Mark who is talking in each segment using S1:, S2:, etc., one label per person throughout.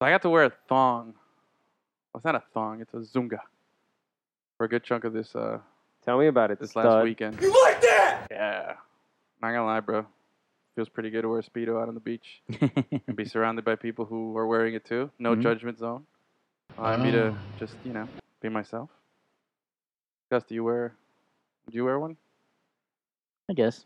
S1: So I got to wear a thong. Well, it's not a thong. It's a zunga for a good chunk of this uh,
S2: Tell me about it.
S1: this
S2: stud.
S1: last weekend. You like that? Yeah. Not gonna lie, bro. Feels pretty good to wear a speedo out on the beach and be surrounded by people who are wearing it too. No
S3: Mhm.
S1: judgment zone. Allowed me to just you know be myself. Gus, do you wear? Do you wear one?
S3: I guess.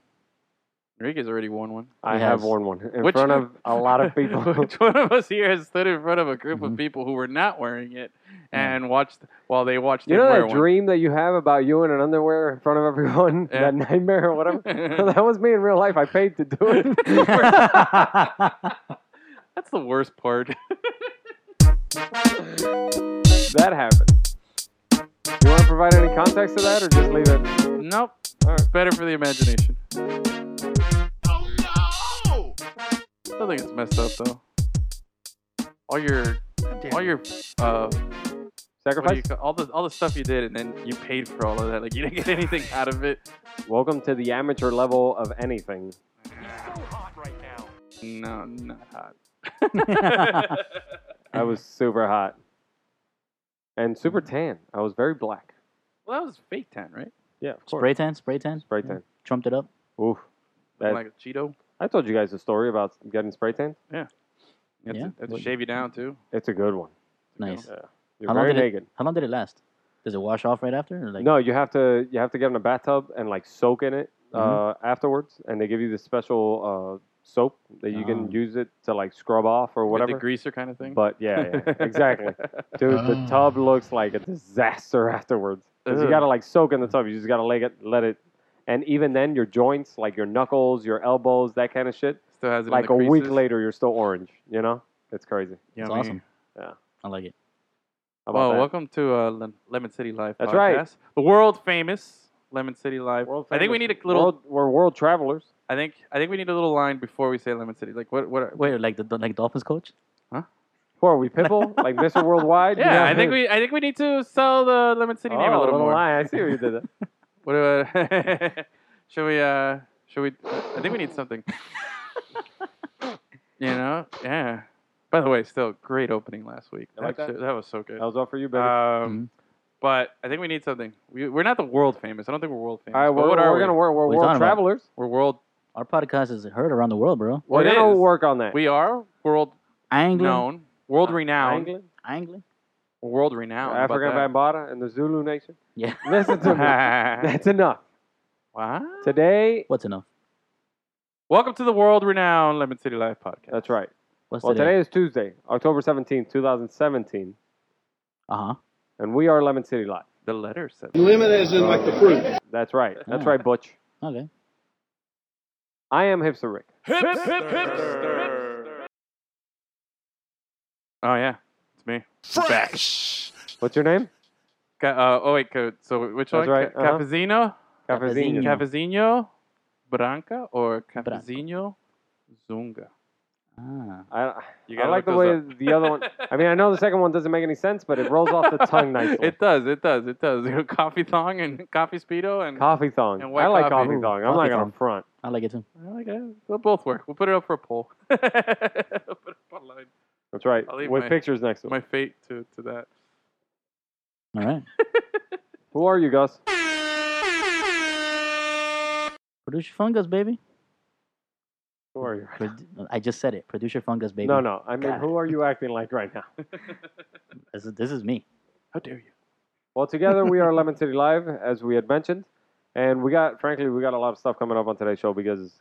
S1: Enrique's already worn one.
S2: I
S3: Yes.
S2: have worn one in
S1: Which-
S2: front of a lot of people. Mm-hmm.
S1: Which one of us here has stood in front of a group
S3: Mhm.
S1: of people who were not wearing it
S3: Yeah.
S1: and watched while they watched
S2: you
S1: him
S2: know
S1: wear
S2: that dream that you have about you in an underwear in front of everyone?
S1: Yeah.
S2: That nightmare or whatever?
S1: one?
S2: that was me in real life. I paid to do it.
S1: That's the worst part.
S2: that happened. You want to provide any context to that or just leave it?
S1: nope.
S2: All right.
S1: Better for the imagination. Oh no! I think it's messed up though. All your, all your, uh, what do
S2: Sacrifice?
S1: you call- all the all the stuff you did, and then you paid for all of that. Like you didn't get anything out of it.
S2: Welcome to the amateur level of anything.
S1: No, not hot.
S2: I was super hot and super tan. I was very black.
S1: well, that was fake tan, right?
S2: Yeah, of
S3: spray tan, spray tan.
S2: Spray tan.
S3: Trumped it up.
S2: Oof. That-
S1: like a Cheeto.
S2: I told you guys a story about getting spray tan.
S1: You have,
S3: Yeah.
S1: to, have to
S3: What-
S1: shave you down too.
S2: It's a good one.
S3: Nice.
S2: Yeah. You're
S3: How long
S2: very
S3: did it-
S2: naked.
S3: How long did it last? Does it wash off right after? Or like,
S2: no, you have to you have to get in a bathtub and like soak in it
S3: Mhm.
S2: uh, afterwards, and they give you this special uh, soap that you
S3: Oh.
S2: can use it to like scrub off or
S1: Like
S2: whatever.
S1: the greaser kind of thing.
S2: But yeah, yeah exactly. Dude, the
S3: Oh.
S2: tub looks like a disaster afterwards. 'Cause
S1: Ugh.
S2: you gotta like soak in the tub. You just gotta let it, let it, and even then, your joints, like your knuckles, your elbows, that kind of shit,
S1: Still has it in
S2: like
S1: the
S2: a week
S1: creases.
S2: later, you're still orange. You know, it's crazy.
S1: Yeah,
S3: It's
S1: I mean,
S3: awesome.
S2: Yeah.
S3: I like it.
S2: How
S1: Well,
S2: about that?
S1: welcome to uh, Lem- Lemon City Live.
S2: That's
S1: podcast.
S2: right.
S1: The world famous Lemon City Live.
S2: World
S1: I think we
S2: famous-
S1: need a little.
S2: World, we're world travelers.
S1: I think I think we need a little line before we say Lemon City. Like what? What? Are,
S3: Wait, like the like Dolphins coach?
S2: Who are we, Pitbull? like Mr. Worldwide? You
S1: yeah,
S2: know?
S1: I think we I think we need to sell the Lemon City name a
S2: Oh,
S1: little more.
S2: line. I see what you did. there.
S1: What? Uh, should we? Uh, should we? I think we need something. you know? Yeah. By the way, still great opening last week.
S2: You like that?
S1: shit- that was so good.
S2: That Mm-hmm. was all for you, baby.
S1: Um, but I think we need something. We, we're not the world famous. I don't think we're world famous.
S2: all right,
S1: but
S2: we're,
S1: what are
S2: we're
S1: we?
S2: gonna work. We're
S3: What are you
S2: world
S3: talking about?
S2: travelers.
S1: We're world.
S3: Our podcast is heard around the world, bro.
S2: We're
S1: It
S2: gonna
S1: is.
S2: work Uh, on that.
S1: We are world
S3: Angling,
S1: known, world renowned,
S2: England,
S3: angling.
S1: world renowned. How about
S2: African
S1: that?
S2: Bambata, and the Zulu Nation.
S3: Yeah.
S2: Listen to me. That's enough.
S1: Wow.
S2: Today,
S3: What's enough?
S1: Welcome to the world renowned Lemon City Live podcast.
S2: that's right.
S3: What's
S2: Well,
S3: today?
S2: today is Tuesday, October 17th, 2017,
S3: Uh huh.
S2: and we are Lemon City Live.
S1: The letter said.
S4: Lemon as in like the fruit.
S2: That's right. That's
S3: Mm.
S2: right, Butch.
S3: Okay.
S2: I am Hipster Rick.
S1: Oh yeah, it's me.
S2: What's your name?
S1: Ca- uh, oh wait, co- so which
S2: That's
S1: one?
S2: right,
S1: Ca-
S2: uh-huh.
S1: Cafezino,
S3: Cafezino.
S2: Cafezino.
S1: Cafezino, Branca, or Cafezino Zunga.
S3: Ah.
S2: I,
S1: You
S2: I
S1: gotta
S2: like the
S1: look
S2: way
S1: those
S2: the other one. I mean, I know the second one doesn't make any sense, but it rolls off the tongue nicely.
S1: It does, it does, it does. You know, coffee thong and coffee speedo and
S2: coffee thong.
S1: And white
S2: I like
S1: coffee.
S2: coffee thong. I'm
S3: Coffee
S2: not
S3: thong.
S2: gonna front.
S3: I like it too.
S1: I like it. They'll both work. We'll put it up for a poll. Put it up online.
S2: That's right.
S1: I'll leave
S2: With
S1: my-
S2: pictures next to it.
S1: My fate to, to that.
S3: All right.
S2: Who are you, Gus?
S3: Produce your fungus, baby.
S2: Who are you?
S3: Produ- I just said it. Produce your fungus, baby.
S2: No, no. I mean,
S3: God.
S2: who are you acting like right now?
S3: This is, this is me.
S1: How dare you?
S2: Well, together we are Lemon City Live, as we had mentioned, and we got, frankly, we got a lot of stuff coming up on today's show because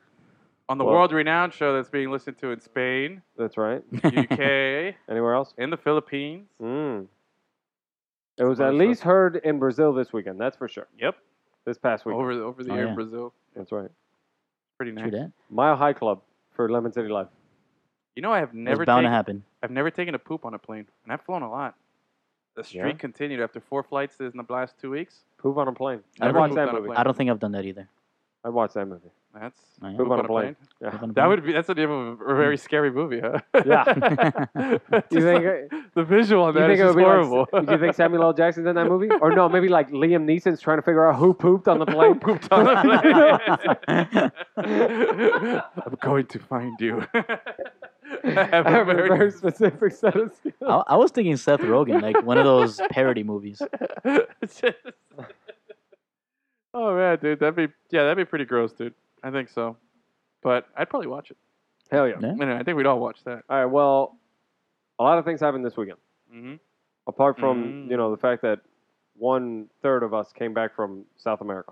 S1: On the
S2: Well-
S1: world renowned show that's being listened to in Spain,
S2: that's right.
S1: UK,
S2: Anywhere else?
S1: in the Philippines.
S2: Mm. It was
S1: Well,
S2: at
S1: it's
S2: least heard in Brazil this weekend. That's for sure.
S1: Yep.
S2: This past week.
S1: Over the over the
S3: Oh,
S1: air in
S3: yeah.
S1: Brazil.
S2: That's right.
S1: Pretty
S3: True
S1: nice.
S3: that.
S2: Mile High Club for Lemon City Live.
S1: You know I have never
S3: it's bound to
S1: taken,
S3: happen.
S1: I've never taken a poop on a plane. And I've flown a lot. The streak
S2: Yeah?
S1: continued after four flights in the last two weeks.
S2: Poop on a plane.
S3: I
S2: I'd
S3: don't
S2: watch
S1: pooped on
S2: that
S1: a
S2: movie.
S1: plane.
S3: I don't think I've done that either.
S2: I'd watch that movie.
S1: That's
S3: I am.
S2: Poop on a plane. Yeah.
S3: I've done it
S1: That
S3: before.
S1: would be that's the name of a a very scary movie, huh?
S3: Yeah.
S1: Just
S2: Mm. You think,
S1: like- the visual on
S2: you
S1: that is
S2: think it would
S1: just
S2: be
S1: horrible.
S2: like? Do you think Samuel L. Jackson's in that movie? Or no, maybe like Liam Neeson's trying to figure out who pooped on the plane.
S1: pooped on the plane. I'm going to find you. I have a very-
S2: very specific set of skills.
S3: I, I was thinking Seth Rogen, like one of those parody movies.
S1: It's just- oh man, dude, that'd be yeah, that'd be pretty gross, dude. I think so, but I'd probably watch it.
S2: Hell yeah.
S3: Yeah.
S1: Anyway, I think we'd all watch that.
S2: All right. Well, a lot of things happened this weekend.
S1: Mm-hmm.
S2: Apart from
S1: Mm.
S2: you know the fact that one third of us came back from South America,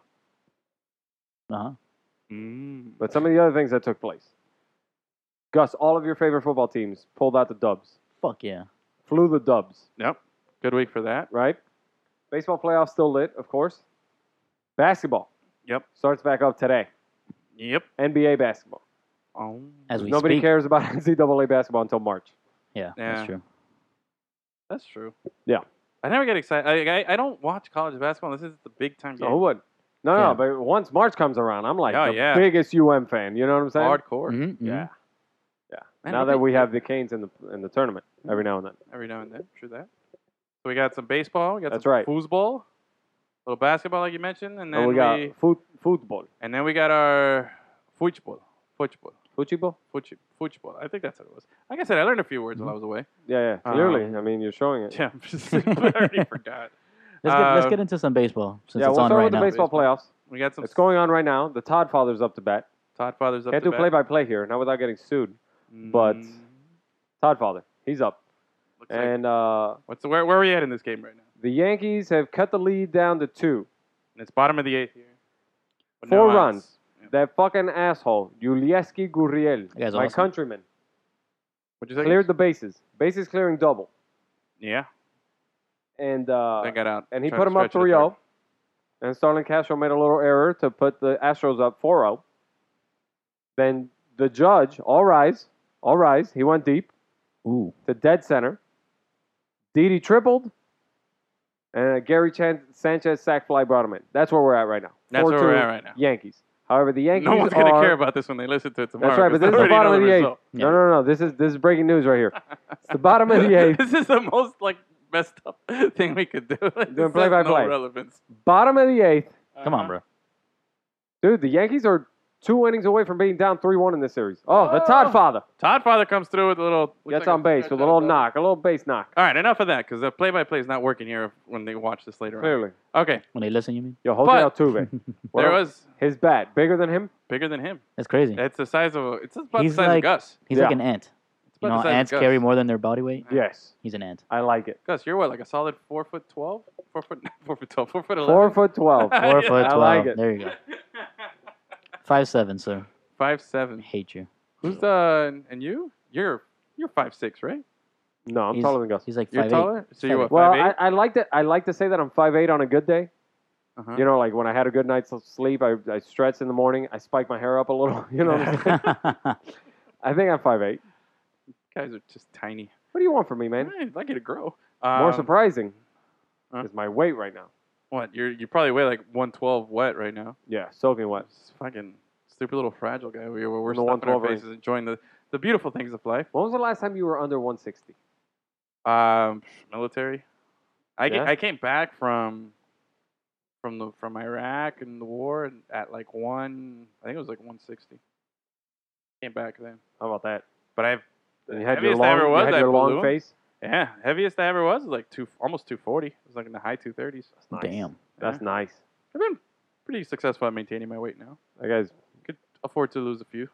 S3: Uh-huh.
S1: Mm.
S2: but some of the other things that took place. Gus, all of your favorite football teams pulled out the dubs,
S3: Fuck yeah.
S2: flew the dubs,
S1: Yep, good week for that.
S2: right? Baseball playoffs still lit, of course. Basketball.
S1: Yep.
S2: Starts back up today.
S1: Yep.
S2: NBA basketball.
S1: Oh,
S3: As we
S2: Nobody
S3: speak.
S2: cares about NCAA basketball until March.
S3: Yeah,
S1: Yeah.
S3: that's true.
S1: that's true.
S2: Yeah.
S1: I never get excited. I, I, I don't watch college basketball. This is the big time
S2: So
S1: game.
S2: who would? No, no,
S3: Yeah.
S2: but once March comes around, I'm like
S1: Oh,
S2: the
S1: yeah.
S2: biggest UM fan. You know what I'm saying?
S1: hardcore.
S3: Mhm, mhm.
S2: Yeah. Yeah.
S1: Man,
S2: now
S1: I
S2: that
S1: think-
S2: we have the Canes in the in the tournament every now and then.
S1: every now and then. True that. So we got some baseball. We got
S2: That's
S1: some
S2: right.
S1: foosball, a little basketball, like you mentioned, and then
S2: and we got fut, football.
S1: and then we got our football, football,
S2: Futibol?
S1: football, football. I think that's what it was. Like I said, I learned a few words
S2: Mm-hmm.
S1: while I was away.
S2: Yeah, yeah.
S1: Um,
S2: Clearly. I mean you're showing it.
S1: Yeah, I already forgot.
S3: Let's get, let's
S1: Uh,
S3: get into some baseball since
S2: yeah,
S3: it's
S2: we'll
S3: on
S2: start
S3: right
S2: with
S3: now.
S2: the baseball,
S1: Baseball.
S2: playoffs.
S1: We got some.
S2: It's going on right now. The Todd Father's up to bat.
S1: Todd Father's up.
S2: Can't
S1: to
S2: do
S1: bat.
S2: play by play here, not without getting sued. but-
S1: Mm,
S2: Todd Father. He's up.
S1: looks like-
S2: And uh,
S1: what's the, where where are we at in this game right now?
S2: the Yankees have cut the lead down to two.
S1: And it's bottom of the eighth here. But
S2: Four
S1: no outs.
S2: runs. That fucking asshole, Yulieski Gurriel,
S3: That guy's
S2: my
S3: awesome.
S2: countryman,
S1: What'd you say?
S2: cleared the bases. Bases clearing double.
S1: Yeah,
S2: And uh,
S1: that got out.
S2: and he
S1: Trying to
S2: put him up oh,
S1: stretch it
S2: 3
S1: to
S2: 0. And Starlin Castro made a little error to put the Astros up 4 0. Then the judge, all rise, all rise. He went deep
S3: Ooh.
S2: to dead center. Didi tripled. And uh, Gary Chan- Sanchez sack fly brought him in. That's where we're at right now.
S1: That's where
S2: 4-2
S1: we're at right now.
S2: Yankees. However, the Yankees
S1: No one's
S2: are.
S1: gonna care about this when they listen to it tomorrow.
S2: That's right, but
S1: 'cause
S2: this is
S1: they already
S2: the bottom
S1: know
S2: of the eighth.
S1: result.
S2: No, no, no. This is this is breaking news right here. It's the bottom of the eighth.
S1: this is the most like messed up thing we could do. Like,
S2: Doing
S1: this
S2: play
S1: has
S2: by
S1: no
S2: play.
S1: relevance.
S2: Bottom of the eighth.
S3: Come
S2: Uh-huh.
S3: on, bro.
S2: Dude, the Yankees are two innings away from being down 3 1 in this series. Oh, the Todd
S1: Oh.
S2: father
S1: Todd Father comes through with a little looks
S2: gets
S1: like
S2: on base
S1: stretch
S2: with a little
S1: elbow.
S2: knock, a little base knock.
S1: All right, enough of that because the play-by-play is not working here when they watch this later. on.
S2: Clearly.
S1: Okay,
S3: When they listen, you mean?
S2: Yo, Jose
S1: But-
S2: Altuve. What
S1: there
S2: up?
S1: was
S2: His bat, bigger than him?
S1: bigger than him.
S3: That's crazy.
S1: It's the size of a, it's about
S3: He's
S1: the size
S3: like-
S1: of Gus.
S3: He's
S2: Uh, Yeah.
S3: like an ant.
S1: It's
S3: You
S1: about
S3: know,
S1: the size
S3: ants
S1: of Gus.
S3: carry more than their body weight.
S2: Yes.
S3: He's an ant.
S2: I like it.
S1: Gus, you're what, like a solid four foot twelve? Four foot, four foot twelve, four foot eleven.
S2: Four foot 12.
S3: Four
S1: Yeah.
S3: foot
S2: I
S3: twelve.
S2: like it.
S3: There you go. Five seven, sir.
S1: Five seven.
S3: Hate you.
S1: Who's the and you? You're you're five six, right?
S2: No, I'm
S3: He's-
S2: taller than Gus.
S3: He's like
S1: You're
S3: five eight.
S1: taller. So you're what?
S2: Well,
S1: five
S2: I, I like that. I like to say that I'm 5'8 on a good day.
S1: Uh-huh.
S2: You know, like when I had a good night's sleep, I, I stretch in the morning, I spike my hair up a little. You know, what I'm saying? I think I'm 5'8.
S1: guys are just tiny.
S2: What do you want from me, man?
S1: Man, I get to grow.
S2: More
S1: Um,
S2: surprising
S1: huh?
S2: is my weight right now.
S1: What you're you probably weigh like 112 wet right now.
S2: Yeah, soaking wet.
S1: This fucking stupid little fragile guy over here where we're
S2: I'm the
S1: stuffing our
S2: 112
S1: faces, enjoying the the beautiful things of life.
S2: When was the last time you were under 160?
S1: Um, military. I, ca-
S2: Yeah?
S1: I came back from from the from Iraq and the war and at like one I think it was like 160. Came back then,
S2: How about that?
S1: but I've
S2: And you had your
S1: Heaviest I
S2: long,
S1: ever
S2: you
S1: was,
S2: had
S1: I
S2: your long
S1: blew.
S2: face.
S1: yeah heaviest I ever was was like two almost 240. It was like in the high 230s.
S2: Nice.
S3: Damn.
S2: That's nice.
S1: I've been pretty successful at maintaining my weight now.
S2: That guy's
S1: could afford to lose a few,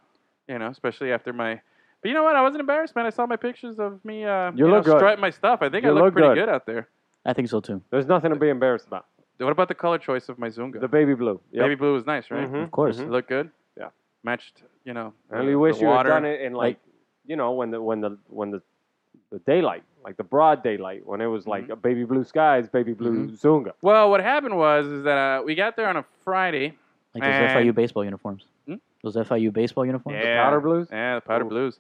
S1: you know, especially after my. But you know what? I wasn't embarrassed, man. I saw my pictures of me, uh,
S2: You
S1: know,
S2: look good.
S1: strutting my stuff. I think
S2: You
S1: I look,
S2: look
S1: pretty
S2: good.
S1: good. out there.
S3: I think so too.
S2: There's nothing to be embarrassed about.
S1: What about the color choice of my Zunga?
S2: The baby blue. Yep.
S1: Baby blue was nice, right?
S2: Mhm,
S3: Of course.
S2: mhm.
S1: Look good.
S2: Yeah.
S1: Matched, you know.
S2: I really wish you had
S1: water.
S2: done it in like, you know, when the when the when the the daylight, like the broad daylight, when it was like
S1: Mm-hmm.
S2: a baby blue skies, baby blue
S3: Mm-hmm.
S2: Zunga.
S1: Well, what happened was is that uh, we got there on a Friday.
S3: Like those
S1: And-
S3: FIU baseball uniforms.
S1: Hmm?
S3: Those FIU baseball uniforms.
S1: Yeah.
S2: Powder blues.
S1: Yeah, the powder
S2: Ooh.
S1: blues.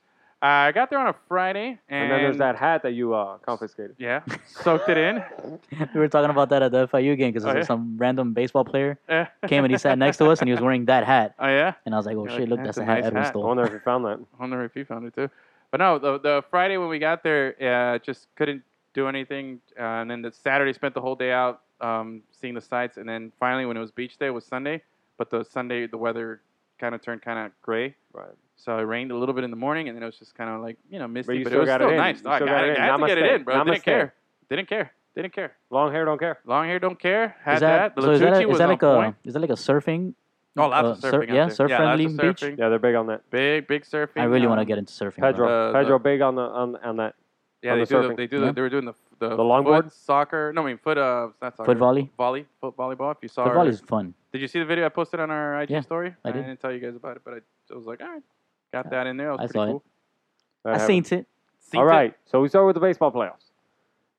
S1: Uh, I got there on a Friday, and,
S2: And, then there's that hat that you uh, confiscated.
S1: Yeah, soaked it in.
S3: we were talking about that at the FIU game because
S1: Oh, yeah?
S3: some random baseball player
S1: Yeah.
S3: came and he sat next to us and he was wearing that hat.
S1: Oh yeah.
S3: And I was like, oh
S1: You're
S3: shit,
S1: like,
S3: look,
S1: that's
S3: that's,
S1: a
S3: the hat
S1: nice
S3: Evan
S1: hat.
S2: I
S3: stole.
S2: wonder if you found that.
S1: I wonder if you found it too. But no, the the Friday when we got there, uh, just couldn't do anything, uh, and then the Saturday spent the whole day out um, seeing the sights, and then finally when it was beach day it was Sunday, but the Sunday the weather kind of turned kind of gray,
S2: Right.
S1: So it rained a little bit in the morning, and then it was just kind of like you know misty,
S2: you
S1: but, it
S2: still
S1: was
S2: got it
S1: still
S2: in.
S1: nice.
S2: You
S1: No, I
S2: still
S1: got,
S2: got
S1: it.
S2: it in.
S1: I had to get it
S2: Namaste.
S1: in, bro. Didn't
S2: Namaste.
S1: care. Didn't care. Didn't care.
S2: Long hair don't care.
S1: Long hair, don't care. Had
S3: is that,
S1: that. The
S3: so is that,
S1: Latucci
S3: a, is
S1: was
S3: that
S1: on
S3: like a
S1: point.
S3: is that like a surfing?
S1: Oh, lots of
S3: uh,
S1: surfing.
S3: surf-
S1: out
S3: yeah,
S1: there.
S3: surf-friendly
S1: lots of
S3: beach?
S1: surfing.
S2: Yeah, they're big on that.
S1: Big, big surfing.
S3: I really want to
S1: um,
S3: get into surfing. bro.
S2: Pedro,
S1: Uh, the-
S2: Pedro, big on the on, on that.
S1: Yeah,
S2: on
S1: they do.
S2: the
S1: The,
S2: surfing.
S1: they do.
S3: Yeah.
S1: The, they were doing the the,
S2: The longboard?
S1: foot soccer. No, I mean foot. Uh, it's not soccer.
S3: Foot volley.
S1: volley, foot volleyball. If you saw,
S3: Foot
S1: our-
S3: volley is fun.
S1: did you see the video I posted on our IG
S3: Yeah,
S1: story?
S3: I did.
S1: didn't tell you guys about it, but I, I was like, all right, got that in there. That was
S3: I
S1: pretty
S3: saw it.
S1: cool.
S3: I seen it.
S1: Seen
S2: All
S1: it.
S2: right, so we start with the baseball playoffs.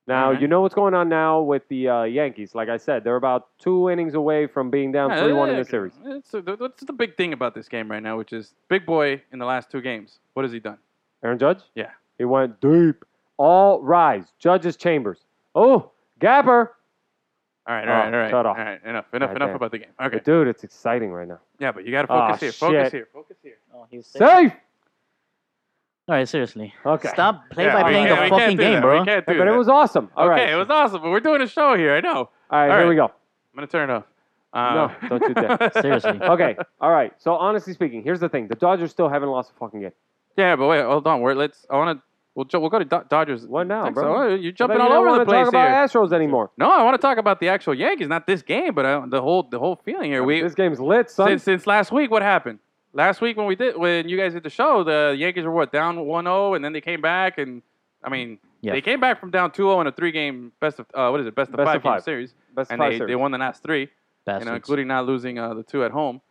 S2: Now
S1: All right.
S2: you know what's going on now with the uh, Yankees. Like I said, they're about two innings away from being down
S1: Yeah,
S2: three-one in
S1: yeah,
S2: the series.
S1: it's- so th- that's the big thing about this game right now, which is big boy in the last two games. What has he done?
S2: Aaron Judge?
S1: Yeah.
S2: He went deep. All rise. Judge's chambers. Oh, Gapper.
S1: All right,
S2: Oh,
S1: all right, all right.
S2: shut up.
S1: All right, enough, enough,
S2: God
S1: enough
S2: damn.
S1: about the game. Okay.
S2: But dude, it's exciting right now.
S1: Yeah, but you got to
S2: Aw,
S1: focus here. Focus
S2: Ah, shit.
S1: here. Focus here.
S3: Oh, he was safe.
S2: Safe.
S3: All right, seriously.
S2: Okay.
S3: Stop play
S1: Yeah,
S3: by
S1: we
S3: playing
S1: can't-
S3: the
S1: we can't
S3: fucking
S1: do
S3: game,
S1: that.
S3: bro.
S1: We can't do
S2: But it
S1: that.
S2: was awesome. All right.
S1: okay, it was awesome, but we're doing a show here. I know.
S2: All
S1: all
S2: right, here
S1: right.
S2: we go.
S1: I'm gonna turn it off. Uh,
S2: No, don't you dare.
S3: Seriously.
S2: Okay. All right. So honestly speaking, here's the thing: the Dodgers still haven't lost a fucking game.
S1: Yeah, but wait, hold on. We're, let's. I want to. We'll, jo- we'll go to Do- Dodgers.
S2: What now,
S1: Texas.
S2: bro?
S1: Oh, You're jumping
S2: But
S1: all
S2: you don't
S1: over
S2: wanna
S1: the place
S2: talk
S1: here.
S2: about Astros anymore.
S1: No, I want to talk about the actual Yankees, not this game, but uh, the whole the whole feeling here. We
S2: this game's lit, son.
S1: since, since last week, what happened? Last week when we did when you guys did the show, the Yankees were what down 1-0, and then they came back, and I mean
S3: Yeah.
S1: they came back from down 2-0 in a three game best of uh, what is it best of
S2: Best
S1: five
S2: of
S1: game
S2: five.
S1: series,
S2: Best
S1: and
S2: five
S1: they,
S2: series.
S1: they won the last three, you
S3: Bastards.
S1: know, including not losing uh, the two at home.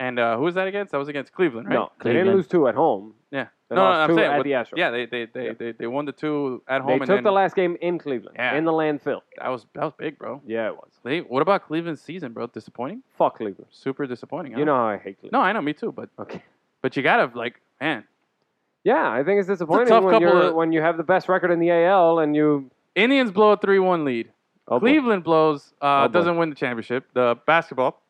S1: And uh, who was that against? That was against Cleveland, right?
S2: No, they didn't
S3: Cleveland.
S2: lose two at home.
S1: Yeah.
S2: They
S1: no, no,
S2: lost
S1: I'm
S2: two
S1: saying,
S2: at
S1: but-
S2: the Astros.
S1: Yeah, they they they,
S2: Yeah.
S1: they, they won the two at
S2: They
S1: home,
S2: took
S1: and then
S2: the last game in Cleveland,
S1: Yeah.
S2: in the landfill.
S1: that was that was big, bro.
S2: Yeah, it was.
S1: They, what about Cleveland's season, bro? Disappointing,
S2: Fuck Cleveland.
S1: super disappointing. huh?
S2: You know how I hate Cleveland.
S1: No, I know, me too. But
S2: Okay.
S1: but you gotta like, man,
S2: Yeah, I think it's disappointing
S1: tough
S2: when
S1: couple
S2: you're
S1: of-
S2: when you have the best record in the AL and you
S1: Indians blow a three-one lead.
S2: oh, boy.
S1: Cleveland blows, uh,
S2: Oh, boy.
S1: doesn't win the championship. The basketball,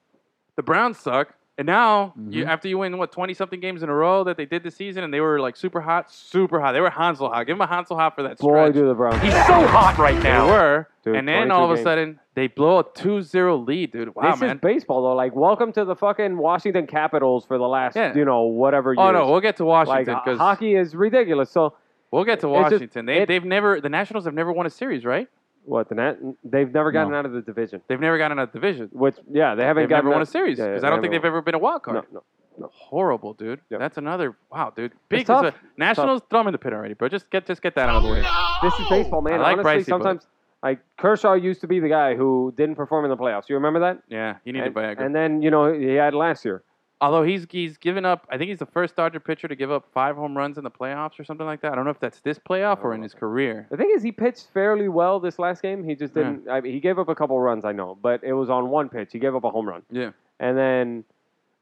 S1: the Browns suck. And now, you,
S2: Mm-hmm.
S3: Mhm.
S1: after you win what twenty something games in a row that they did this season, and they were like super hot, super hot. They were Hansel hot. Give them a Hansel hot for that
S2: boy
S1: stretch.
S2: do the Browns.
S1: He's so hot right now. They were,
S2: Dude,
S1: and then all of
S2: 22
S1: a
S2: games.
S1: sudden they blow a 2-0 lead, dude. Wow,
S2: this
S1: man.
S2: is baseball though. Like, welcome to the fucking Washington Capitals for the last
S1: Yeah.
S2: you know whatever.
S1: Oh
S2: years.
S1: no, we'll get to
S2: like
S1: Washington
S2: ho-
S1: because
S2: hockey is ridiculous. So
S1: we'll get to
S2: it's just-
S1: Washington. they
S2: it-
S1: they've never the Nationals have never won a series, right?
S2: what the net? They've never gotten
S3: No.
S2: out of the division.
S1: They've never gotten out of the division.
S2: Which yeah, they haven't
S1: They've
S2: gotten
S1: never won
S2: out-
S1: a series
S2: Yeah, yeah,
S1: because I don't think they've
S2: haven't
S1: ever been a wild card.
S2: won. No, no.
S1: Horrible, dude.
S2: Yep.
S1: That's another wow, dude. Big
S2: tough.
S1: is a- Nationals throw them in the pit already, bro. Just get just get that out of the way.
S2: This is baseball, man.
S1: I like
S2: Honestly,
S1: Bryce, but-
S2: sometimes like Kershaw used to be the guy who didn't perform in the playoffs. You remember that?
S1: Yeah, he needed
S2: And,
S1: Viagra.
S2: and then you know he had last year.
S1: Although he's he's given up, I think he's the first Dodger pitcher to give up five home runs in the playoffs or something like that. I don't know if that's this playoff
S2: Oh.
S1: or in his career.
S2: The thing is, he pitched fairly well this last game. He just
S1: Yeah.
S2: didn't. I mean, he gave up a couple runs, I know, but it was on one pitch. He gave up a home run.
S1: Yeah.
S2: And then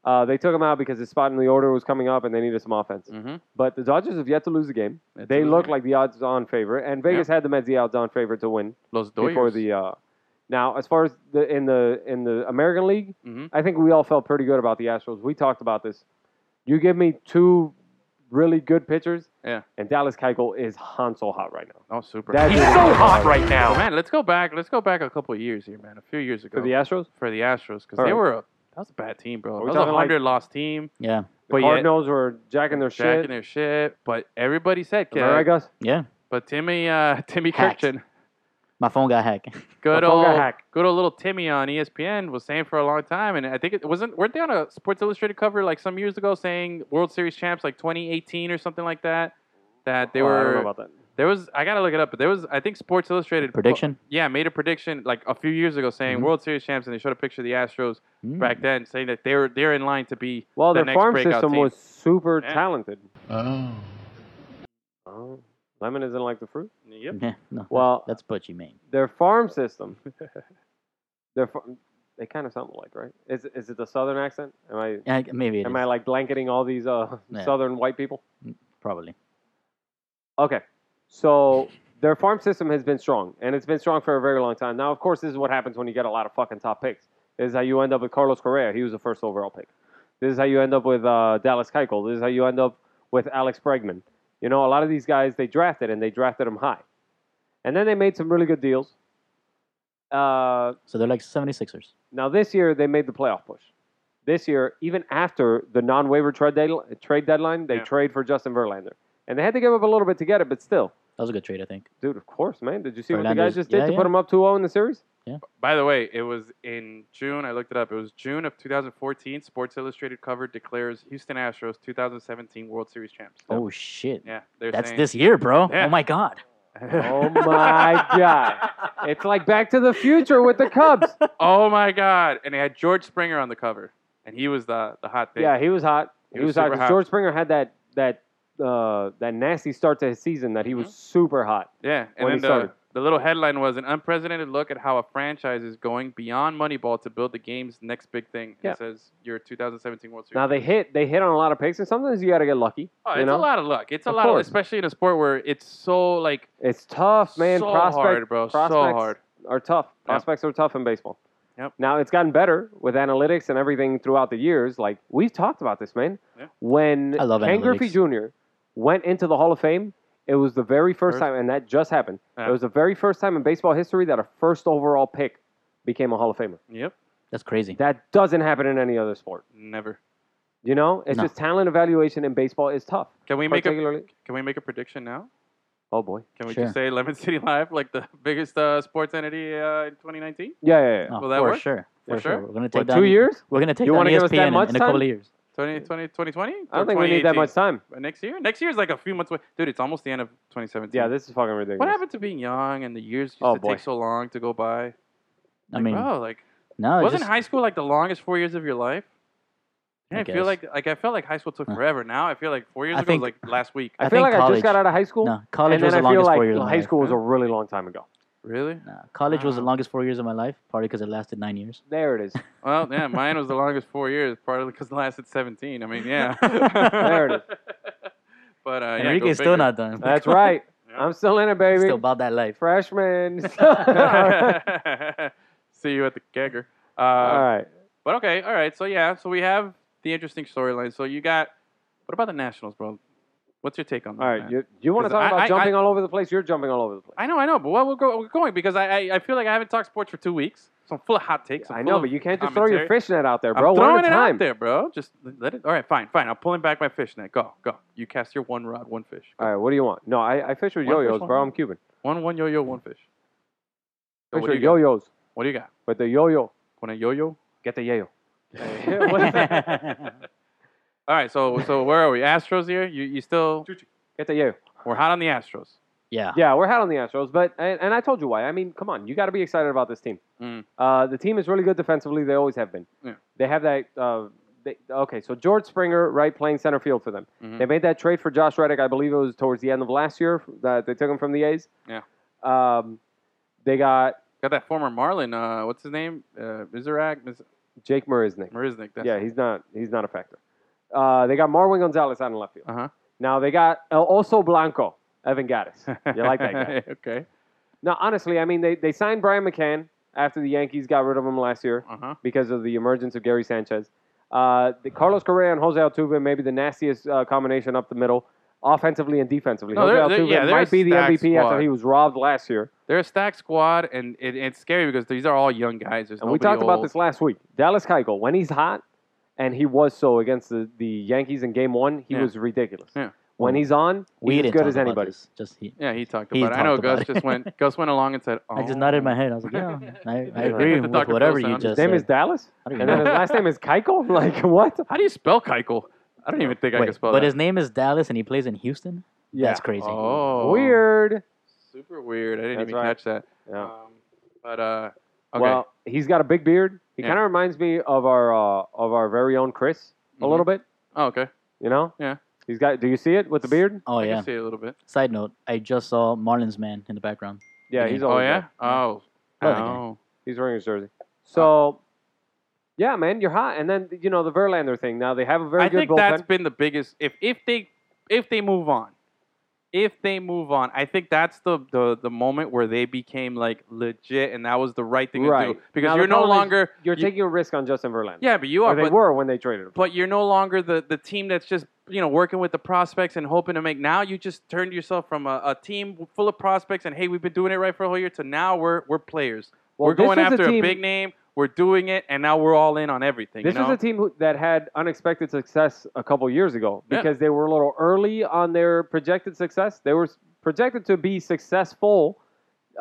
S2: uh, they took him out because his spot in the order was coming up, and they needed some offense.
S1: Mm-hmm.
S2: But the Dodgers have yet to lose a game.
S1: Yet to
S2: they
S1: lose a
S2: look
S1: game.
S2: like the odds-on favorite, and Vegas had the Mets the odds-on favorite to win
S1: Los
S2: before
S1: Doyers.
S2: the. Uh, now, as far as the in the in the American League,
S1: Mhm.
S2: I think we all felt pretty good about the Astros. We talked about this. You give me two really good pitchers,
S1: Yeah.
S2: and Dallas Keuchel is Hansel hot right now.
S1: oh, super.
S2: That dude is
S4: right
S1: So,
S4: now.
S1: Oh, man, let's go back. Let's go back a couple of years here, man. A few years ago
S2: for the Astros.
S1: for the Astros because
S2: All
S1: they
S2: right.
S1: were a that was a bad team, bro.
S2: Are we
S1: That was a
S2: talking like-
S1: hundred loss team,
S3: Yeah,
S1: but
S2: The
S1: yet
S2: Cardinals were jacking their
S1: jacking
S2: shit.
S1: their shit. But everybody said,
S2: Am I right,
S1: yeah.
S2: Gus?
S3: yeah.
S1: But Timmy, uh, Timmy
S3: Hacked.
S1: Kirchin,
S3: My phone got hacked.
S1: good
S2: My phone
S1: old,
S2: got hacked.
S1: good old little Timmy on E ESPN was saying for a long time, and I think it wasn't. Weren't they on a Sports Illustrated cover like some years ago saying World Series champs like 2018 or something like that? That they
S2: Oh, I
S1: were
S2: don't know about that.
S1: there was I gotta look it up, but there was I think Sports Illustrated
S3: Prediction?
S1: yeah, made a prediction like a few years ago saying
S3: Mhm.
S1: World Series champs, and they showed a picture of the Astros
S3: Mm.
S1: back then saying that they're they're in line to be
S2: Well,
S1: the
S2: their
S1: next
S2: farm
S1: breakout
S2: system
S1: team.
S2: was super
S1: Yeah.
S2: talented.
S4: Oh.
S2: Oh, lemon isn't like the fruit.
S1: Yep.
S3: Yeah, no,
S2: Well,
S3: that's what you mean.
S2: their farm system. their far- they kind of sound like right. Is is it the southern accent? Am I
S3: Yeah, maybe it
S2: am
S3: is.
S2: I like blanketing all these uh,
S3: Yeah.
S2: southern white people?
S3: Probably.
S2: Okay, so their farm system has been strong, and it's been strong for a very long time. Now, of course, this is what happens when you get a lot of fucking top picks. This is how you end up with Carlos Correa. He was the first overall pick. This is how you end up with uh, Dallas Keuchel. This is how you end up with Alex Bregman. You know, a lot of these guys they drafted, and they drafted them high, and then they made some really good deals. Uh,
S3: So they're like 76ers.
S2: now this year they made the playoff push. this year, even after the non-waiver trade deadline, trade deadline they
S1: Yeah.
S2: trade for Justin Verlander, and they had to give up a little bit to get it, but still,
S3: That was a good trade, I think.
S2: dude, of course, man. Did you see what the
S3: Verlander's-
S2: guys just did
S3: yeah,
S2: to
S3: yeah.
S2: put him up 2-0 in the series?
S1: By the way, it was in June. I looked it up. It was June of 2014. Sports Illustrated cover declares Houston Astros 2017 World Series champs.
S3: Oh shit.
S1: yeah, they're
S3: That's
S1: saying-
S3: this year, bro.
S1: Yeah.
S3: Oh my god.
S2: Oh my god, it's like Back to the Future with the Cubs.
S1: oh my god! And they had George Springer on the cover, and he was the the hot thing.
S2: Yeah, he was hot. He,
S1: He was
S2: was, hot.
S1: super
S2: 'cause
S1: hot.
S2: George Springer had that that uh, that nasty start to his season that he
S1: Mm-hmm.
S2: was super hot.
S1: Yeah, and
S2: when he
S1: then the,
S2: started.
S1: the little headline was an unprecedented look at how a franchise is going beyond Moneyball to build the game's next big thing.
S2: Yeah.
S1: It says your 2017 World Series.
S2: Now they hit they hit on a lot of picks, and sometimes you got to get lucky.
S1: oh,
S2: you
S1: it's
S2: know?
S1: a lot of luck. It's a
S2: Of
S1: lot, of-
S2: course.
S1: especially in a sport where it's so like
S2: It's tough, man.
S1: so
S2: Prospect
S1: hard, bro. So
S2: prospects
S1: hard.
S2: are tough. Prospects are tough in baseball.
S1: Yep.
S2: Now it's gotten better with analytics and everything throughout the years. Like we've talked about this, man.
S1: Yeah.
S2: When
S3: I love
S2: Ken
S3: analytics.
S2: Griffey Jr. went into the Hall of Fame, it was the very first,
S1: First?
S2: time, and that just happened.
S1: Yeah.
S2: It was the very first time in baseball history that a first overall pick became a Hall of Famer.
S1: Yep,
S3: That's crazy.
S2: That doesn't happen in any other sport.
S1: never.
S2: You know, it's
S3: No.
S2: just talent evaluation in baseball is tough.
S1: Can we make a
S2: particularly.
S1: Can we make a prediction now?
S2: oh boy.
S1: Can we
S3: Sure.
S1: just say Lemon City Live, like the biggest uh, sports entity uh, in 2019?
S2: Yeah, yeah, yeah.
S3: No,
S1: Will that
S3: for
S1: work?
S3: sure.
S1: For
S3: For
S1: sure?
S3: sure. We're gonna Oh, take
S2: What,
S3: down
S2: two years?
S3: We're gonna take
S2: You
S3: down
S2: wanna give us that
S3: ESPN
S2: much
S3: in a couple
S2: time?
S3: of years.
S1: 2020, 2020?
S2: I don't think we need that much time.
S1: Next year? Next year is like a few months away. Dude, it's almost the end of 2017.
S2: Yeah, this is fucking ridiculous.
S1: What happened to being young and the years used
S2: Oh,
S1: to
S2: boy.
S1: take so long to go by?
S3: I mean,
S1: Bro, like
S3: no, it's
S1: wasn't
S3: just,
S1: high school like the longest four years of your life? Yeah,
S3: I
S1: I, feel
S3: guess.
S1: like like I felt like high school took
S3: Huh.
S1: forever. Now I feel like four years
S3: I
S1: ago was
S3: think-
S1: like last week.
S2: I,
S3: I
S2: feel
S3: think
S2: like I just
S3: college-
S2: got out of high school.
S3: no, college
S2: and
S3: was the
S2: then I feel
S3: longest
S2: like
S3: four years. of my
S2: high
S3: life.
S2: school was a really long time ago.
S1: Really?
S3: Nah, college was the
S1: Wow.
S3: longest four years of my life, probably because it lasted nine years.
S2: There it is.
S1: Well, yeah, mine was the longest four years, partly because it lasted 17. I mean, yeah.
S2: There it
S1: But uh, yeah, go
S3: Enrique's
S1: figure.
S3: still not done.
S2: That's right. I'm still in it, baby.
S3: Still about that life.
S2: Freshman.
S1: See you at the kegger. Uh,
S2: All right.
S1: But okay, all right. So yeah, so we have the interesting storyline. So you got what about the Nationals, bro? What's your take on that?
S2: All right.
S1: man?
S2: You, you want to
S1: 'Cause
S2: talk
S1: I-
S2: about
S1: I-
S2: jumping all over the place? You're jumping all over the place.
S1: I know, I know, but what we're, go- we're going because I, I I feel like I haven't talked sports for two weeks, so I'm full of hot takes. I'm
S2: I
S1: full
S2: know,
S1: of
S2: but you can't just throw your
S1: commentary.
S2: fishnet out there,
S1: I'm
S2: bro. One
S1: throwing
S2: at a
S1: it
S2: time.
S1: out there, bro. Just let it. All right, fine, fine. I'm pulling back my fishnet. Go, go. You cast your one rod, one fish.
S2: All right. What do you want? No, I, I fish with
S1: One fish,
S2: yo-yos,
S1: one
S2: bro.
S1: rod.
S2: I'm Cuban.
S1: One, one yo-yo, one fish. So what,
S2: Fish
S1: do
S2: with
S1: you got?
S2: yo-yos,
S1: what do you got?
S2: but the yo-yo
S1: Want a yo-yo?
S2: get the yayo. What is that?
S3: That's
S1: All right, so so where are we? Astros here. You you still?
S2: Get the yayo.
S1: We're hot on the Astros.
S3: yeah.
S2: Yeah, we're hot on the Astros, but and, and I told you why. I mean, come on, you got to be excited about this team.
S1: Mm.
S2: Uh, the team is really good defensively. They always have been.
S1: Yeah.
S2: They have that. Uh, they, okay, so George Springer, right, playing center field for them.
S1: Mhm.
S2: They made that trade for Josh Reddick. I believe it was towards the end of last year that they took him from the A's.
S1: Yeah.
S2: Um, they got
S1: Got that former Marlin. Uh, what's his name? Uh, Mizrak, Miz-
S2: Jake Marisnik.
S1: Marisnik. That's
S2: Yeah, he's not. He's not a factor. Uh, they got Marwin Gonzalez out in left field.
S1: Uh huh.
S2: Now they got El Oso Blanco, Evan Gaddis. You like that guy?
S1: okay.
S2: No, honestly, I mean, they, they signed Brian McCann after the Yankees got rid of him last year
S1: Uh huh.
S2: because of the emergence of Gary Sanchez. Uh, the Carlos Correa and Jose Altuve may be the nastiest uh, combination up the middle, offensively and defensively.
S1: No,
S2: Jose
S1: they're- they're-
S2: Altuve
S1: yeah, they're
S2: might
S1: a
S2: be the
S1: stacked
S2: MVP after
S1: squad.
S2: he was robbed last year.
S1: They're a stacked squad, and it, it's scary because these are all young guys. There's
S2: And we
S1: nobody
S2: talked about
S1: old.
S2: this last week. Dallas Keuchel, when he's hot, and he was so against the, the Yankees in Game One, he
S1: Yeah.
S2: was ridiculous.
S1: Yeah.
S2: When he's on,
S3: We
S2: he's as
S3: didn't
S2: good
S3: talk
S2: as
S3: about
S2: anybody.
S3: this, Just he,
S1: Yeah, he talked
S3: He
S1: about it. I know
S3: talked about
S1: Gus
S3: it.
S1: just went. Gus went along and said, oh.
S3: I just nodded my head. I was like, yeah, I, I
S1: Yeah.
S3: agree
S1: With the
S3: with
S1: Dr.
S3: whatever
S1: Phil
S3: you
S1: sound.
S3: just
S2: His name
S3: said.
S2: is Dallas,
S3: I don't
S2: and
S3: even
S2: then
S3: know.
S2: his last name is Keuchel. Like what?
S1: How do you spell Keuchel? I don't even think I
S3: Wait,
S1: can spell
S3: but
S1: that.
S3: his name is Dallas, and he plays in Houston.
S2: Yeah.
S3: That's crazy.
S1: oh,
S2: Weird.
S1: Super weird. I didn't
S2: That's
S1: even
S2: right.
S1: catch that.
S2: Yeah.
S1: Um, but uh, okay.
S2: Well, he's got a big beard. He
S1: Yeah.
S2: kind of reminds me of our uh, of our very own Chris a
S1: Mhm.
S2: little bit.
S1: oh, okay.
S2: You know?
S1: Yeah.
S2: He's got. Do you see it with the beard?
S3: Oh
S1: I
S3: yeah.
S1: can see it a little bit.
S3: Side note: I just saw Marlins man in the background.
S2: Yeah,
S3: Yeah.
S2: he's.
S1: Oh
S2: always
S1: yeah.
S2: there.
S1: Oh.
S3: Love that guy.
S1: Oh.
S2: He's wearing his jersey. So, yeah, man, you're hot. And then you know the Verlander thing. Now they have a very
S1: I
S2: good
S1: think
S2: bullpen.
S1: that's been the biggest. If if they if they move on, if they move on, I think that's the the, the moment where they became like legit, and that was the right thing to
S2: Right.
S1: do because
S2: Now, the
S1: you're no
S2: problem is
S1: longer
S2: you're
S1: you-
S2: taking a risk on Justin Verlander.
S1: yeah, but you
S2: Or
S1: are,
S2: they
S1: but,
S2: were when they traded him.
S1: but you're no longer the the team that's just you know working with the prospects and hoping to make. Now you just turned yourself from a, a team full of prospects and hey, we've been doing it right for a whole year to now we're we're players.
S2: Well,
S1: we're
S2: this
S1: going
S2: was a
S1: after a
S2: team-
S1: big name. We're doing it, and now we're all in on everything.
S2: This
S1: you know?
S2: was a team who, that had unexpected success a couple years ago
S1: Yeah.
S2: because they were a little early on their projected success. They were s- projected to be successful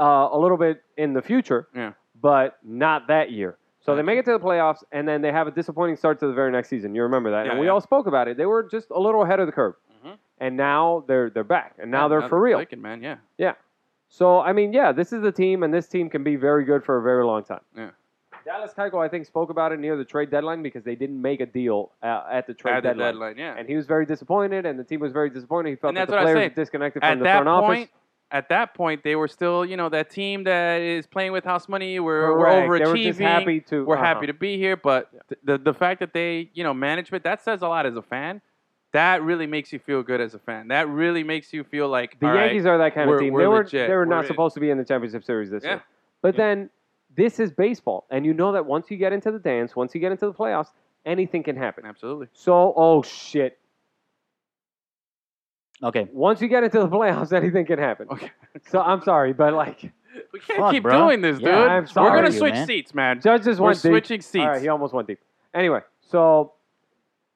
S2: uh, a little bit in the future,
S1: Yeah.
S2: but not that year. So they
S1: Gotcha.
S2: make it to the playoffs, and then they have a disappointing start to the very next season. You remember that, and
S1: Yeah,
S2: we
S1: yeah.
S2: all spoke about it. They were just a little ahead of the curve,
S1: Mhm.
S2: and now they're they're back, and now
S1: Yeah,
S2: they're for real.
S1: clicking, man. Yeah.
S2: So I mean, yeah, this is the team, and this team can be very good for a very long time.
S1: Yeah.
S2: Dallas Keiko, I think, spoke about it near the trade deadline because they didn't make a deal uh, at the trade
S1: At the
S2: deadline.
S1: deadline. Yeah.
S2: and he was very disappointed, and the team was very disappointed. He felt
S1: And
S2: that
S1: that's
S2: the
S1: what I
S2: players
S1: say.
S2: were disconnected from
S1: at
S2: the
S1: that
S2: front
S1: point,
S2: office.
S1: at that point, they were still, you know, that team that is playing with house money. We're, we're
S2: Correct.
S1: overachieving.
S2: They were just happy to. Uh-huh.
S1: We're happy to be here. But th- the the fact that they, you know, management that says a lot as a fan. That really makes you feel good as a fan. That really makes you feel like
S2: The
S1: all right,
S2: Yankees are that kind of
S1: we're-
S2: team.
S1: we're
S2: they were
S1: legit.
S2: they were
S1: We're
S2: not
S1: in.
S2: supposed to be in the championship series this
S1: Yeah.
S2: year. But
S1: Yeah.
S2: then this is baseball, and you know that once you get into the dance, once you get into the playoffs, anything can happen.
S1: Absolutely.
S2: So, oh shit!
S3: Okay.
S2: Once you get into the playoffs, anything can happen.
S1: Okay.
S2: So I'm sorry, but like
S1: We can't
S3: Fuck,
S1: keep
S3: bro.
S1: doing this, dude.
S3: Yeah,
S2: I'm
S1: We're
S2: sorry,
S1: gonna switch
S3: man.
S1: seats, man.
S2: judges
S1: We're
S2: went deep.
S1: switching seats.
S2: All right, he almost went deep. Anyway, so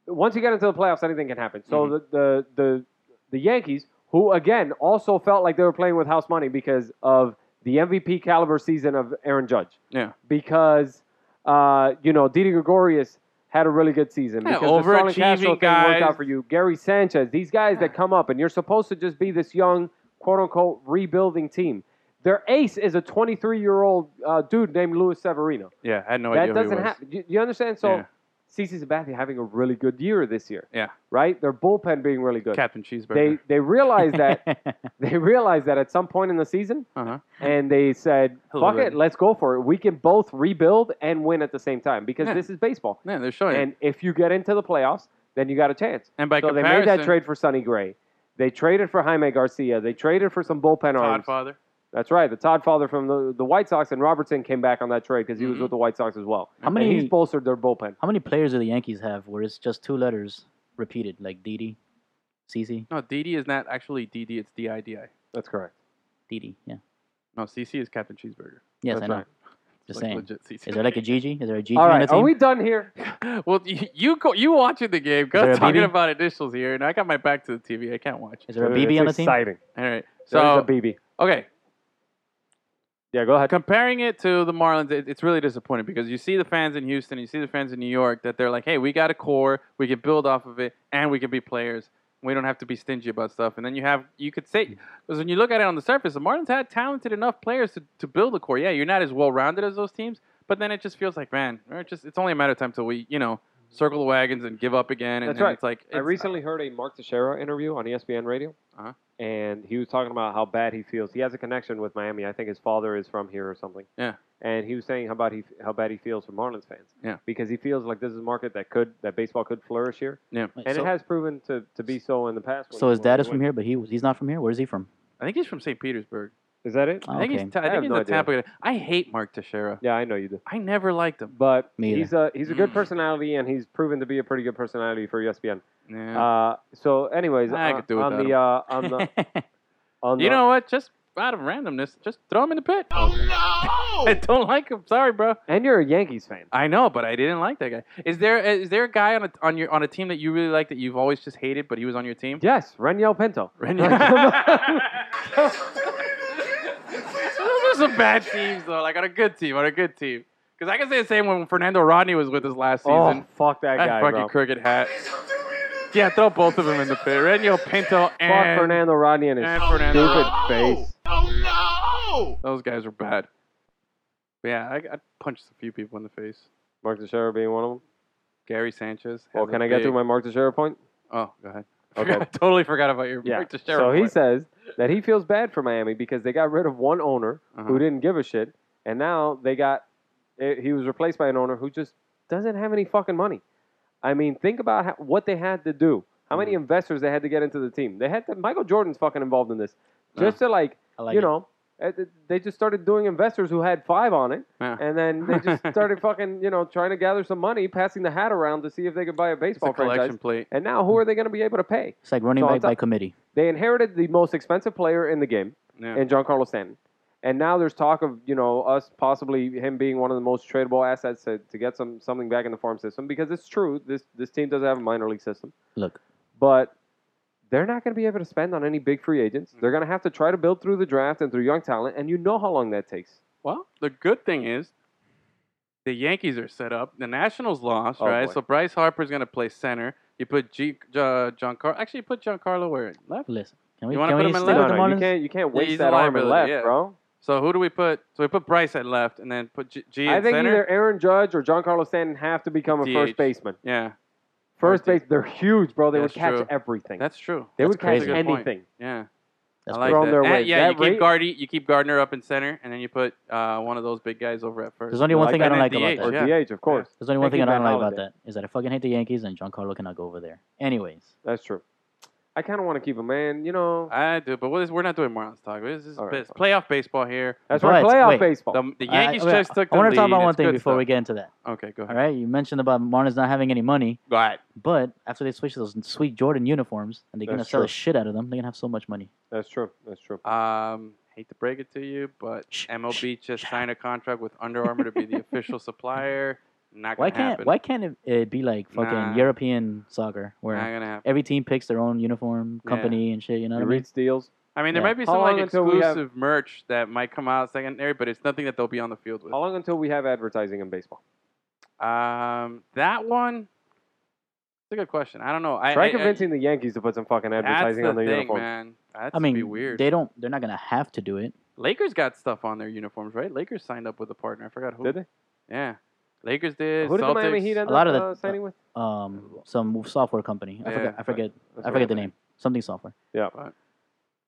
S2: once you get into the playoffs, anything can happen. So
S1: Mm-hmm.
S2: the, the the the Yankees, who again also felt like they were playing with house money because of the MVP caliber season of Aaron Judge,
S1: yeah.
S2: because uh, you know Didi Gregorius had a really good season.
S1: Yeah,
S2: because the Starlin
S1: overachieving
S2: Castro thing worked
S1: guys.
S2: out for you. Gary Sanchez, these guys that come up, and you're supposed to just be this young quote unquote rebuilding team. Their ace is a 23 year old uh, dude named Luis Severino
S1: Oh, Yeah. I had no idea.
S2: that
S1: who he
S2: doesn't
S1: was.
S2: happen. You, you understand? So
S1: Yeah.
S2: CC Sabathia having a really good year this year.
S1: Yeah.
S2: Right? Their bullpen being really good.
S1: Captain Cheeseburger.
S2: they they realized that they realized that at some point in the season
S1: uh-huh.
S2: and they said,
S1: Hello,
S2: Fuck it,
S1: Eddie."
S2: let's go for it. We can both rebuild and win at the same time because
S1: Yeah. Oh,
S2: this is baseball.
S1: Yeah, they're showing. it. And,
S2: And if you get into the playoffs, then you got a chance.
S1: by
S2: so
S1: comparison,
S2: they made that trade for Sonny Gray. They traded for Jaime Garcia. They traded for some bullpen
S1: Todd
S2: arms.
S1: Father.
S2: That's right. The Todd father from the, the White Sox and Robertson came back on that trade because he was
S1: Mhm.
S2: with the White Sox as well.
S3: How
S2: And
S3: many-
S2: he's bolstered their bullpen.
S3: How many players do the Yankees have where it's just two letters repeated, like DD, CC,
S1: No, DD is not actually DD. It's DIDI.
S2: That's correct.
S3: DD? Yeah.
S1: No, CC is Captain Cheeseburger.
S3: Yes,
S2: That's
S3: I know.
S2: right.
S3: Just
S1: Like,
S3: saying.
S1: legit CC.
S3: Is there like a GG? Is there a GG
S2: All
S3: in the
S2: right,
S3: team?
S2: are we done here?
S1: well, you you, co- you watching the game?
S3: there a
S1: Gus talking
S3: BB?
S1: about initials here, and I got my back to the TV. I can't watch.
S3: Is there a BB on the team?
S2: Exciting.
S1: All right.
S2: So
S1: So
S2: a BB.
S1: okay,
S2: Yeah, go ahead.
S1: comparing it to the Marlins, it, it's really disappointing because you see the fans in Houston, you see the fans in New York that they're like, hey, we got a core, we can build off of it, and we can be players. We don't have to be stingy about stuff. And then you have, you could say, because when you look at it on the surface, the Marlins had talented enough players to, to build a core. Yeah, you're not as well rounded as those teams, but then it just feels like, man, we're just it's only a matter of time till we, you know, circle the wagons and give up again. And,
S2: That's
S1: then
S2: right.
S1: It's like
S2: I
S1: it's-
S2: recently heard a Mark Teixeira interview on E ESPN Radio,
S1: Uh-huh.
S2: and he was talking about how bad he feels. He has a connection with Miami. I think his father is from here or something.
S1: Yeah.
S2: And he was saying how bad he how bad he feels for Marlins fans.
S1: Yeah.
S2: Because he feels like this is a market that could that baseball could flourish here,
S3: Wait,
S2: and
S3: so,
S2: it has proven to, to be so in the past.
S3: so his dad is from here, but he was, he's not from here. Where is he from?
S1: I think he's from St. Petersburg.
S2: Is that it?
S3: Oh,
S1: I think
S3: okay.
S1: he's, I
S2: I
S1: think
S2: have
S1: he's
S2: no
S1: a
S2: idea.
S1: Tampa guy. I hate Mark Teixeira.
S2: Yeah, I know you do.
S1: I never liked him.
S2: But
S3: Me
S2: he's a he's a
S1: Mm.
S2: good personality, and he's proven to be a pretty good personality for E ESPN.
S1: Yeah.
S2: Uh, so, anyways,
S1: I
S2: uh,
S1: could do without
S2: on
S1: him.
S2: the uh, on the on the
S1: You know what? Just out of randomness, just throw him in the pit.
S4: Oh
S1: I don't like him. Sorry, bro.
S2: and you're a Yankees fan.
S1: I know, but I didn't like that guy. Is there uh, is there a guy on a, on your on a team that you really like that you've always just hated, but he was on your team?
S2: Yes, Reniel Pinto.
S1: Those are some bad teams though. Like on a good team, on a good team. Because I can say the same when Fernando Rodney was with us last
S2: oh,
S1: season.
S2: fuck that
S1: that
S2: guy,
S1: fucking
S2: bro.
S1: crooked hat. Yeah, throw both of them in the pit. Renio Pinto
S2: fuck
S1: and
S2: Fernando Rodney and his
S1: and
S2: stupid
S1: Fernando
S4: Rodney.
S2: face.
S4: no!
S1: Those guys were bad. But yeah, I, I punched a few people in the face.
S2: Mark Teixeira being one of them.
S1: Gary Sanchez.
S2: Well,
S1: has a
S2: can I get
S1: big-
S2: to my Mark Teixeira point?
S1: Oh, go ahead.
S2: Okay.
S1: I totally forgot about your
S2: Yeah.
S1: Mark Teixeira
S2: So he
S1: point.
S2: says that he feels bad for Miami because they got rid of one owner
S1: Uh-huh.
S2: who didn't give a shit, and now they got eh, he was replaced by an owner who just doesn't have any fucking money. I mean, think about how, what they had to do. How many
S1: Mm-hmm.
S2: investors they had to get into the team? They had to, Michael Jordan's fucking involved in this just to like
S3: I like
S2: you
S3: it.
S2: know, eh, th- they just started doing investors who had five on it,
S1: Yeah.
S2: and then they just started fucking, you know, trying to gather some money, passing the hat around to see if they could buy a
S1: it's a
S2: baseball
S1: collection
S2: franchise.
S1: plate.
S2: And now, who are they going to be able to pay?
S3: It's like running
S2: So on
S3: back by
S2: top-
S3: committee.
S2: They inherited the most expensive player in the game
S1: Yeah.
S2: in Giancarlo Stanton, And now there's talk of you know us possibly him being one of the most tradable assets to, to get some something back in the farm system because it's true this this team does have a minor league system.
S3: Look.
S2: but they're not going to be able to spend on any big free agents. They're going to have to try to build through the draft and through young talent, and you know how long that takes.
S1: Well, the good thing is the Yankees are set up. The Nationals lost,
S2: Oh,
S1: right?
S2: boy.
S1: So Bryce Harper's going to play center. You put G, uh, John Car. Actually, you put Giancarlo where left.
S3: Listen, can we
S1: You wanna
S3: can
S1: put
S3: we
S1: him in
S3: stick
S1: left?
S2: No,
S3: with the
S2: no, you
S3: Marlins?
S2: can't you can't
S1: Yeah,
S2: waste
S1: he's
S2: that
S1: a
S2: arm and
S1: liability, yeah.
S2: left, bro.
S1: So who do we put? So we put Bryce at left, and then put G, G
S2: I
S1: at
S2: think
S1: center.
S2: either Aaron Judge or John Carlos Stanton have to become a
S1: DH.
S2: first baseman.
S1: Yeah,
S2: First
S1: Or a
S2: base, they're huge, bro. They
S1: That's
S2: would catch
S1: true.
S2: everything.
S1: that's true.
S2: they
S3: That's
S2: would catch
S3: crazy. That's a
S1: good point.
S2: anything.
S1: Yeah,
S3: That's
S1: I like
S2: Throw
S1: that.
S2: him their
S1: And,
S2: way.
S1: yeah,
S2: That
S1: you keep
S2: rate-
S1: Gardner, you keep Gardner up in center, and then you put uh, one of those big guys over at first.
S3: There's only one
S2: like
S3: thing I
S2: that.
S3: don't like
S1: And then
S3: about
S2: Or
S1: DH,
S3: that.
S1: yeah.
S2: DH, of course.
S3: There's only one
S2: Thank
S3: thing I
S2: you,
S3: don't
S2: Van
S3: like about
S2: Holiday.
S3: that is that I fucking hate the Yankees and Giancarlo cannot go over there. Anyways,
S2: That's true. I kind of want to keep him, man. You know,
S1: I do, but what is, we're not doing Marlins talk. This is
S2: All right,
S1: this playoff baseball here.
S2: that's
S3: But,
S2: where playoff
S3: wait.
S2: baseball.
S1: The, the Yankees
S3: I, I,
S1: just took the
S3: I want to talk
S1: lead.
S3: about one
S1: It's
S3: thing
S1: good
S3: before
S1: stuff.
S3: we get into that.
S1: Okay, go
S3: All
S1: ahead.
S3: right, you mentioned about Marlins not having any money,
S1: Go ahead.
S3: but after they switch to those sweet Jordan uniforms and they're gonna
S2: That's
S3: sell the
S2: true.
S3: shit out of them, they're gonna have so much money.
S2: that's true. That's true.
S1: Um, hate to break it to you, but
S3: Shh,
S1: MLB just
S3: shut
S1: signed a contract with Under Armour to be the official supplier. Not gonna
S3: Why can't
S1: happen.
S3: Why can't it, it be like fucking
S1: Nah.
S3: European soccer where
S1: Not gonna happen.
S3: every team picks their own uniform
S1: Yeah.
S3: company and shit? You know
S2: You
S3: what I mean?
S2: read steals.
S1: I mean, there
S3: Yeah.
S1: might be
S2: How
S1: some like
S2: long until we have-
S1: exclusive merch that might come out secondary, but it's nothing that they'll be on the field with.
S2: How long until we have advertising in baseball?
S1: Um, that one. It's a good question. I don't know. I,
S2: Try
S1: I- I-
S2: convincing the Yankees to put some fucking
S1: that's
S2: advertising
S1: the
S2: on their
S1: thing,
S2: uniform.
S1: man. That's
S3: I mean,
S1: be weird.
S3: they don't. They're not gonna have to do it.
S1: Lakers got stuff on their uniforms, right? Lakers signed up with a partner. I forgot who.
S2: Did they?
S1: Yeah, Lakers did.
S2: Who did the
S1: Celtics.
S2: Miami Heat end
S3: A lot
S2: up
S3: of the-
S2: uh, signing with?
S3: Um, some software company. I
S1: Yeah,
S3: forget. I
S1: right.
S3: forget.
S2: That's
S3: I
S2: what
S3: forget the
S2: happened.
S3: name. Something software.
S2: Yeah.
S1: Right.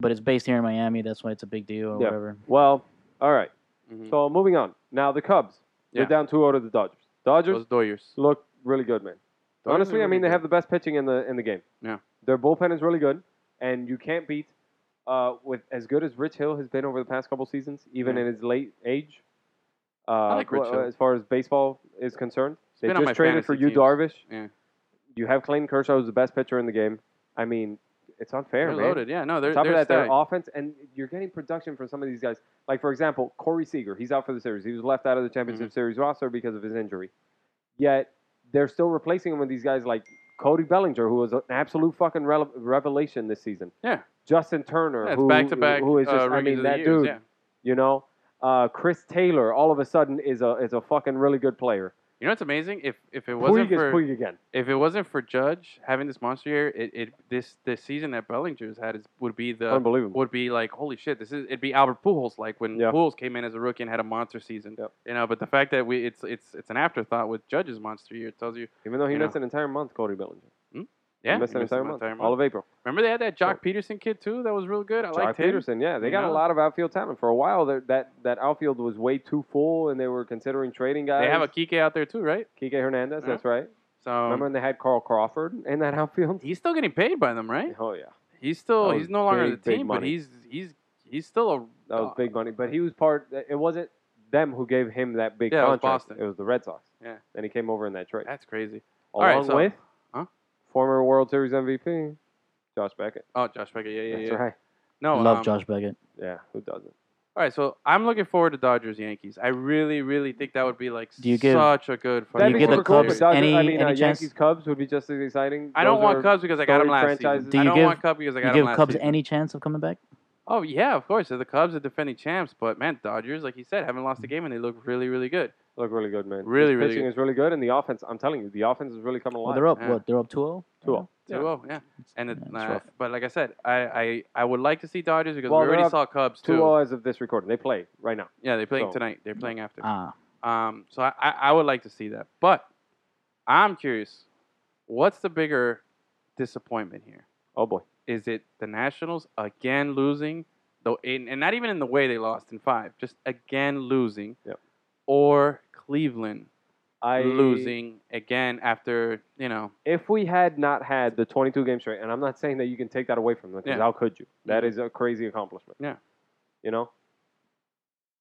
S3: But it's based here in Miami. That's why it's a big deal or
S2: Yeah.
S3: whatever.
S2: Well, all right.
S1: Mhm.
S2: So
S3: Hmm.
S2: moving on. Now the Cubs. They're
S1: Yeah.
S2: down 2-0 to the Dodgers. Dodgers
S1: Those Doyers.
S2: look really good, man.
S1: Dodgers
S2: Honestly,
S1: are
S2: I mean
S1: really
S2: they
S1: good.
S2: have the best pitching in the in the game.
S1: Yeah.
S2: Their bullpen is really good, and you can't beat uh, with as good as Rich Hill has been over the past couple seasons, even
S1: Yeah.
S2: in his late age. Uh,
S1: like Rich
S2: well,
S1: Hill.
S2: as far as baseball is concerned, they
S1: been on my
S2: just traded for
S1: fantasy
S2: you
S1: teams.
S2: Darvish.
S1: Yeah.
S2: You have Clayton Kershaw, who's the best pitcher in the game. I mean, it's unfair,
S1: They're
S2: man.
S1: loaded. Yeah, no, they're
S2: Top
S1: they're
S2: of that, their
S1: stacked.
S2: offense, and you're getting production from some of these guys. Like, for example, Corey Seager, he's out for the series. He was left out of the Championship
S1: Mm-hmm.
S2: Series roster because of his injury. Yet, they're still replacing him with these guys like Cody Bellinger, who was an absolute fucking rele- revelation this season.
S1: Yeah.
S2: Justin Turner,
S1: Yeah, it's uh,
S2: who,
S1: back to back.
S2: who is just, I mean, that dude,
S1: Yeah.
S2: you know? Uh, Chris Taylor, all of a sudden, is a, is a fucking really good player.
S1: You know what's amazing? If if it
S2: Puig
S1: wasn't
S2: is
S1: for
S2: Puig again.
S1: if it wasn't for Judge having this monster year, it, it this this season that Bellinger's had is would be the
S2: Unbelievable.
S1: would be like holy shit. This is it'd be Albert Pujols like when
S2: Yeah.
S1: Pujols came in as a rookie and had a monster season.
S2: Yep.
S1: You know, but the fact that we it's it's it's an afterthought with Judge's monster year tells you.
S2: Even though he
S1: you
S2: missed an entire month, Cody Bellinger.
S1: Yeah,
S2: he missed
S1: you
S2: an
S1: missed
S2: entire
S1: him
S2: month,
S1: entire
S2: all of April.
S1: Remember they had that Jock Peterson kid too that was real good. I
S2: Jock
S1: liked him.
S2: Peterson, yeah, they
S1: You
S2: got
S1: know?
S2: a lot of outfield talent. For a while, there- that that outfield was way too full, and they were considering trading guys.
S1: They have a Kike out there too, right?
S2: Kike Hernandez,
S1: Yeah. Um,
S2: that's right.
S1: So
S2: Remember when they had Carl Crawford in that outfield?
S1: he's still getting paid by them, right?
S2: Oh yeah,
S1: He's still
S2: That was
S1: he's no longer
S2: big,
S1: the
S2: big
S1: team, but
S2: money.
S1: he's he's he's still a
S2: that was
S1: dog.
S2: big money. But he was part. It wasn't them who gave him that big
S1: Yeah, it was
S2: contract.
S1: Boston.
S2: It was the Red Sox.
S1: Yeah.
S2: and he came over in that trade
S1: That's crazy. all
S2: along
S1: right, so-
S2: with
S1: Huh?
S2: former World Series MVP Josh Beckett.
S1: Oh, Josh Beckett. Yeah, yeah,
S2: that's
S1: yeah.
S2: right.
S1: No,
S3: Love
S1: um,
S3: Josh Beckett.
S2: Yeah, who doesn't?
S1: All right, so I'm looking forward to Dodgers Yankees. I really, really think that would be like
S3: Do you give-
S1: such a good.
S3: Do you
S1: fucking
S3: give the
S2: super cool, but
S1: series.
S3: Cubs
S2: Dodgers-
S3: any-
S2: I mean,
S3: any
S2: uh,
S3: chance?
S2: Yankees Cubs would be just as exciting.
S1: I don't
S2: Those
S1: want
S2: are-
S1: Cubs because I got them
S2: storied
S1: last
S2: franchises.
S1: season.
S3: Do
S1: I
S3: you
S1: don't
S3: give-
S1: want Cubs because I got
S3: You
S1: 'em
S3: give
S1: last
S3: Cubs
S1: season.
S3: any chance of coming back?
S1: Oh yeah, of course. They're the Cubs are defending champs, but man, Dodgers, like you said, haven't lost a game and they look really, really good.
S2: Look really good, man.
S1: Really,
S2: His
S1: really
S2: pitching
S1: good.
S2: is really good, and the offense. I'm telling you, the offense is really coming
S3: Well,
S2: alive.
S3: they're up.
S1: Yeah.
S3: What? They're up 2-0?
S2: 2-0.
S1: Yeah. Oh yeah, and
S3: Yeah,
S1: it,
S3: it's
S1: uh,
S3: rough.
S1: but like I said, I, I, I would like to see Dodgers because
S2: Well,
S1: we
S2: they're
S1: already
S2: up
S1: saw Cubs
S2: Two
S1: too.
S2: as of this recording. They play right now.
S1: oh. Yeah, they're playing
S2: So-
S1: tonight. They're playing after.
S3: Ah,
S1: Um, so I, I, I would like to see that. But I'm curious, what's the bigger disappointment here?
S2: Oh boy.
S1: Is it the Nationals again losing, though, in, and not even in the way they lost in five, just again losing,
S2: Yep.
S1: or Cleveland
S2: I
S1: losing again after you know?
S2: If we had not had the 22 game straight, and I'm not saying that you can take that away from them, because
S1: Yeah.
S2: how could you? That is a crazy accomplishment.
S1: Yeah.
S2: You know.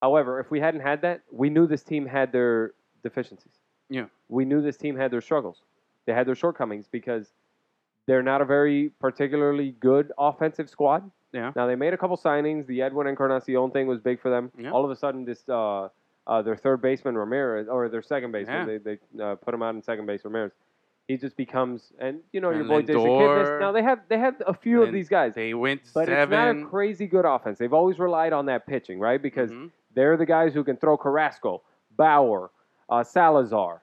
S2: However, if we hadn't had that, we knew this team had their deficiencies.
S1: Yeah.
S2: We knew this team had their struggles. They had their shortcomings because they're not a very particularly good offensive squad.
S1: Yeah.
S2: Now they made a couple signings. The Edwin Encarnacion thing was big for them.
S1: Yeah.
S2: All of a sudden, this uh, uh, their third baseman Ramirez or their second baseman
S1: Yeah.
S2: they they uh, put him out in second base Ramirez. He just becomes and you know your
S1: And
S2: boy Jason Kipnis.
S1: Lindor.
S2: Now they had they had a few of
S1: Lin-
S2: these guys,
S1: They went
S2: but it's
S1: seven.
S2: not a crazy good offense. They've always relied on that pitching, right? Because
S1: Mhm.
S2: they're the guys who can throw Carrasco, Bauer, uh, Salazar.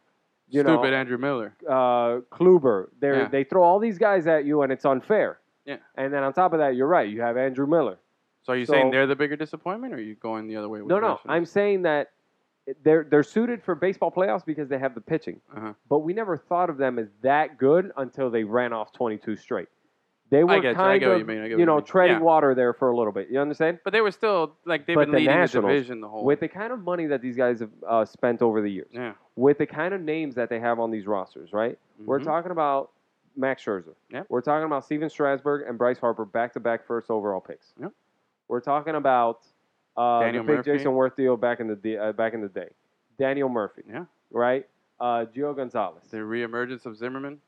S2: You know,
S1: Stupid Andrew Miller.
S2: uh, Kluber. They
S1: Yeah.
S2: are they throw all these guys at you, and it's unfair.
S1: Yeah.
S2: And then on top of that, you're right. You have Andrew Miller.
S1: So are you
S2: So-
S1: saying they're the bigger disappointment, or are you going the other way? With
S2: No,
S1: the
S2: no.
S1: Nationals?
S2: I'm saying that they're they're suited for baseball playoffs because they have the pitching.
S1: Uh-huh.
S2: But we never thought of them as that good until they ran off 22 straight. They were
S1: get you. I
S2: kind
S1: get what
S2: of
S1: you mean. I get what
S2: you
S1: you
S2: know
S1: mean.
S2: treading
S1: Yeah.
S2: water there for a little bit. You understand?
S1: But they were still like they've
S2: But
S1: been
S2: the
S1: leading
S2: Nationals,
S1: the division the whole.
S2: With the kind of money that these guys have uh, spent over the years,
S1: Oh. yeah.
S2: with the kind of names that they have on these rosters, right? We're
S1: Mhm.
S2: talking about Max Scherzer.
S1: Yep.
S2: We're talking about Steven Strasburg and Bryce Harper back to back first overall picks.
S1: Yep.
S2: We're talking about uh, the
S1: Daniel
S2: big
S1: Murphy.
S2: Jason Worth deal back in the de- uh, back in the day. Daniel Murphy.
S1: Yeah.
S2: Right. Uh, Gio Gonzalez.
S1: the reemergence of Zimmerman.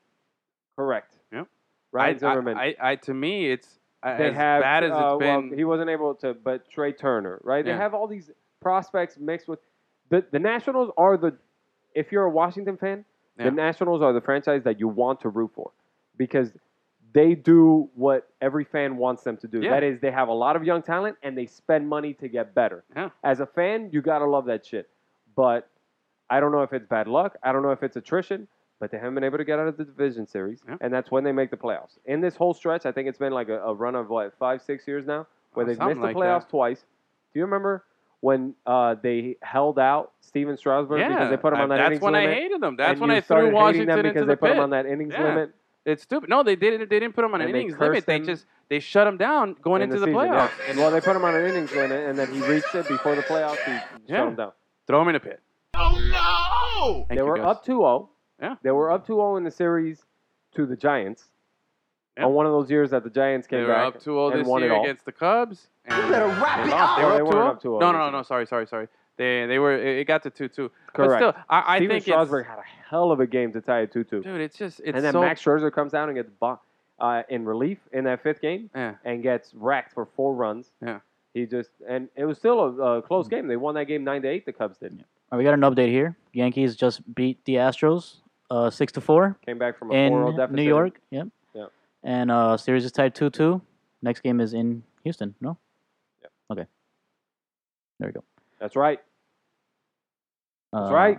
S2: Correct.
S1: Yep.
S2: Ryan
S1: I,
S2: Zimmerman.
S1: I, I, I, to me, it's uh,
S2: they
S1: as
S2: have
S1: bad as it's
S2: uh, well,
S1: been.
S2: he wasn't able to, but Trey Turner. Right. They
S1: Yeah.
S2: have all these prospects mixed with the the Nationals are the if you're a Washington fan,
S1: Yeah.
S2: the Nationals are the franchise that you want to root for because they do what every fan wants them to do.
S1: Yeah.
S2: That is, they have a lot of young talent and they spend money to get better.
S1: Yeah.
S2: As a fan, you gotta love that shit. But I don't know if it's bad luck. I don't know if it's attrition. But they haven't been able to get out of the division series,
S1: Yeah.
S2: and that's when they make the playoffs. In this whole stretch, I think it's been like a, a run of what five, six years now, where
S1: Oh,
S2: they've
S1: something
S2: missed
S1: like
S2: the playoffs
S1: that.
S2: twice. Do you remember when uh, they held out Steven Strasburg
S1: yeah,
S2: because they put him
S1: I-
S2: on that
S1: that's
S2: innings
S1: when
S2: limit?
S1: I hated them. That's
S2: and
S1: when
S2: you
S1: I
S2: started
S1: threw
S2: hating
S1: Washington
S2: them
S1: into
S2: because
S1: the
S2: they put
S1: pit.
S2: him on that innings
S1: Yeah.
S2: limit
S1: It's stupid. No, they didn't. They didn't put him on an
S2: And they
S1: innings limit.
S2: cursed
S1: They
S2: him
S1: just they shut him down going
S2: in
S1: into the,
S2: season, yeah.
S1: playoffs.
S2: And well, they put him on an innings limit, and then he reached it before the playoffs. He shut
S1: Yeah.
S2: him down.
S1: Throw him in a pit.
S4: Oh
S1: Thank
S2: they
S1: you,
S2: were
S1: Gus.
S2: up 2-0.
S1: Yeah.
S2: They were up 2-0 in the series to the Giants.
S1: Yeah.
S2: On one of those years that the Giants
S1: They
S2: came
S1: were
S2: back.
S1: up 2-0
S2: and
S1: this
S2: won it
S1: year
S2: all.
S1: against the Cubs. And
S4: no! wrap
S1: they lost. They were
S2: They
S1: up
S2: weren't
S1: 2-0?
S2: up 2-0
S1: No, no, no,
S2: this year.
S1: no. Sorry, sorry, sorry. They they were. It it got to two two. But
S2: Correct.
S1: still, I, I
S2: Steven
S1: think
S2: Strasburg had a hell of a game to tie it 2-2.
S1: it's dude. It's just it's
S2: and then
S1: so
S2: Max Scherzer comes down and gets bo- uh, in relief in that fifth game
S1: Yeah.
S2: and gets racked for four runs.
S1: Yeah.
S2: He just and it was still a, a
S3: Mm.
S2: close game. They won that game nine to eight. The Cubs did.
S3: Uh, we got an update here. Yankees just beat the Astros, uh, six to four
S2: Came back from a four-zero
S3: in
S2: deficit.
S3: New York. Yep.
S2: Yeah.
S3: And uh, series is tied two two. Next game is in Houston. No. Okay. There we go.
S2: That's right. That's
S3: Uh,
S2: right.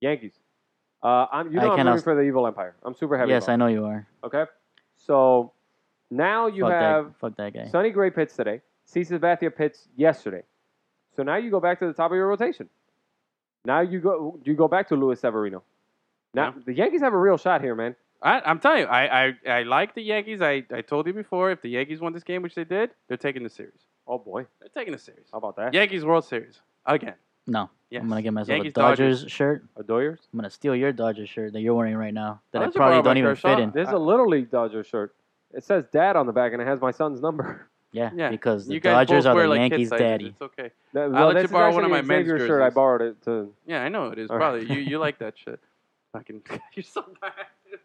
S2: Yankees. Uh, I'm, you
S3: I
S2: know I am
S3: cannot-
S2: rooting for the evil empire. I'm super happy.
S3: Yes, I
S2: about
S3: know you are.
S2: it. Okay. So now you
S3: fuck
S2: have
S3: that. Fuck that guy.
S2: Sonny Gray pitched today. C. Sabathia pitched yesterday. So now you go back to the top of your rotation. Now you go you go back to Luis Severino. Now the Yankees have a real shot here, man.
S1: I, I'm telling you, I, I, I like the Yankees. I, I told you before, if the Yankees won this game, which they did, they're taking the series.
S2: Oh boy,
S1: They're taking the series.
S2: how about that?
S1: Yankees World Series again.
S3: No.
S1: Yes.
S3: I'm gonna get myself
S1: Yankees,
S3: a Dodgers, shirt.
S2: Adoyers.
S3: I'm gonna steal your Dodgers shirt that you're wearing right now. That
S1: Why
S3: I
S1: don't you
S3: probably
S1: borrow my
S3: don't even
S1: Kershaw?
S3: fit in.
S2: This is a little league Dodger shirt. It says Dad on the back, and it has my son's number.
S3: Yeah.
S1: Yeah.
S3: Because the
S1: You guys
S3: Dodgers
S1: both
S3: are
S1: wear
S3: the
S1: like kid
S3: Yankees'
S1: sizes.
S3: daddy.
S1: It's okay.
S2: That,
S1: I'll let
S2: this
S1: you
S2: is
S1: borrow one of my
S2: actually
S1: men's
S2: Xavier's shirt. I
S1: jerseys.
S2: borrowed it to.
S1: Yeah, I know it is.
S2: All
S1: probably you, you like that shit. Fucking, you're so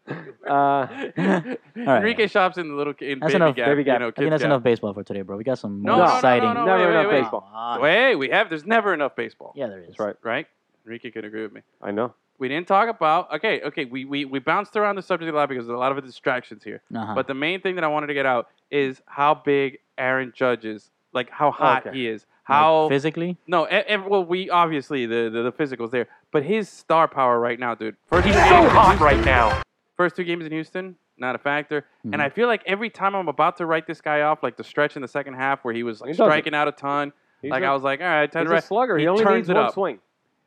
S1: bad.
S2: Uh,
S1: Enrique shops in the little in
S3: That's
S1: baby
S3: enough.
S1: gap.
S2: Baby
S1: You
S2: Gap.
S1: know,
S3: I think
S1: kids
S3: that's
S1: gap.
S3: enough baseball for today, bro. We got some
S1: No,
S3: more
S1: no, no,
S3: exciting. Ah,
S1: no,
S2: Never
S1: wait,
S2: enough
S1: wait, wait.
S2: baseball.
S1: Wait, we have. There's never enough baseball.
S3: Yeah, there is.
S2: That's right.
S1: Right? Enrique could agree with me.
S2: I know.
S1: We didn't talk about. Okay, okay. We, we we bounced around the subject a lot because there's a lot of distractions here.
S3: Uh-huh.
S1: But the main thing that I wanted to get out is how big Aaron Judge is, like how hot
S2: Okay.
S1: he is,
S3: Like,
S1: how
S3: physically?
S1: no, e- e- well, we obviously the, the the physical's there, but his star power right now, dude. First
S4: He's
S1: two
S4: so
S1: games in
S4: hot
S1: Houston-
S4: right now.
S1: First two games in Houston, not a factor.
S3: Mhm.
S1: And I feel like every time I'm about to write this guy off, like the stretch in the second half where he was like
S2: He does it.
S1: striking out a ton,
S2: He's
S1: like
S2: a-
S1: I was like, all right,
S2: he's
S1: ten
S2: a
S1: right.
S2: slugger. He,
S1: He
S2: only
S1: turns
S2: needs
S1: it
S2: one
S1: up.
S2: swing.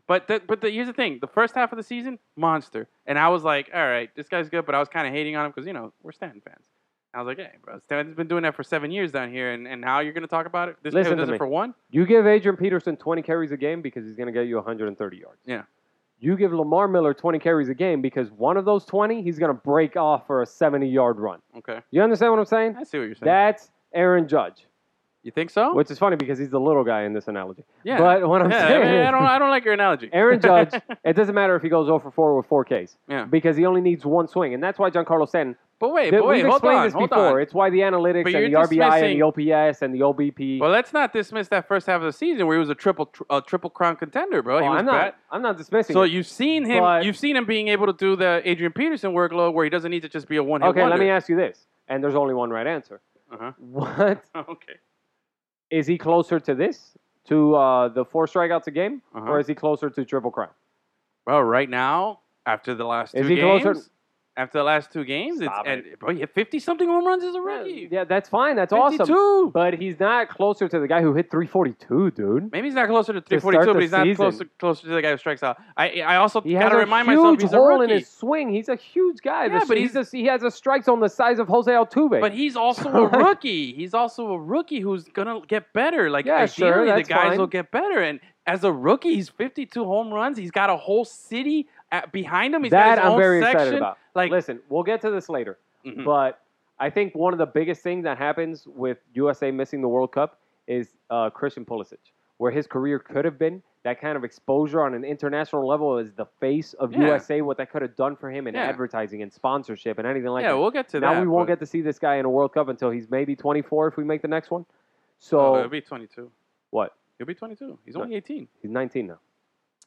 S1: But the, but the, here's the thing: the first half of the season, monster. And I was like, all right, this guy's good, but I was kind of hating on him because you know we're Stanton fans. I was like, hey, bro, Stanton's been doing that for seven years down here, and, and now you're gonna talk about it? This guy
S2: Listen
S1: who
S2: to
S1: does
S2: me.
S1: it for one?
S2: You give Adrian Peterson 20 carries a game because he's going to get you 130 yards.
S1: Yeah.
S2: You give Lamar Miller 20 carries a game because one of those 20, he's going to break off for a 70 yard run.
S1: Okay,
S2: You understand what I'm saying?
S1: I see what you're saying.
S2: That's Aaron Judge.
S1: You think so?
S2: which is funny because he's the little guy in this analogy.
S1: Oh. yeah.
S2: But what I'm
S1: yeah, I,
S2: saying,
S1: mean, I don't. I don't like your analogy.
S2: Aaron Judge, it doesn't matter if he goes 0 for 4 with 4Ks
S1: Yeah.
S2: because he only needs one swing, and that's why Giancarlo Stanton.
S1: but wait,
S2: Th-
S1: but wait,
S2: we've
S1: hold
S2: explained
S1: on,
S2: this
S1: hold
S2: before.
S1: on.
S2: It's why the analytics
S1: But
S2: and the
S1: you're
S2: RBI
S1: dismissing-
S2: and the OPS and the OBP.
S1: Well, let's not dismiss that first half of the season where he was a triple tr- a triple crown contender, bro.
S2: Oh,
S1: he was
S2: I'm not.
S1: bat-
S2: I'm not dismissing.
S1: So
S2: it.
S1: you've seen him.
S2: But-
S1: you've seen him being able to do the Adrian Peterson workload where he doesn't need to just be a one hit
S2: okay, let me ask you this, and there's only one right answer.
S1: Uh-huh.
S2: What
S1: okay.
S2: is he closer to this? To uh, the four strikeouts a game,
S1: Uh-huh.
S2: or is he closer to triple crown?
S1: Well, right now, after the last
S2: Is
S1: two
S2: he
S1: games,
S2: closer?
S1: after the last two games,
S2: Stop
S1: it's and, bro, he hit fifty something home runs as a rookie.
S2: Yeah, that's fine. That's awesome.
S1: 52.
S2: But he's not closer to the guy who hit 342, dude.
S1: Maybe he's not closer to
S2: To start
S1: 342, but he's
S2: the
S1: not
S2: season.
S1: closer closer to the guy who strikes out. I I also
S2: He has
S1: gotta
S2: a
S1: remind
S2: huge
S1: myself he's a
S2: hole in
S1: rookie.
S2: his swing. He's a huge guy.
S1: Yeah,
S2: The-
S1: but
S2: a, he has a strike zone the size of Jose Altuve.
S1: But he's also
S2: So,
S1: a
S2: like-
S1: rookie. He's also a rookie who's gonna get better. Like
S2: Yeah, sure,
S1: ideally, the
S2: that's
S1: guys
S2: fine.
S1: will get better. And as a rookie, he's 52 home runs. He's got a whole city at, behind him. He's got
S2: that
S1: his
S2: I'm
S1: own
S2: very
S1: section.
S2: excited about.
S1: Like,
S2: Listen, we'll get to this later.
S1: Mhm.
S2: But I think one of the biggest things that happens with USA missing the World Cup is uh, Christian Pulisic, where his career could have been. That kind of exposure on an international level is the face of
S1: Yeah.
S2: USA. What that could have done for him in
S1: Yeah.
S2: advertising and sponsorship and anything like
S1: yeah,
S2: that.
S1: we'll get to
S2: now
S1: that.
S2: we won't
S1: but-
S2: get to see this guy in a World Cup until he's maybe 24 if we make the next one.
S1: Oh,
S2: So
S1: he'll be 22.
S2: what?
S1: He'll be 22. He's
S2: No.
S1: only 18.
S2: He's 19 now,
S1: All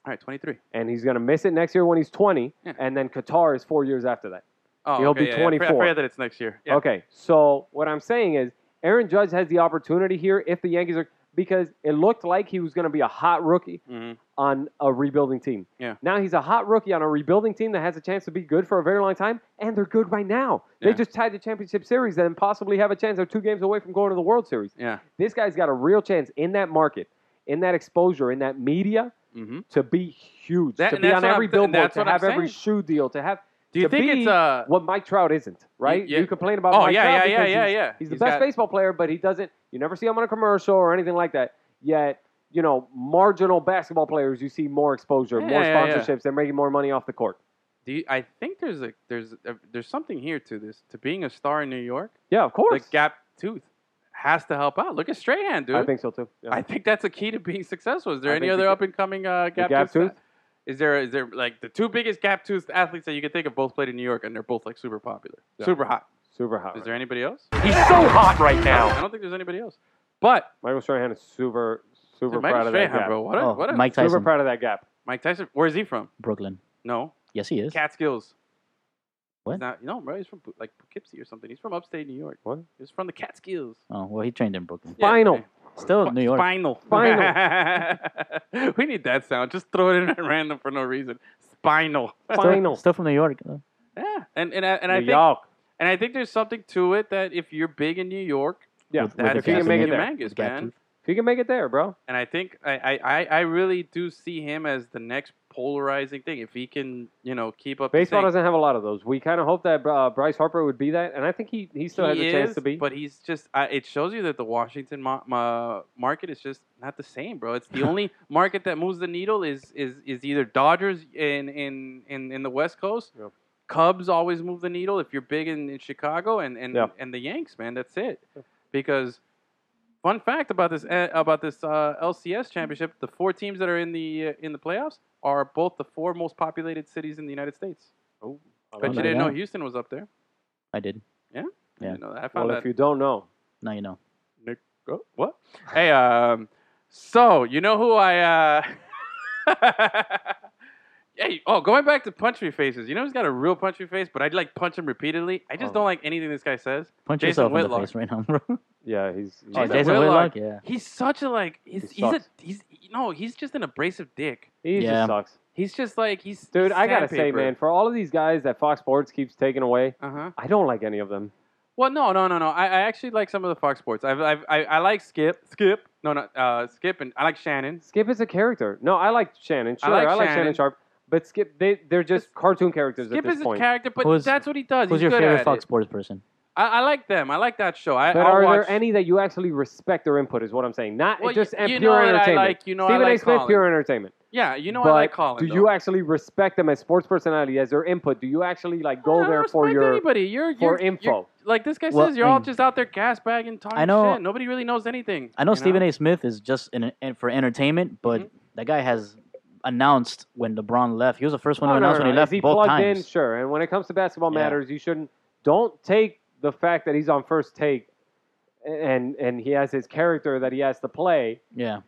S1: right, 23.
S2: and he's gonna miss it next year when he's 20,
S1: Yeah.
S2: and then Qatar is four years after that.
S1: Oh,
S2: He'll
S1: okay,
S2: be
S1: yeah, yeah. I forget- I
S2: 24.
S1: forget that it's next year. Yeah.
S2: Okay, so what I'm saying is Aaron Judge has the opportunity here if the Yankees are because it looked like he was gonna be a hot rookie
S1: Mhm.
S2: on a rebuilding team.
S1: Yeah.
S2: Now he's a hot rookie on a rebuilding team that has a chance to be good for a very long time, and they're good right now.
S1: Yeah.
S2: They just tied the championship series and possibly have a chance. They're two games away from going to the World Series.
S1: Yeah.
S2: This guy's got a real chance in that market, in that exposure, in that media
S1: hmm
S2: to be huge,
S1: That-
S2: to
S1: and
S2: be
S1: that's
S2: on
S1: what I'm
S2: every
S1: th- and
S2: billboard,
S1: that's
S2: to
S1: what I'm
S2: have every
S1: saying.
S2: shoe deal, to have
S1: Do you
S2: to
S1: think
S2: be
S1: it's uh?
S2: what Mike Trout isn't, right?
S1: yeah.
S2: You complain about
S1: Oh
S2: Mike Trout
S1: yeah, yeah, yeah,
S2: because
S1: yeah,
S2: he's,
S1: yeah.
S2: he's the
S1: He's got-
S2: best baseball player, but he doesn't. You never see him on a commercial or anything like that. Yet, you know, marginal basketball players, you see more exposure,
S1: Yeah,
S2: more
S1: yeah, yeah.
S2: sponsorships, and making more money off the court.
S1: Do you, I think there's a there's a, there's something here to this to being a star in New York.
S2: Yeah, of course.
S1: The gap tooth has to help out. Look at Strahan, dude.
S2: I think so too. Yeah.
S1: I think that's a key to being successful. Is there
S2: I
S1: any
S2: think
S1: other
S2: you-
S1: up and coming uh, gap,
S2: gap
S1: tooth?
S2: tooth?
S1: Is there is there like the two biggest gap tooth athletes that you can think of both played in New York and they're both like super popular,
S2: Yeah.
S1: super hot.
S2: super hot.
S1: Is there anybody else?
S4: He's so hot right now.
S1: I don't think there's anybody else. But
S2: Michael Strahan is super, super
S1: dude,
S2: proud
S1: Mike
S2: of that
S1: Strahan,
S2: gap.
S1: bro, what a,
S3: Oh,
S1: what a
S3: Mike
S2: Super
S3: Tyson.
S2: proud of that gap.
S1: Mike Tyson. Where is he from?
S3: Brooklyn.
S1: No,
S3: Yes, he is.
S1: Catskills.
S3: What?
S1: He's not, no, bro, he's from like Poughkeepsie or something. He's from upstate New York.
S2: What?
S1: He's from the Catskills.
S3: Oh, well, he trained in Brooklyn.
S1: Yeah,
S2: Final.
S1: okay.
S3: Still
S1: Fi-
S3: New York.
S1: Spinal. Final. we need that sound. Just throw it in at random for no reason. Spinal.
S2: Final.
S3: Still from New York. uh,
S1: Yeah, and and I, and I
S2: New
S1: think
S2: York.
S1: and I think there's something to it that if you're big in New York,
S2: Yeah.
S3: with- with
S1: that's
S3: the
S2: if you can
S3: gap
S2: make it
S3: tooth.
S2: there.
S1: humongous,
S3: With gap
S1: man.
S3: tooth.
S2: If you can make it there, bro.
S1: and I think I, I, I- I really do see him as the next polarizing thing. If he can, you know, keep up. the
S2: Baseball
S1: thing.
S2: doesn't have a lot of those. We kind of hope that uh, Bryce Harper would be that, and I think he, he still has
S1: He
S2: a chance
S1: is,
S2: to be.
S1: But he's just, I, it shows you that the Washington mo- ma- market is just not the same, bro. It's the only market that moves the needle is is is either Dodgers in in in, in the West Coast.
S2: Yep.
S1: Cubs always move the needle if you're big in, in Chicago and and,
S2: Yeah.
S1: and the Yanks, man. That's it. Because fun fact about this eh, about this uh, LCS championship, the four teams that are in the uh, in the playoffs are both the four most populated cities in the United States.
S2: Oh, I
S1: Bet
S3: like
S1: you didn't
S3: that.
S1: know Houston was up there.
S3: I did.
S1: I
S3: Yeah.
S1: didn't know that. I found
S2: well,
S1: that
S2: if you don't know,
S3: Now you know.
S1: Go what? Hey, um, so you know who I? uh Hey, oh, going back to punchy faces. You know who's got a real punchy face, but I'd like punch him repeatedly. I just
S2: Oh.
S1: don't like anything this guy says.
S3: Punch
S1: Jason
S3: yourself
S1: Whitlock.
S3: in the face right now, bro.
S2: yeah, he's. he's
S3: oh,
S1: Jason
S3: Jason
S1: Whitlock.
S3: Whitlock. Yeah.
S1: He's such a like. He's
S2: He
S1: he's a
S2: sucks.
S1: he's no. He's just an abrasive dick.
S2: he
S3: Yeah.
S2: just sucks,
S1: He's just like he's.
S2: dude. I gotta say, man, for all of these guys that Fox Sports keeps taking away,
S1: Uh huh.
S2: I don't like any of them.
S1: Well, no, no, no, no. I, I actually like some of the Fox Sports. I've, I've, I I like Skip. Skip. No, no. Uh, Skip and I like Shannon.
S2: Skip is a character. No, I like Shannon.
S1: I
S2: Sure,
S1: like
S2: I like
S1: Shannon.
S2: Shannon Sharp, but Skip, they they're just cartoon characters
S1: Skip
S2: at this
S1: is a
S2: point.
S1: character, but
S3: Who's-
S1: that's what he does.
S3: Who's
S1: he's
S3: your
S1: good
S3: favorite
S1: at
S3: Fox
S1: it.
S3: Sports person?
S1: I, I like them. I like that show. I,
S2: But
S1: I'll
S2: are
S1: watch,
S2: there any that you actually respect their input? Is what I'm saying. Not
S1: Well,
S2: just
S1: you-
S2: and
S1: you
S2: pure
S1: know that I
S2: entertainment.
S1: like- you know I
S2: Stephen A.
S1: like
S2: Smith,
S1: Colin.
S2: pure entertainment.
S1: Yeah, you know
S2: but
S1: I like Colin.
S2: do
S1: though.
S2: you actually respect them as sports personality as their input? Do you actually like
S1: I
S2: go
S1: don't
S2: there for
S1: respect
S2: your
S1: anybody. You're,
S2: for
S1: you're,
S2: info?
S1: you're- like this guy
S3: Well,
S1: says, you're all
S3: mm.
S1: just out there gasbagging, talking
S3: I know-
S1: shit. Nobody really knows anything.
S3: I know
S1: you Mm-hmm.
S3: Stephen A. Smith is just in, in for entertainment, but that guy has announced when LeBron left. He was the first one
S2: Oh,
S3: to
S2: no,
S3: announce
S2: no,
S3: when
S2: no.
S3: he
S2: If
S3: left
S2: he
S3: both
S2: plugged
S3: times.
S2: in, sure. And when it comes to basketball
S3: Yeah.
S2: matters, you shouldn't. Don't take the fact that he's on first take, and and he has his character that he has to play.
S3: Yeah,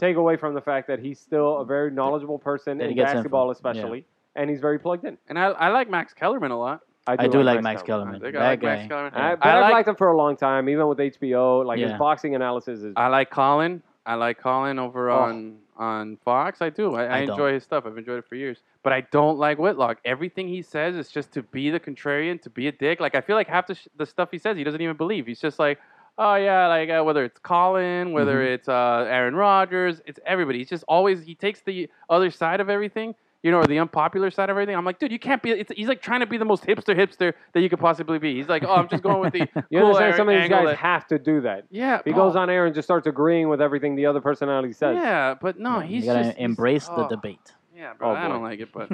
S2: Take away from the fact that he's still a very knowledgeable person
S3: That he
S2: in
S3: gets info.
S2: basketball,
S3: Yeah.
S2: especially, and he's very plugged in.
S1: And I, I like Max Kellerman a lot.
S3: I do like Max
S2: Kellerman.
S1: I
S3: Kellerman.
S1: think
S3: That
S1: I like Max
S3: guy.
S1: Kellerman.
S2: I, but
S1: I
S2: I've
S1: like
S2: liked him for a long time, even with HBO. Like
S3: Yeah.
S2: his boxing analysis is.
S1: I like Colin. I like Colin over
S2: Oh.
S1: on on Fox. I do. I, I,
S3: I don't.
S1: enjoy his stuff. I've enjoyed it for years. But I don't like Whitlock. Everything he says is just to be the contrarian, to be a dick. Like I feel like half the, sh- the stuff he says, he doesn't even believe. He's just like, oh yeah, like uh, whether it's Colin, whether
S2: Mm-hmm.
S1: it's uh, Aaron Rodgers, it's everybody. He's just always he takes the other side of everything. You know, or the unpopular side of everything. I'm like, dude, you can't be. It's, he's like trying to be the most hipster hipster that you could possibly be. He's like, oh, I'm just going with the.
S2: you
S1: cool
S2: understand?
S1: Aaron
S2: Some of these
S1: angle
S2: guys
S1: that-
S2: have to do that.
S1: yeah.
S2: He
S1: oh.
S2: goes on air and just starts agreeing with everything the other personality says.
S1: Yeah, but no, he's
S3: you gotta
S1: just he's-
S3: embrace the
S1: oh,
S3: debate.
S1: Yeah, bro,
S2: Oh,
S1: I
S2: boy.
S1: don't like it, but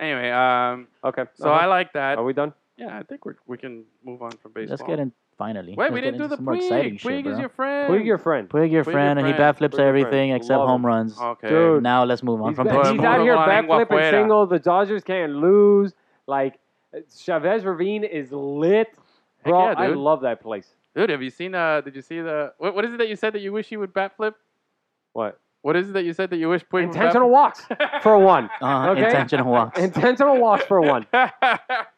S1: anyway, um,
S2: Okay.
S1: so
S2: Uh-huh.
S1: I like that.
S2: are we done?
S1: Yeah, I think we we can move on from baseball.
S3: Let's get in finally.
S1: Wait,
S3: Let's
S1: we
S3: get
S1: didn't do
S3: into
S1: the
S3: some more exciting
S1: Puig.
S3: shit,
S1: Puig is
S3: bro.
S1: your friend.
S2: Who your friend?
S3: Puig, your
S1: Puig your
S3: friend, and he
S1: friend.
S3: backflips
S2: Puig your
S3: everything
S2: friend.
S3: except
S2: Love
S3: home
S2: him.
S3: runs.
S1: Okay.
S2: Dude.
S3: Now let's move on
S2: He's,
S3: from
S2: back-
S1: Puig.
S2: he's
S3: baseball.
S2: out here
S1: Move on and
S2: backflipping
S1: fuera.
S2: single. The Dodgers can't lose. Like Chavez Ravine is lit, bro.
S1: yeah,
S2: I
S1: dude.
S2: love that place.
S1: Dude, have you seen? Uh, did you see the? What, what is it that you said that you wish you would bat flip?
S2: What?
S1: What is it that you said that you wish Puig
S2: Intentional
S1: would
S2: walks for one.
S3: Uh,
S2: Okay.
S3: Intentional walks.
S2: Intentional walks for one.
S1: bat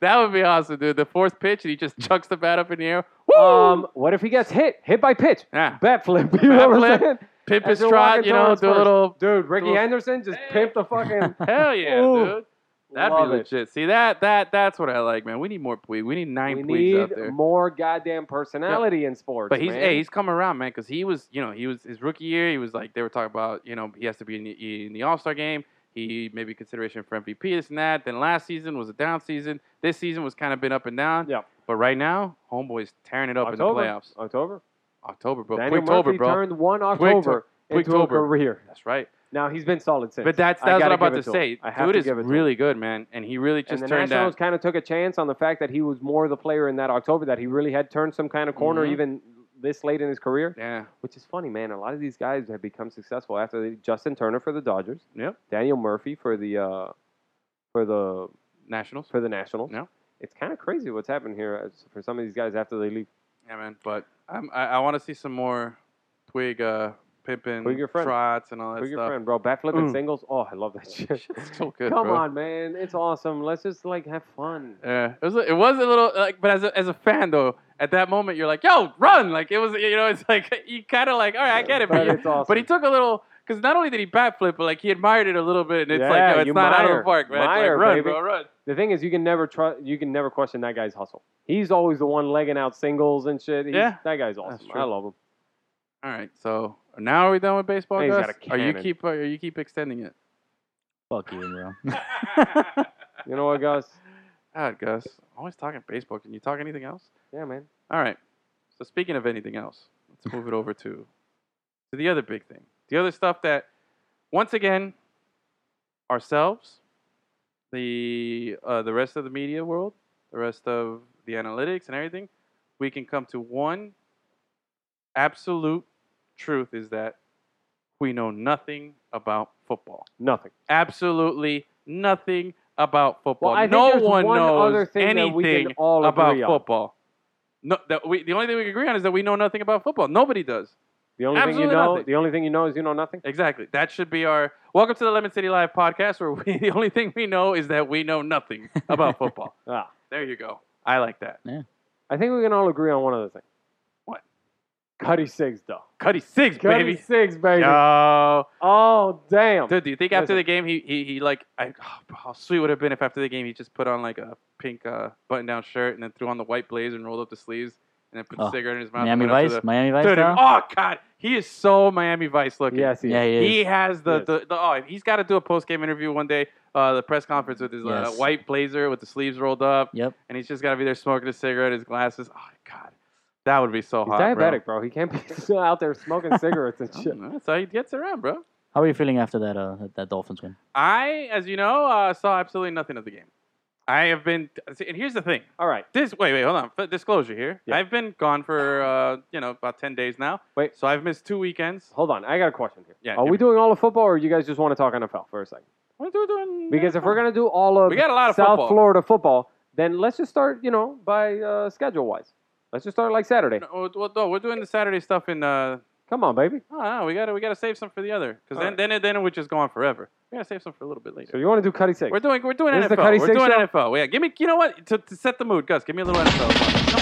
S1: that would be awesome, dude. The fourth pitch, and he just chucks the bat up in the air. Woo!
S2: Um, what if he gets hit? Hit by pitch.
S1: yeah.
S2: Bat flip. You know what I'm
S1: flip.
S2: saying?
S1: Pimp
S2: As
S1: his
S2: they're
S1: trot,
S2: walking
S1: you know,
S2: towards
S1: do a
S2: first.
S1: little.
S2: Dude, Ricky
S1: Little-
S2: Anderson just
S1: Hey.
S2: pimped the fucking.
S1: Hell yeah,
S2: Ooh.
S1: dude. That'd
S2: Love
S1: be
S2: it.
S1: legit. See that that that's what I like, man. We need more Puig. We need
S2: We
S1: nine Puigs out
S2: need
S1: there.
S2: more goddamn personality in sports.
S1: But he's
S2: man.
S1: hey, he's come around, man, because he was you know he was his rookie year. He was like they were talking about you know he has to be in the, in the All Star game. He maybe consideration for MVP this and that. Then last season was a down season. This season was kind of been up and down.
S2: Yep.
S1: But right now, homeboy's tearing it up
S2: October.
S1: in the playoffs.
S2: October.
S1: October, bro.
S2: Daniel
S1: Quicktober,
S2: Murphy
S1: bro.
S2: turned one October into a
S1: Quicktober.
S2: career.
S1: That's right.
S2: Now he's been solid since.
S1: But that's
S2: I
S1: that's what
S2: gotta
S1: I'm about
S2: give
S1: to,
S2: it to
S1: say.
S2: him. I have
S1: Dude
S2: to
S1: is
S2: give it to him.
S1: really good, man, and he really just
S2: and the
S1: turned
S2: Nationals
S1: that.
S2: kind of took a chance on the fact that he was more the player in that October that he really had turned some kind of corner
S1: Mhm.
S2: even this late in his career,
S1: Yeah.
S2: which is funny, man. A lot of these guys have become successful after they, Justin Turner for the Dodgers,
S1: Yep.
S2: Daniel Murphy for the uh, for the
S1: Nationals.
S2: for the Nationals.
S1: Yeah.
S2: It's kind of crazy what's happened here as- for some of these guys after they leave.
S1: Yeah, man. But I'm, I, I want to see some more Twig, uh, Pippin,
S2: Twig your friend.
S1: Trots, and all that
S2: Who's your
S1: stuff.
S2: friend, bro? Backflip and
S1: Mm.
S2: singles. Oh, I love that shit.
S1: Shit's so good,
S2: Come
S1: bro.
S2: on, man. It's awesome. Let's just like have fun.
S1: Yeah, it was. A, it was a little like, but as a, as a fan though, at that moment you're like, "Yo, run!" Like it was, you know, it's like you kind of like, "All right, I get it."
S2: But
S1: But,
S2: it's
S1: he,
S2: awesome.
S1: but he took a little because not only did he bat flip, but like he admired it a little bit, and it's like,
S2: Yeah,
S1: "Yo, it's
S2: you
S1: not out of
S2: mire.
S1: the park, man. It's
S2: Mire,
S1: like, run,
S2: baby.
S1: bro, run."
S2: The thing is, you can never trust. You can never question that guy's hustle. He's always the one legging out singles and shit. He's,
S1: Yeah.
S2: that guy's
S1: That's
S2: awesome.
S1: true.
S2: I love him.
S1: All right, so now are we done with baseball,
S2: Hey, he's
S1: Gus?
S2: got a
S1: Or you
S2: cannon.
S1: keep, or you keep extending it?
S3: Fuck you, bro.
S2: You know what, Gus?
S1: God, Gus, always talking baseball. Can you talk anything else?
S2: yeah, man.
S1: All right. So speaking of anything else, let's move it over to to the other big thing. The other stuff that once again ourselves, the uh, the rest of the media world, the rest of the analytics and everything, we can come to one absolute truth is that we know nothing about football.
S2: Nothing.
S1: Absolutely nothing about football.
S2: Well, I think
S1: no
S2: there's
S1: one,
S2: one
S1: knows
S2: other thing that
S1: anything
S2: we can all
S1: about
S2: agree on.
S1: football. No, that we, the only thing we can agree on is that we know nothing about football. Nobody does.
S2: The only thing
S1: Absolutely
S2: you know.
S1: nothing.
S2: The only thing you know is you know nothing.
S1: Exactly. That should be our welcome to the Lemon City Live podcast, where we, the only thing we know is that we know nothing about football.
S2: Ah.
S1: There you go. I like that.
S2: I think we can all agree on one other thing.
S1: What?
S2: Cuddy Six, though.
S1: Cuddy six,
S2: Cuddy
S1: baby.
S2: Six, baby.
S1: Yo,
S2: Oh, damn.
S1: dude. Do you think after
S2: Listen.
S1: the game he he, he like I, oh, bro, how sweet would it have been if after the game he just put on like a pink uh, button down shirt and then threw on the white blazer and rolled up the sleeves and then put
S3: Oh.
S1: the cigarette in his mouth. and
S3: Miami
S1: went up to
S3: Vice,
S1: the-
S3: Miami Vice.
S1: Dude,
S3: now?
S1: oh god, he is so Miami Vice looking.
S2: Yes, he
S3: yeah,
S2: is.
S3: he is.
S1: He has the,
S2: Yes.
S1: the, the oh he's got to do a post game interview one day, uh, the press conference with his uh,
S3: Yes.
S1: white blazer with the sleeves rolled up,
S3: Yep.
S1: and he's just got to be there smoking a cigarette, his glasses. Oh God, that would be so
S2: He's
S1: hot.
S2: diabetic, bro. He can't be still out there smoking cigarettes and
S1: Bro. I
S2: shit.
S1: don't know, That's how he gets around, bro.
S3: How are you feeling after that uh, that Dolphins win?
S1: I, as you know, uh, saw absolutely nothing of the game. I have been, and here's the thing.
S2: All right.
S1: This wait, wait, hold on. F- Disclosure here.
S2: Yeah.
S1: I've been gone for uh, you know about ten days now.
S2: Wait.
S1: so I've missed two weekends.
S2: Hold on. I got a question here.
S1: Yeah,
S2: Are
S1: give me-
S2: we doing all of football or you guys just want to talk NFL for a second?
S1: What are we doing?
S2: Because if we're going to do all of
S1: we got a lot of
S2: South
S1: football.
S2: Florida football, then let's just start, you know, by uh, schedule wise. Let's just start like Saturday.
S1: No, Oh, well, no, we're doing the Saturday stuff in. Uh,
S2: Come on, baby.
S1: oh, no, we gotta we gotta save some for the other because
S2: All
S1: then,
S2: right.
S1: then it then it would just go on forever. We gotta save some for a little bit later.
S2: So you want to do Cuddy Six?
S1: We're doing we're doing
S2: This is the
S1: NFL.
S2: Cuddy
S1: We're
S2: Six
S1: doing
S2: Show.
S1: NFL. Yeah, give me you know what to, to set the mood, Gus. Give me a little NFL. No,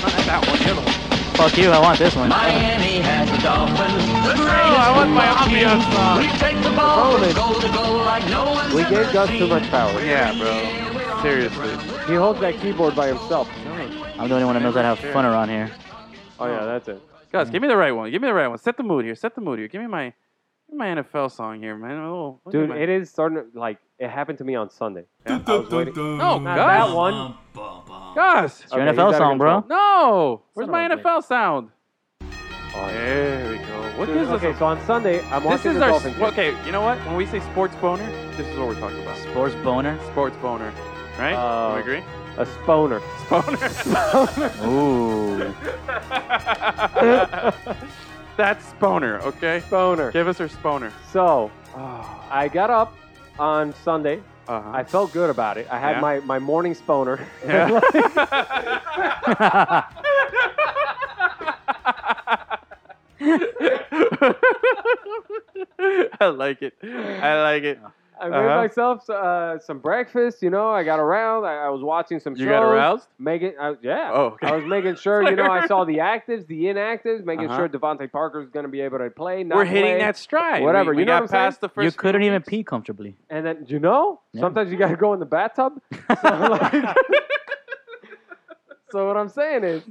S1: not that one. The other one.
S3: Fuck you! I want this one.
S5: Miami has the Dolphins. The greatest
S1: Oh, I want my obvious,
S5: football team.
S1: uh,
S5: We take the ball
S2: problem is-
S5: and go to goal like no one's
S2: We
S5: ever
S2: gave Gus
S5: seen.
S2: too much power.
S1: Yeah, bro. Seriously.
S2: He holds that keyboard by himself.
S3: I'm the only one that knows how to have fun around here.
S2: Oh, yeah, that's it.
S1: Gus, give me the right one. Give me the right one. Set the mood here. Set the mood here. Give me my, give me my NFL song here, man. Oh, look at
S2: Dude,
S1: my-
S2: it is starting to, like, it happened to me on Sunday. I was waiting.
S1: no,
S2: Not that
S1: Oh, Gus.
S2: one.
S1: Gus.
S3: It's your
S2: Okay, he's out
S3: NFL
S2: of
S3: song, bro.
S2: control.
S1: No. Where's
S3: not
S1: my
S3: all great.
S1: NFL sound?
S2: Oh, yeah.
S1: There we go. What
S2: Dude,
S1: is this?
S2: okay, so on Sunday, I'm
S1: this
S2: watching
S1: is
S2: the
S1: our.
S2: Dolphins. game.
S1: okay, you know what? When we say sports boner, this is what we're talking about.
S3: Sports boner.
S1: Sports boner, right?
S2: Uh,
S1: you agree?
S2: A sponer.
S1: Sponer.
S3: Ooh.
S1: That's sponer. Okay.
S2: Sponer.
S1: Give us our sponer.
S2: So
S1: Oh,
S2: I got up on Sunday.
S1: uh-huh.
S2: I felt good about it. I had
S1: Yeah.
S2: my, my morning sponer.
S1: Yeah. I like it. I like it.
S2: I made
S1: Uh-huh.
S2: myself uh, some breakfast. You know, I got around. I, I was watching some
S1: You
S2: shows.
S1: got aroused?
S2: Making, I, yeah.
S1: Oh, okay.
S2: I was making sure, you know, I saw the actives, the inactives, making
S1: Uh-huh.
S2: sure Devontae Parker's going to be able to play. Not
S1: We're hitting
S2: play.
S1: that stride.
S2: Whatever,
S1: We, we
S2: you know
S1: got
S2: what I'm saying?
S1: past the first.
S3: You couldn't
S1: few
S3: even
S1: weeks.
S3: pee comfortably.
S2: And then, you know,
S3: Yeah.
S2: sometimes you got to go in the bathtub. So, like- so what I'm saying is,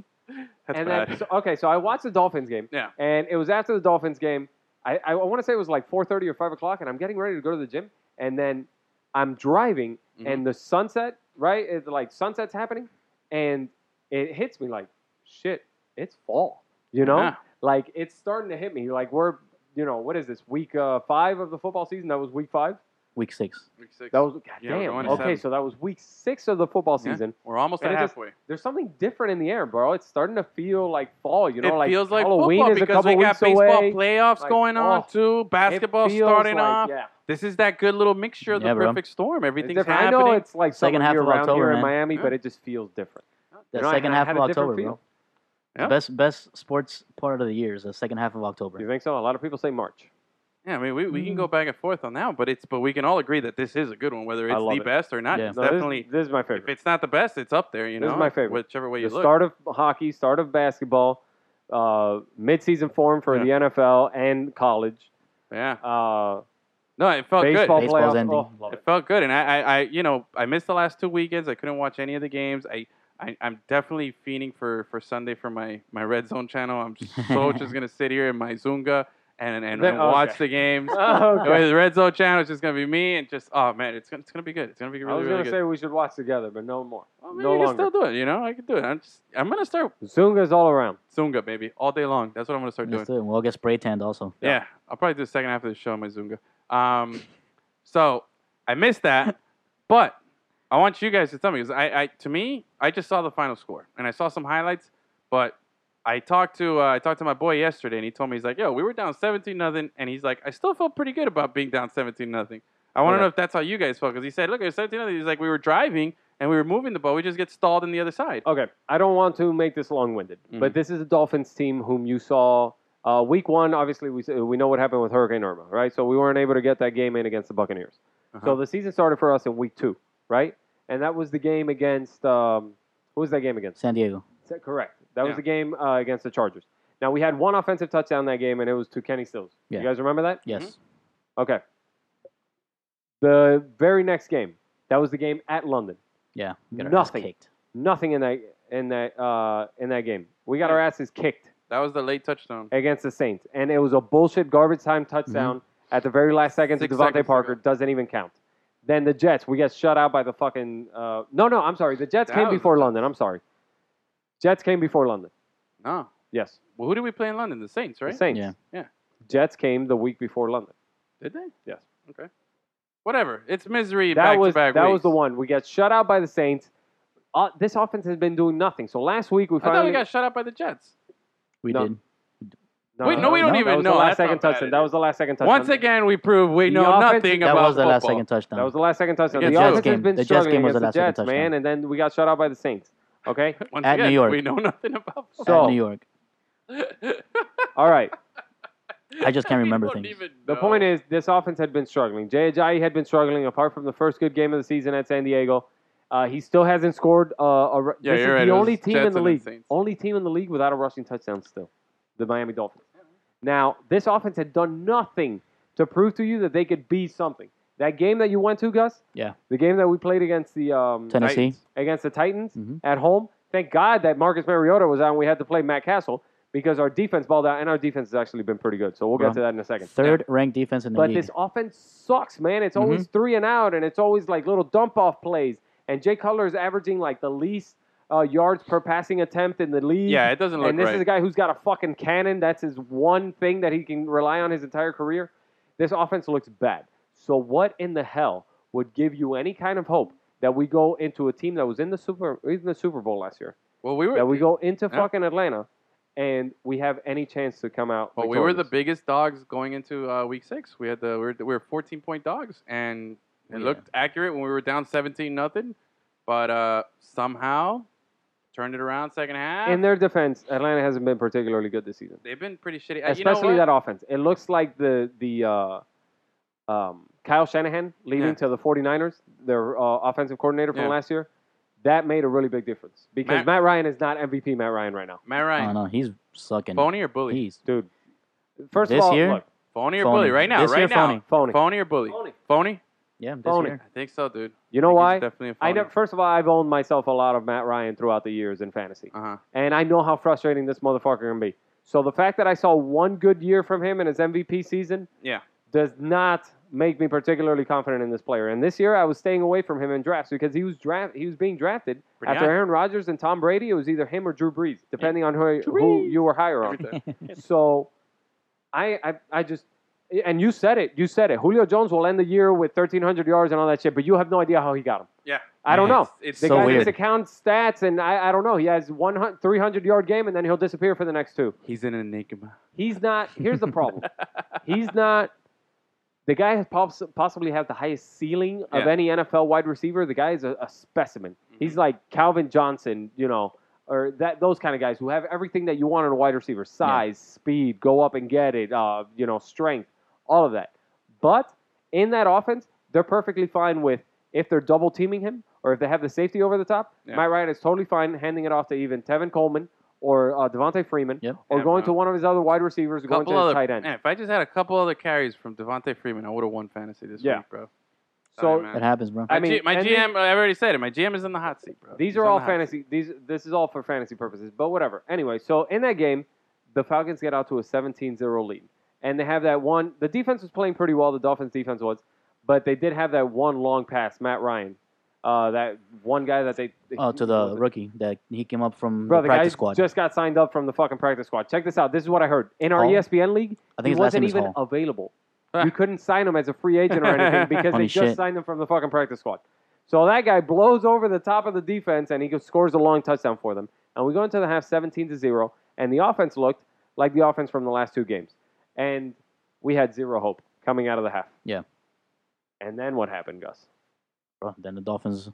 S1: That's
S2: and
S1: bad.
S2: then, so, okay, so I watched the Dolphins game.
S1: Yeah.
S2: And it was after the Dolphins game. I, I want to say it was like 4:30 or 5 o'clock, and I'm getting ready to go to the gym, and then I'm driving,
S1: Mm-hmm.
S2: and the sunset, right? It's like sunset's happening, and it hits me like, shit, it's fall. You know,
S1: Yeah.
S2: like it's starting to hit me. Like we're, you know, what is this week uh, five of the football season? That was week five.
S3: Week six.
S1: Week six.
S2: That was God
S1: Yeah, we're
S2: damn.
S1: going
S3: to
S2: Okay,
S1: seven.
S2: so that was week six of the football
S1: Yeah.
S2: season.
S1: We're almost
S2: And
S1: at
S2: it just-
S1: halfway.
S2: There's something different in the air, bro. It's starting to feel like fall. You know,
S1: it
S2: like
S1: feels like
S2: Halloween
S1: football
S2: is a
S1: because
S2: couple
S1: we got
S2: weeks
S1: baseball
S2: away.
S1: playoffs
S2: Like,
S1: going on
S2: oh,
S1: too. Basketball
S2: It feels
S1: starting
S2: like-
S1: off.
S2: Yeah.
S1: This is that good little mixture of
S3: Yeah,
S1: the
S3: bro.
S1: perfect storm.
S2: It's
S1: Everything's
S2: different. I
S1: happening.
S2: know it's like
S3: Second
S2: second
S3: half
S2: half
S3: of
S2: around
S3: October,
S2: here
S3: man.
S2: in Miami,
S1: Yeah.
S2: but it just feels different.
S3: The
S2: You know, I
S3: second
S2: had-
S3: half
S2: had
S3: of
S2: a different
S3: October, bro.
S2: feel.
S1: Yeah.
S3: The best best sports part of the year is the second half of
S2: You
S3: October.
S2: think so? A lot of people say March.
S1: Yeah, I mean, we, we can
S2: Mm.
S1: go back and forth on that, one, but it's but we can all agree that this is a good one, whether
S2: I
S1: it's
S2: love
S1: the
S2: it.
S1: best or not.
S3: Yeah.
S1: It's
S2: No, this-
S1: definitely
S2: this, is my
S1: if
S2: favorite.
S1: it's not the best, it's up there. You know,
S2: This is my favorite.
S1: Whichever way you
S2: The
S1: look.
S2: start of hockey, start of basketball, uh, mid-season form for
S1: Yeah.
S2: the NFL and college.
S1: yeah.
S2: Uh,
S1: No, it felt good.
S2: baseball
S3: Baseball's
S2: playoffs.
S3: ending.
S2: Oh, love
S1: It
S2: it.
S1: felt good, and I, I, I, you know, I missed the last two weekends. I couldn't watch any of the games. I, I I'm definitely fiending for for Sunday for my my Red Zone channel. I'm so just gonna sit here in my Zunga and and,
S2: Then-
S1: and watch
S2: okay.
S1: the games.
S2: Oh,
S1: The way
S2: okay.
S1: The Red Zone channel is just gonna be me and just oh man, it's gonna it's gonna be good. It's gonna be
S2: I
S1: really
S2: was
S1: really
S2: gonna
S1: good.
S2: say we should watch together, but no more.
S1: oh, man,
S2: no
S1: I can
S2: longer.
S1: still do it. You know, I can do it. I'm just I'm gonna start
S2: Zunga's all around.
S1: Zunga baby all day long. That's what I'm gonna start doing.
S3: Let's do it. We'll all get spray tanned also.
S1: Yeah. I'll probably do the second half of the show on my Zunga. Um, so I missed that, but I want you guys to tell me because I, I, to me, I just saw the final score and I saw some highlights, but I talked to uh, I talked to my boy yesterday and he told me he's like, yo, we were down 17 nothing, and he's like, I still felt pretty good about being down 17 nothing. I want to
S2: Yeah.
S1: know if that's how you guys felt because he said, look, it was 17 nothing. He's like, we were driving and we were moving the ball, we just get stalled on the other side.
S2: Okay, I don't want to make this long-winded, but
S1: Mm-hmm.
S2: this is a Dolphins team whom you saw uh, week one. Obviously, we uh, we know what happened with Hurricane Irma, right? So we weren't able to get that game in against the Buccaneers.
S1: Uh-huh.
S2: So the season started for us in week two, right? And that was the game against um, who was that game against?
S3: San Diego.
S2: Sa- Correct. That
S1: Yeah.
S2: was the game uh, against the Chargers. Now we had one offensive touchdown that game, and it was to Kenny Stills.
S3: Yeah.
S2: You guys remember that?
S3: Yes.
S2: Okay. The very next game, that was the game at London.
S3: Yeah. we got our ass
S2: Nothing.
S3: Kicked.
S2: Nothing in that in that uh, in that game. We got our asses kicked
S1: That was the late touchdown.
S2: against the Saints, and it was a bullshit garbage time touchdown at the very last second
S1: Mm-hmm. Six
S2: to Devontae
S1: seconds
S2: Parker.
S1: ago.
S2: Doesn't even count. Then the Jets, we got shut out by the fucking. Uh, no, no, I'm sorry. The Jets
S1: That
S2: came
S1: was-
S2: before London. I'm sorry. Jets came before London.
S1: No.
S2: Yes,
S1: Well, who did we play in London? The Saints, right?
S2: the Saints.
S3: Yeah.
S1: Yeah.
S2: Jets came the week before London.
S1: Did they?
S2: Yes.
S1: Okay. Whatever. It's misery
S2: that
S1: back
S2: was
S1: to back
S2: that
S1: weeks.
S2: was the one. We got shut out by the Saints. Uh, this offense has been doing nothing. So last week we
S1: I thought
S2: finally
S1: we got shut out by the Jets.
S3: We
S2: No.
S3: did.
S1: Wait, no, we don't
S2: that
S1: even
S2: was
S1: know.
S2: The last
S1: That's how
S2: second
S1: bad
S2: touchdown.
S1: it
S2: That
S1: is.
S2: was the last second touchdown.
S1: Once again, we prove we
S2: The
S1: know
S2: offense-
S1: nothing
S3: That
S1: about
S3: was the last
S1: football.
S3: second touchdown.
S2: that was the last second touchdown.
S1: Against the
S2: the
S1: Jets
S2: offense
S3: game.
S2: has been
S3: The Jets
S2: struggling
S3: game was the
S2: against
S3: last
S2: Jets,
S3: second
S2: man,
S3: touchdown.
S2: and then we got shut out by the Saints. Okay,
S1: Once
S3: At
S1: again,
S3: New York.
S1: we know nothing about football.
S2: So-
S3: At New York.
S2: all right.
S3: I just can't
S1: We
S3: remember
S1: don't
S3: things.
S1: even
S2: The
S1: know.
S2: point is, this offense had been struggling. Jay Ajayi had been struggling apart from the first good game of the season at San Diego. Uh, he still hasn't scored. Uh, a, ru-
S1: Yeah,
S2: this is
S1: you're right.
S2: the
S1: It was
S2: only
S1: Jets
S2: team in the
S1: and the
S2: league,
S1: Saints.
S2: only team in the league without a rushing touchdown still, the Miami Dolphins. Now, this offense had done nothing to prove to you that they could be something. That game that you went to, Gus.
S3: Yeah.
S2: The game that we played against the um,
S3: Tennessee.
S2: Titans- against the Titans
S3: Mhm.
S2: at home. Thank God that Marcus Mariota was out. and We had to play Matt Castle because our defense balled out, and our defense has actually been pretty good. So we'll get
S3: Well,
S2: to that in a second.
S3: Third ranked defense in the
S2: But
S3: league. Mm-hmm.
S2: this offense sucks, man. It's always three and out, and it's always like little dump off plays. And Jay Cutler is averaging like the least uh, yards per passing attempt in the league.
S1: yeah, it doesn't look
S2: and this
S1: right.
S2: is a guy who's got a fucking cannon. That's his one thing that he can rely on his entire career. This offense looks bad. So what in the hell would give you any kind of hope that we go into a team that was in the Super in the Super Bowl last year?
S1: well, we were
S2: That we go into
S1: Yeah.
S2: fucking Atlanta and we have any chance to come out?
S1: Well, we were the
S2: victorious?
S1: biggest dogs going into uh, week six. We had the we were, we were 14 point dogs, and it
S3: Yeah.
S1: looked accurate when we were down 17 nothing, but uh, somehow turned it around second half.
S2: In their defense, Atlanta hasn't been particularly good this season,
S1: They've been pretty shitty, Uh, you know
S2: especially
S1: what?
S2: that offense. It looks like the the uh, um, Kyle Shanahan leaving
S1: Yeah.
S2: to the 49ers, their uh, offensive coordinator from
S1: Yeah.
S2: last year. That made a really big difference because
S1: Matt-
S2: Matt, Ryan is not MVP Matt Ryan right now,
S1: Matt
S3: oh,
S1: Ryan,
S3: no, he's sucking.
S1: phony or bully?
S3: He's
S2: dude. First
S3: This
S2: of all,
S3: year?
S2: look,
S1: Phony or
S3: Phony.
S1: bully? Right now,
S3: This
S1: right
S3: year,
S1: now.
S3: phony.
S2: phony.
S1: or bully?
S2: Phony.
S3: yeah, this
S2: Phony.
S3: year.
S1: I think so, dude.
S2: You know
S1: I
S2: why?
S1: think he's Definitely a phony.
S2: I never. First of all, I've owned myself a lot of Matt Ryan throughout the years in fantasy.
S1: Uh-huh.
S2: and I know how frustrating this motherfucker can be. So the fact that I saw one good year from him in his MVP season,
S1: Yeah.
S2: does not make me particularly confident in this player. And this year, I was staying away from him in drafts because he was draft he was being drafted
S1: Pretty
S2: after
S1: high.
S2: Aaron Rodgers and Tom Brady. It was either him or Drew Brees, depending on who,
S1: Drew
S2: who
S1: Brees.
S2: you were higher on.
S1: Every time.
S2: So, I, I I just and you said it, you said it. Julio Jones will end the year with 1,300 yards and all that shit, but you have no idea how he got him.
S1: Yeah.
S2: I don't
S3: Yeah,
S2: know.
S1: It's, it's
S2: The
S3: So
S2: guy
S3: weird.
S2: needs to count stats, and I, I don't know. He has 100, 300 yard game, and then he'll disappear for the next two.
S1: He's an enigma.
S2: He's not. Here's the problem. He's not. The guy has poss- possibly has the highest ceiling of
S1: Yeah. Mm-hmm.
S2: any NFL wide receiver. The guy is a, a specimen. He's like Calvin Johnson, you know, or that those kind of guys who have everything that you want in a wide receiver: size, speed, go up and get it, uh, you know, strength, all of that. But in that offense, they're perfectly fine with if they're double teaming him or if they have the safety over the top.
S1: Yeah.
S2: Matt Ryan is totally fine handing it off to even Tevin Coleman or uh, Devontae Freeman
S3: Yep.
S2: or
S1: Yeah,
S2: going
S1: bro.
S2: to one of his other wide receivers or going
S1: Couple
S2: to his
S1: other,
S2: tight end.
S1: man, if I just had a couple other carries from Devontae Freeman, I would have won fantasy this
S2: Yeah.
S1: week, bro.
S2: So
S1: Sorry, man.
S3: It happens, bro.
S2: I
S1: My G-
S2: mean,
S1: my
S2: and
S1: GM, I already said it. My GM is in the hot seat, bro.
S2: these
S1: He's
S2: are
S1: on
S2: all
S1: the hot seat.
S2: fantasy. These this is all for fantasy purposes, but whatever. Anyway, so in that game, the Falcons get out to a 17-0 lead, and they have that one. The defense was playing pretty well. The Dolphins' defense was, but they did have that one long pass, Matt Ryan, uh, that one guy that they
S3: Oh, to the rookie that he came up from
S2: Bro,
S3: the
S2: the
S3: practice
S2: guy
S3: squad.
S2: just got signed up from the fucking practice squad. Check this out. This is what I heard. In our E
S3: Hall?
S2: ESPN league,
S3: I think
S2: he
S3: his last
S2: wasn't
S3: name is
S2: even
S3: Hall.
S2: available.
S1: Ah.
S2: you couldn't sign him as a free agent or anything because
S3: Funny
S2: they just
S3: shit.
S2: signed him from the fucking practice squad. So that guy blows over the top of the defense and he goes- scores a long touchdown for them. And we go into the half 17 to 0, and the offense looked like the offense from the last two games. And we had zero hope coming out of the half.
S3: Yeah.
S2: And then what happened, Gus?
S3: Bro, Then the Dolphins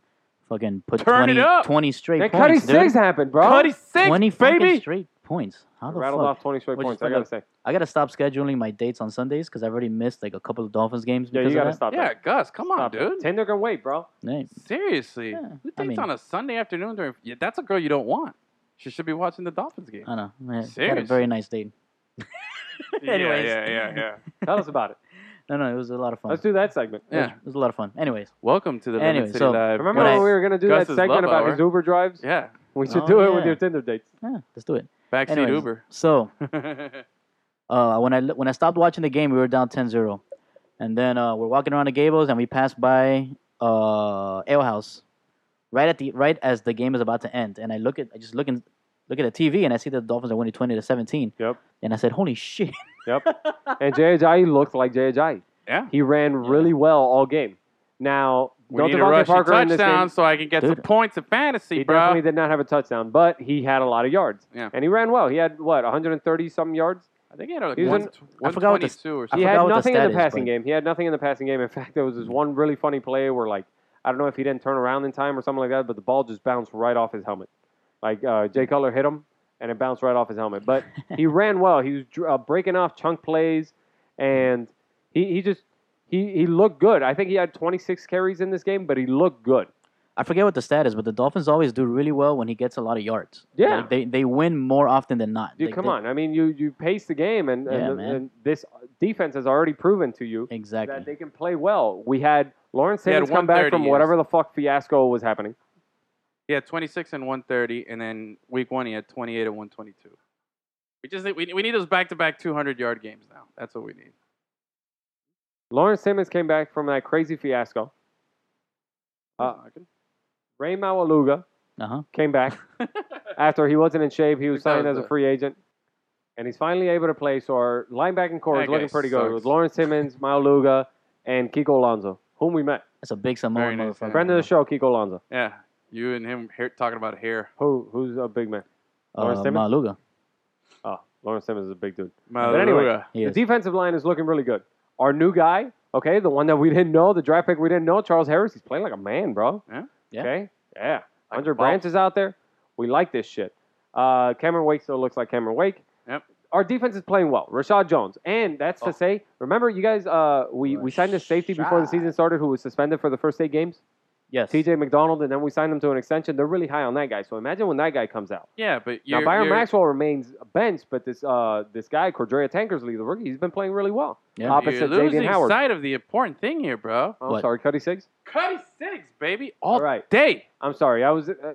S3: fucking put
S1: Turn it
S3: 20,
S1: up.
S3: 20 straight
S2: Then Cuddy
S3: points.
S2: Six
S3: Dude.
S2: happened, bro.
S1: 26,
S3: 20 fucking
S1: baby.
S3: straight points. How the
S2: Rattled
S3: fuck?
S2: off 20 straight
S3: Which is
S2: points, I
S3: fucking-
S2: gotta say.
S3: I gotta stop scheduling my dates on Sundays because I've already missed like a couple of Dolphins games
S2: Yeah,
S3: because
S2: you gotta
S3: of
S2: stop
S3: that.
S2: that.
S1: Yeah, Gus, come on,
S2: Stop it.
S1: dude.
S2: Tinder can wait, bro.
S3: Right.
S1: Seriously,
S3: Yeah,
S1: who
S3: I
S1: thinks
S3: mean-
S1: on a Sunday afternoon during? Yeah, that's a girl you don't want. She should be watching the Dolphins game.
S3: I know. Man, had a
S1: Serious.
S3: very nice date. anyways.
S1: Yeah, yeah, yeah, yeah.
S2: Tell us about it.
S3: No, no, it was a lot of fun.
S2: Let's do that segment.
S1: Yeah.
S3: It was a lot of fun. Anyways,
S1: Welcome to the
S3: Anyway,
S1: Lemon City
S3: so-
S1: Live.
S2: Remember when
S3: When I-
S2: Oh, we were gonna do
S1: Gus's
S2: that
S1: love
S2: segment about
S1: hour.
S2: his Uber drives?
S1: Yeah,
S2: We should
S3: Oh,
S2: do it with
S3: yeah.
S2: your Tinder dates.
S3: Yeah, let's do it.
S1: Backseat
S3: Anyways,
S1: Uber.
S3: So uh, when I when I stopped watching the game, we were down 10-0. and then uh, we're walking around the Gables, and we passed by uh, Ale House right at the right as the game is about to end. And I look at I just look in, look at the TV, and I see that the Dolphins are winning twenty to seventeen.
S2: Yep.
S3: And I said, "Holy shit!"
S2: Yep. and JHI looked like JHI.
S1: Yeah.
S2: He ran really well all game. Now,
S1: we
S2: no
S1: need a
S2: Devontae
S1: rushing
S2: Parker in this game.
S1: touchdown so I can get some
S3: Dude.
S1: points in fantasy,
S2: He
S1: bro.
S2: definitely did not have a touchdown, but he had a lot of yards.
S1: Yeah.
S2: And he ran well. He had, what, 130 some yards?
S1: I think he had like
S2: He's
S1: one,
S2: in-
S3: I forgot what the-
S1: 122 or
S3: I
S2: he
S1: something.
S3: forgot
S2: had
S3: what the
S2: nothing in
S3: stat
S2: the
S3: is,
S2: passing
S3: but-
S2: game. He had nothing in the passing game. In fact, there was this one really funny play where, like, I don't know if he didn't turn around in time or something like that, but the ball just bounced right off his helmet. Like uh, Jay Cutler hit him, and it bounced right off his helmet. But he ran well. He was dr- uh, breaking off chunk plays, and he, he just he he looked good. I think he had 26 carries in this game, but he looked good.
S3: I forget what the stat is, but the Dolphins always do really well when he gets a lot of yards.
S2: Yeah.
S3: Like, they they win more often than not.
S2: Dude,
S3: Like,
S2: come
S3: they-
S2: on. I mean, you you pace the game, and
S3: Yeah,
S2: and,
S3: man.
S2: and this defense has already proven to you that
S3: Exactly.
S2: they can play well. We had Lawrence
S1: They had
S2: Simmons come back
S1: 130
S2: from
S1: years.
S2: whatever the fuck fiasco was happening.
S1: He had 26 and 130, and then week one he had 28 and 122. We just need- we, we need those back-to-back 200-yard games now. That's what we need.
S2: Lawrence Simmons came back from that crazy fiasco. Uh, Ray Mawaluga
S3: Uh huh.
S2: came back after he wasn't in shape. He was
S1: That
S2: signed
S1: was
S2: as a
S1: the-
S2: free agent. And he's finally able to play. So our linebacking core
S1: That
S2: is
S1: guy
S2: looking pretty good
S1: sucks.
S2: with Lawrence Simmons, Mawaluga, and Kiko Alonso, whom we met.
S3: That's a big Samoan
S1: Very nice,
S3: motherfucker.
S2: Friend of the show, Kiko Alonso,
S1: yeah, you and him here, talking about hair.
S2: who, who's a big man.
S3: uh,
S2: Lawrence Simmons?
S3: Maluga.
S2: Oh, Lawrence Simmons is a big dude.
S1: But
S2: anyway,
S3: He
S2: The
S3: is.
S2: defensive line is looking really good. Our new guy, okay, the one that we didn't know, the draft pick we didn't know, Charles Harris, he's playing like a man, bro.
S1: Yeah.
S3: Yeah.
S2: Okay. Yeah.
S1: Like
S2: Andre
S1: a boss.
S2: Branch is out there. We like this shit. Uh, Cameron Wake still looks like Cameron Wake.
S1: Yep.
S2: Our defense is playing well. Rashad Jones. And that's
S1: Oh.
S2: to say, remember, you guys, uh, we, we signed a safety before the season started who was suspended for the first eight games,
S3: Yes.
S2: TJ McDonald, and then we signed him to an extension. They're really high on that guy. So imagine when that guy comes out.
S1: yeah, but
S2: Now,
S1: you're,
S2: Byron
S1: you're-
S2: Maxwell remains benched, but this uh, this guy, Cordrea Tankersley, the rookie, he's been playing really well.
S3: Yeah.
S1: you're
S2: Opposite
S1: losing
S2: Davian Howard.
S1: sight of the important thing here, bro.
S2: Oh, I'm
S3: What?
S2: sorry, Cuddy Six.
S1: Cuddy six, baby, all,
S2: All right.
S1: day.
S2: I'm sorry. I was. Uh,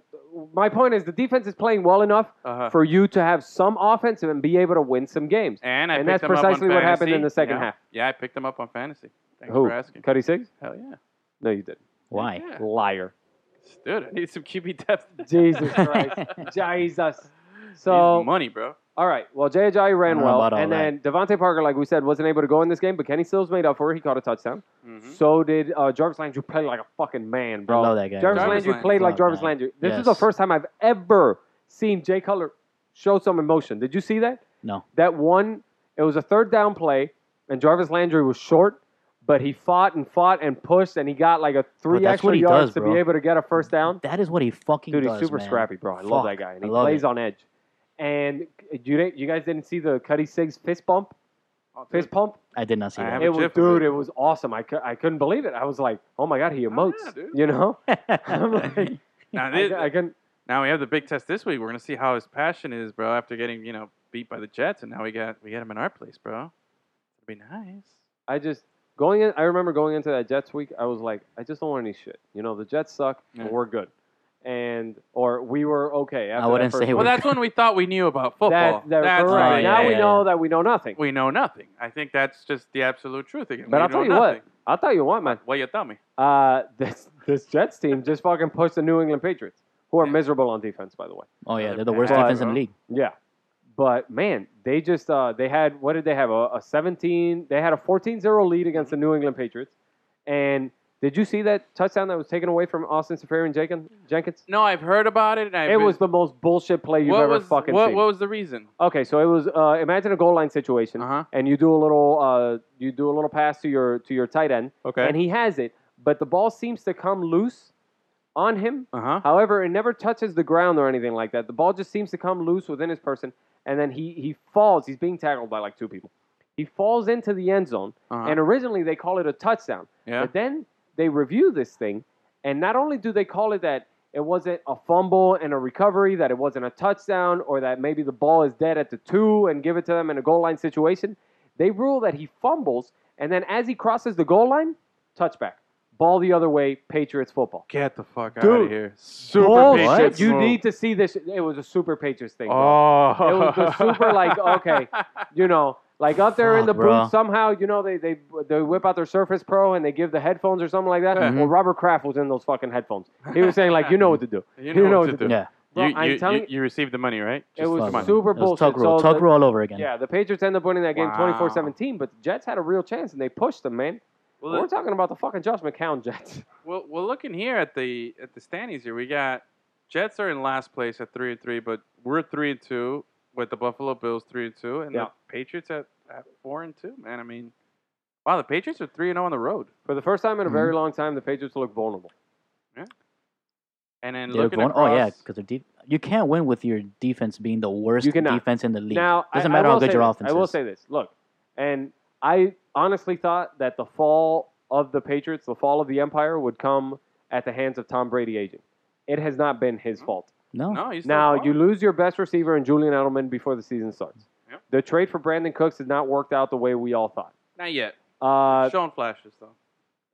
S2: my point is the defense is playing well enough
S1: Uh-huh.
S2: for you to have some offense and be able to win some games.
S1: and I
S2: and
S1: picked
S2: that's
S1: him up on
S2: precisely what happened
S1: fantasy.
S2: in the second
S1: yeah.
S2: half.
S1: Yeah, I picked him up on fantasy. Thanks
S2: Who?
S1: for asking.
S2: Cuddy Six?
S1: Hell yeah.
S2: No, you didn't.
S3: Why?
S1: Yeah.
S2: Liar.
S1: Dude, I need some QB depth.
S2: Jesus Christ. Jesus.
S1: So
S2: So,
S1: money, bro.
S2: all right. Well, JJ
S3: I don't
S2: ran
S3: know
S2: well.
S3: about all
S2: And then Devontae Parker, like we said, wasn't able to go in this game, but Kenny Stills made up for it. He caught a touchdown.
S1: Mhm.
S2: So did uh, Jarvis Landry played like a fucking man, bro.
S3: love that guy.
S2: Jarvis,
S1: Jarvis
S2: Landry
S1: Landry.
S2: played like
S3: Love
S2: Jarvis
S3: that.
S2: Landry. This is
S3: Yes.
S2: the first time I've ever seen Jay Cutler show some emotion. Did you see that?
S3: No.
S2: That one, it was a third down play, and Jarvis Landry was short, but he fought and fought and pushed, and he got like a three
S3: that's
S2: extra
S3: what he
S2: yards
S3: does,
S2: to be
S3: bro.
S2: able to get a first down.
S3: That is what he fucking
S2: Dude, he's
S3: does,
S2: super
S3: man.
S2: scrappy, bro. I love
S3: Fuck,
S2: that guy, and
S3: I
S2: he
S3: love
S2: plays
S3: it.
S2: on edge. And uh, you didn't, you guys didn't see the Cuddy Sigs fist bump,
S1: Oh, dude.
S2: fist pump.
S3: I did not see
S1: I
S3: that.
S1: have a
S2: It was,
S1: gif of
S2: dude,
S1: it.
S2: it was awesome. I, cou- I couldn't believe it. I was like, oh my god, he emotes.
S1: dude.
S2: you know, I'm like,
S1: Now,
S2: I,
S1: this,
S2: cou- I couldn't.
S1: now we have the big test this week. We're gonna see how his passion is, bro. After getting you know beat by the Jets, and now we got we got him in our place, bro. It'd be nice.
S2: I just going in. I remember going into that Jets week. I was like, I just don't want any shit. You know, the Jets suck,
S1: Yeah.
S2: and we're good, and or we were okay. After
S3: I
S2: that
S3: wouldn't
S2: first-
S3: say
S1: Well,
S3: we're
S1: that's when we thought we knew about football.
S2: that. that
S1: that's
S2: correct.
S1: right.
S3: Oh,
S2: now
S3: yeah,
S2: we
S3: yeah,
S2: know
S3: yeah.
S2: that we know nothing.
S1: We know nothing. I think that's just the absolute truth again.
S2: But
S1: we
S2: I'll tell
S1: know
S2: you
S1: nothing.
S2: what. I'll tell you what, man.
S1: Well, you tell me.
S2: Uh, this this Jets team just fucking pushed the New England Patriots, who are
S1: Yeah.
S2: miserable on defense, by the way.
S3: oh yeah,
S1: Another
S3: they're the worst
S2: bad
S3: defense in
S1: bro.
S3: the league.
S2: Yeah. But man, they just uh, they had what did they have a, a 17? They had a 14-0 lead against the New England Patriots. And did you see that touchdown that was taken away from Austin Safarian Jenkins? Jenkins?
S1: No, I've heard about it. And I've
S2: It
S1: been-
S2: was the most bullshit play you've
S1: what
S2: ever
S1: was
S2: fucking
S1: what,
S2: seen.
S1: what was the reason?
S2: Okay, so it was uh, imagine a goal line situation,
S1: Uh-huh.
S2: and you do a little uh, you do a little pass to your to your tight end,
S1: Okay.
S2: and he has it, but the ball seems to come loose on him.
S1: Uh huh.
S2: However, it never touches the ground or anything like that. The ball just seems to come loose within his person, and then he he falls. He's being tackled by like two people. He falls into the end zone,
S1: Uh-huh.
S2: and originally they call it a touchdown.
S1: Yeah.
S2: But then they review this thing, and not only do they call it that it wasn't a fumble and a recovery, that it wasn't a touchdown, or that maybe the ball is dead at the two and give it to them in a goal line situation, they rule that he fumbles, and then as he crosses the goal line, touchback. Ball the other way, Patriots football.
S1: Get the fuck out
S2: Dude,
S1: of here. Super
S2: Bullshit.
S1: Patriots
S2: You
S1: move.
S2: need to see this. It was a super Patriots thing. bro.
S1: Oh.
S2: It was the super like okay, you know, like up there in
S3: Fuck,
S2: the
S3: bro.
S2: booth somehow, you know, they they they whip out their Surface Pro and they give the headphones or something like that.
S1: Yeah.
S2: Well, Robert Kraft was in those fucking headphones. He was saying like, you know what to do.
S1: You know, what to do.
S3: Yeah.
S2: Bro,
S1: you,
S2: I'm
S1: you,
S2: telling
S1: you, you received the money, right?
S2: It was
S1: the money.
S2: super
S3: It was
S2: bullshit.
S3: Tuck rule.
S2: So
S3: Tuck
S2: the-
S3: rule all over again.
S2: Yeah, the Patriots end up winning that game
S1: Wow.
S2: 24-17, but the Jets had a real chance and they pushed them, man.
S1: Well,
S2: We're
S1: look-
S2: talking about the fucking Josh McCown Jets.
S1: well, well, looking here at the at the standings here, we got Jets are in last place at three and three, but we're three and two with the Buffalo Bills three and two, and
S2: Yeah.
S1: the Patriots at, at four and two. Man, I mean, wow, the Patriots are three and zero on the road.
S2: For the first time in a very
S1: Mm-hmm.
S2: long time, the Patriots look vulnerable.
S1: And then
S3: They're
S1: looking
S3: going-
S1: across,
S3: oh yeah, because they're deep. You can't win with your defense being the worst
S2: You cannot.
S3: defense in the league.
S2: Now,
S3: Doesn't
S2: I-
S3: matter
S2: I
S3: how
S2: will
S3: good
S2: say
S3: your
S2: this.
S3: offense
S2: I will
S3: is.
S2: say this. Look, and I honestly thought that the fall of the Patriots, the fall of the empire, would come at the hands of Tom Brady aging. It has not been his
S1: Hmm?
S2: fault.
S3: no.
S1: no, he's still
S2: Now
S1: far.
S2: you lose your best receiver in Julian Edelman before the season starts.
S1: Yep.
S2: The trade for Brandon Cooks has not worked out the way we all thought.
S1: not yet.
S2: Uh,
S1: Showing flashes though,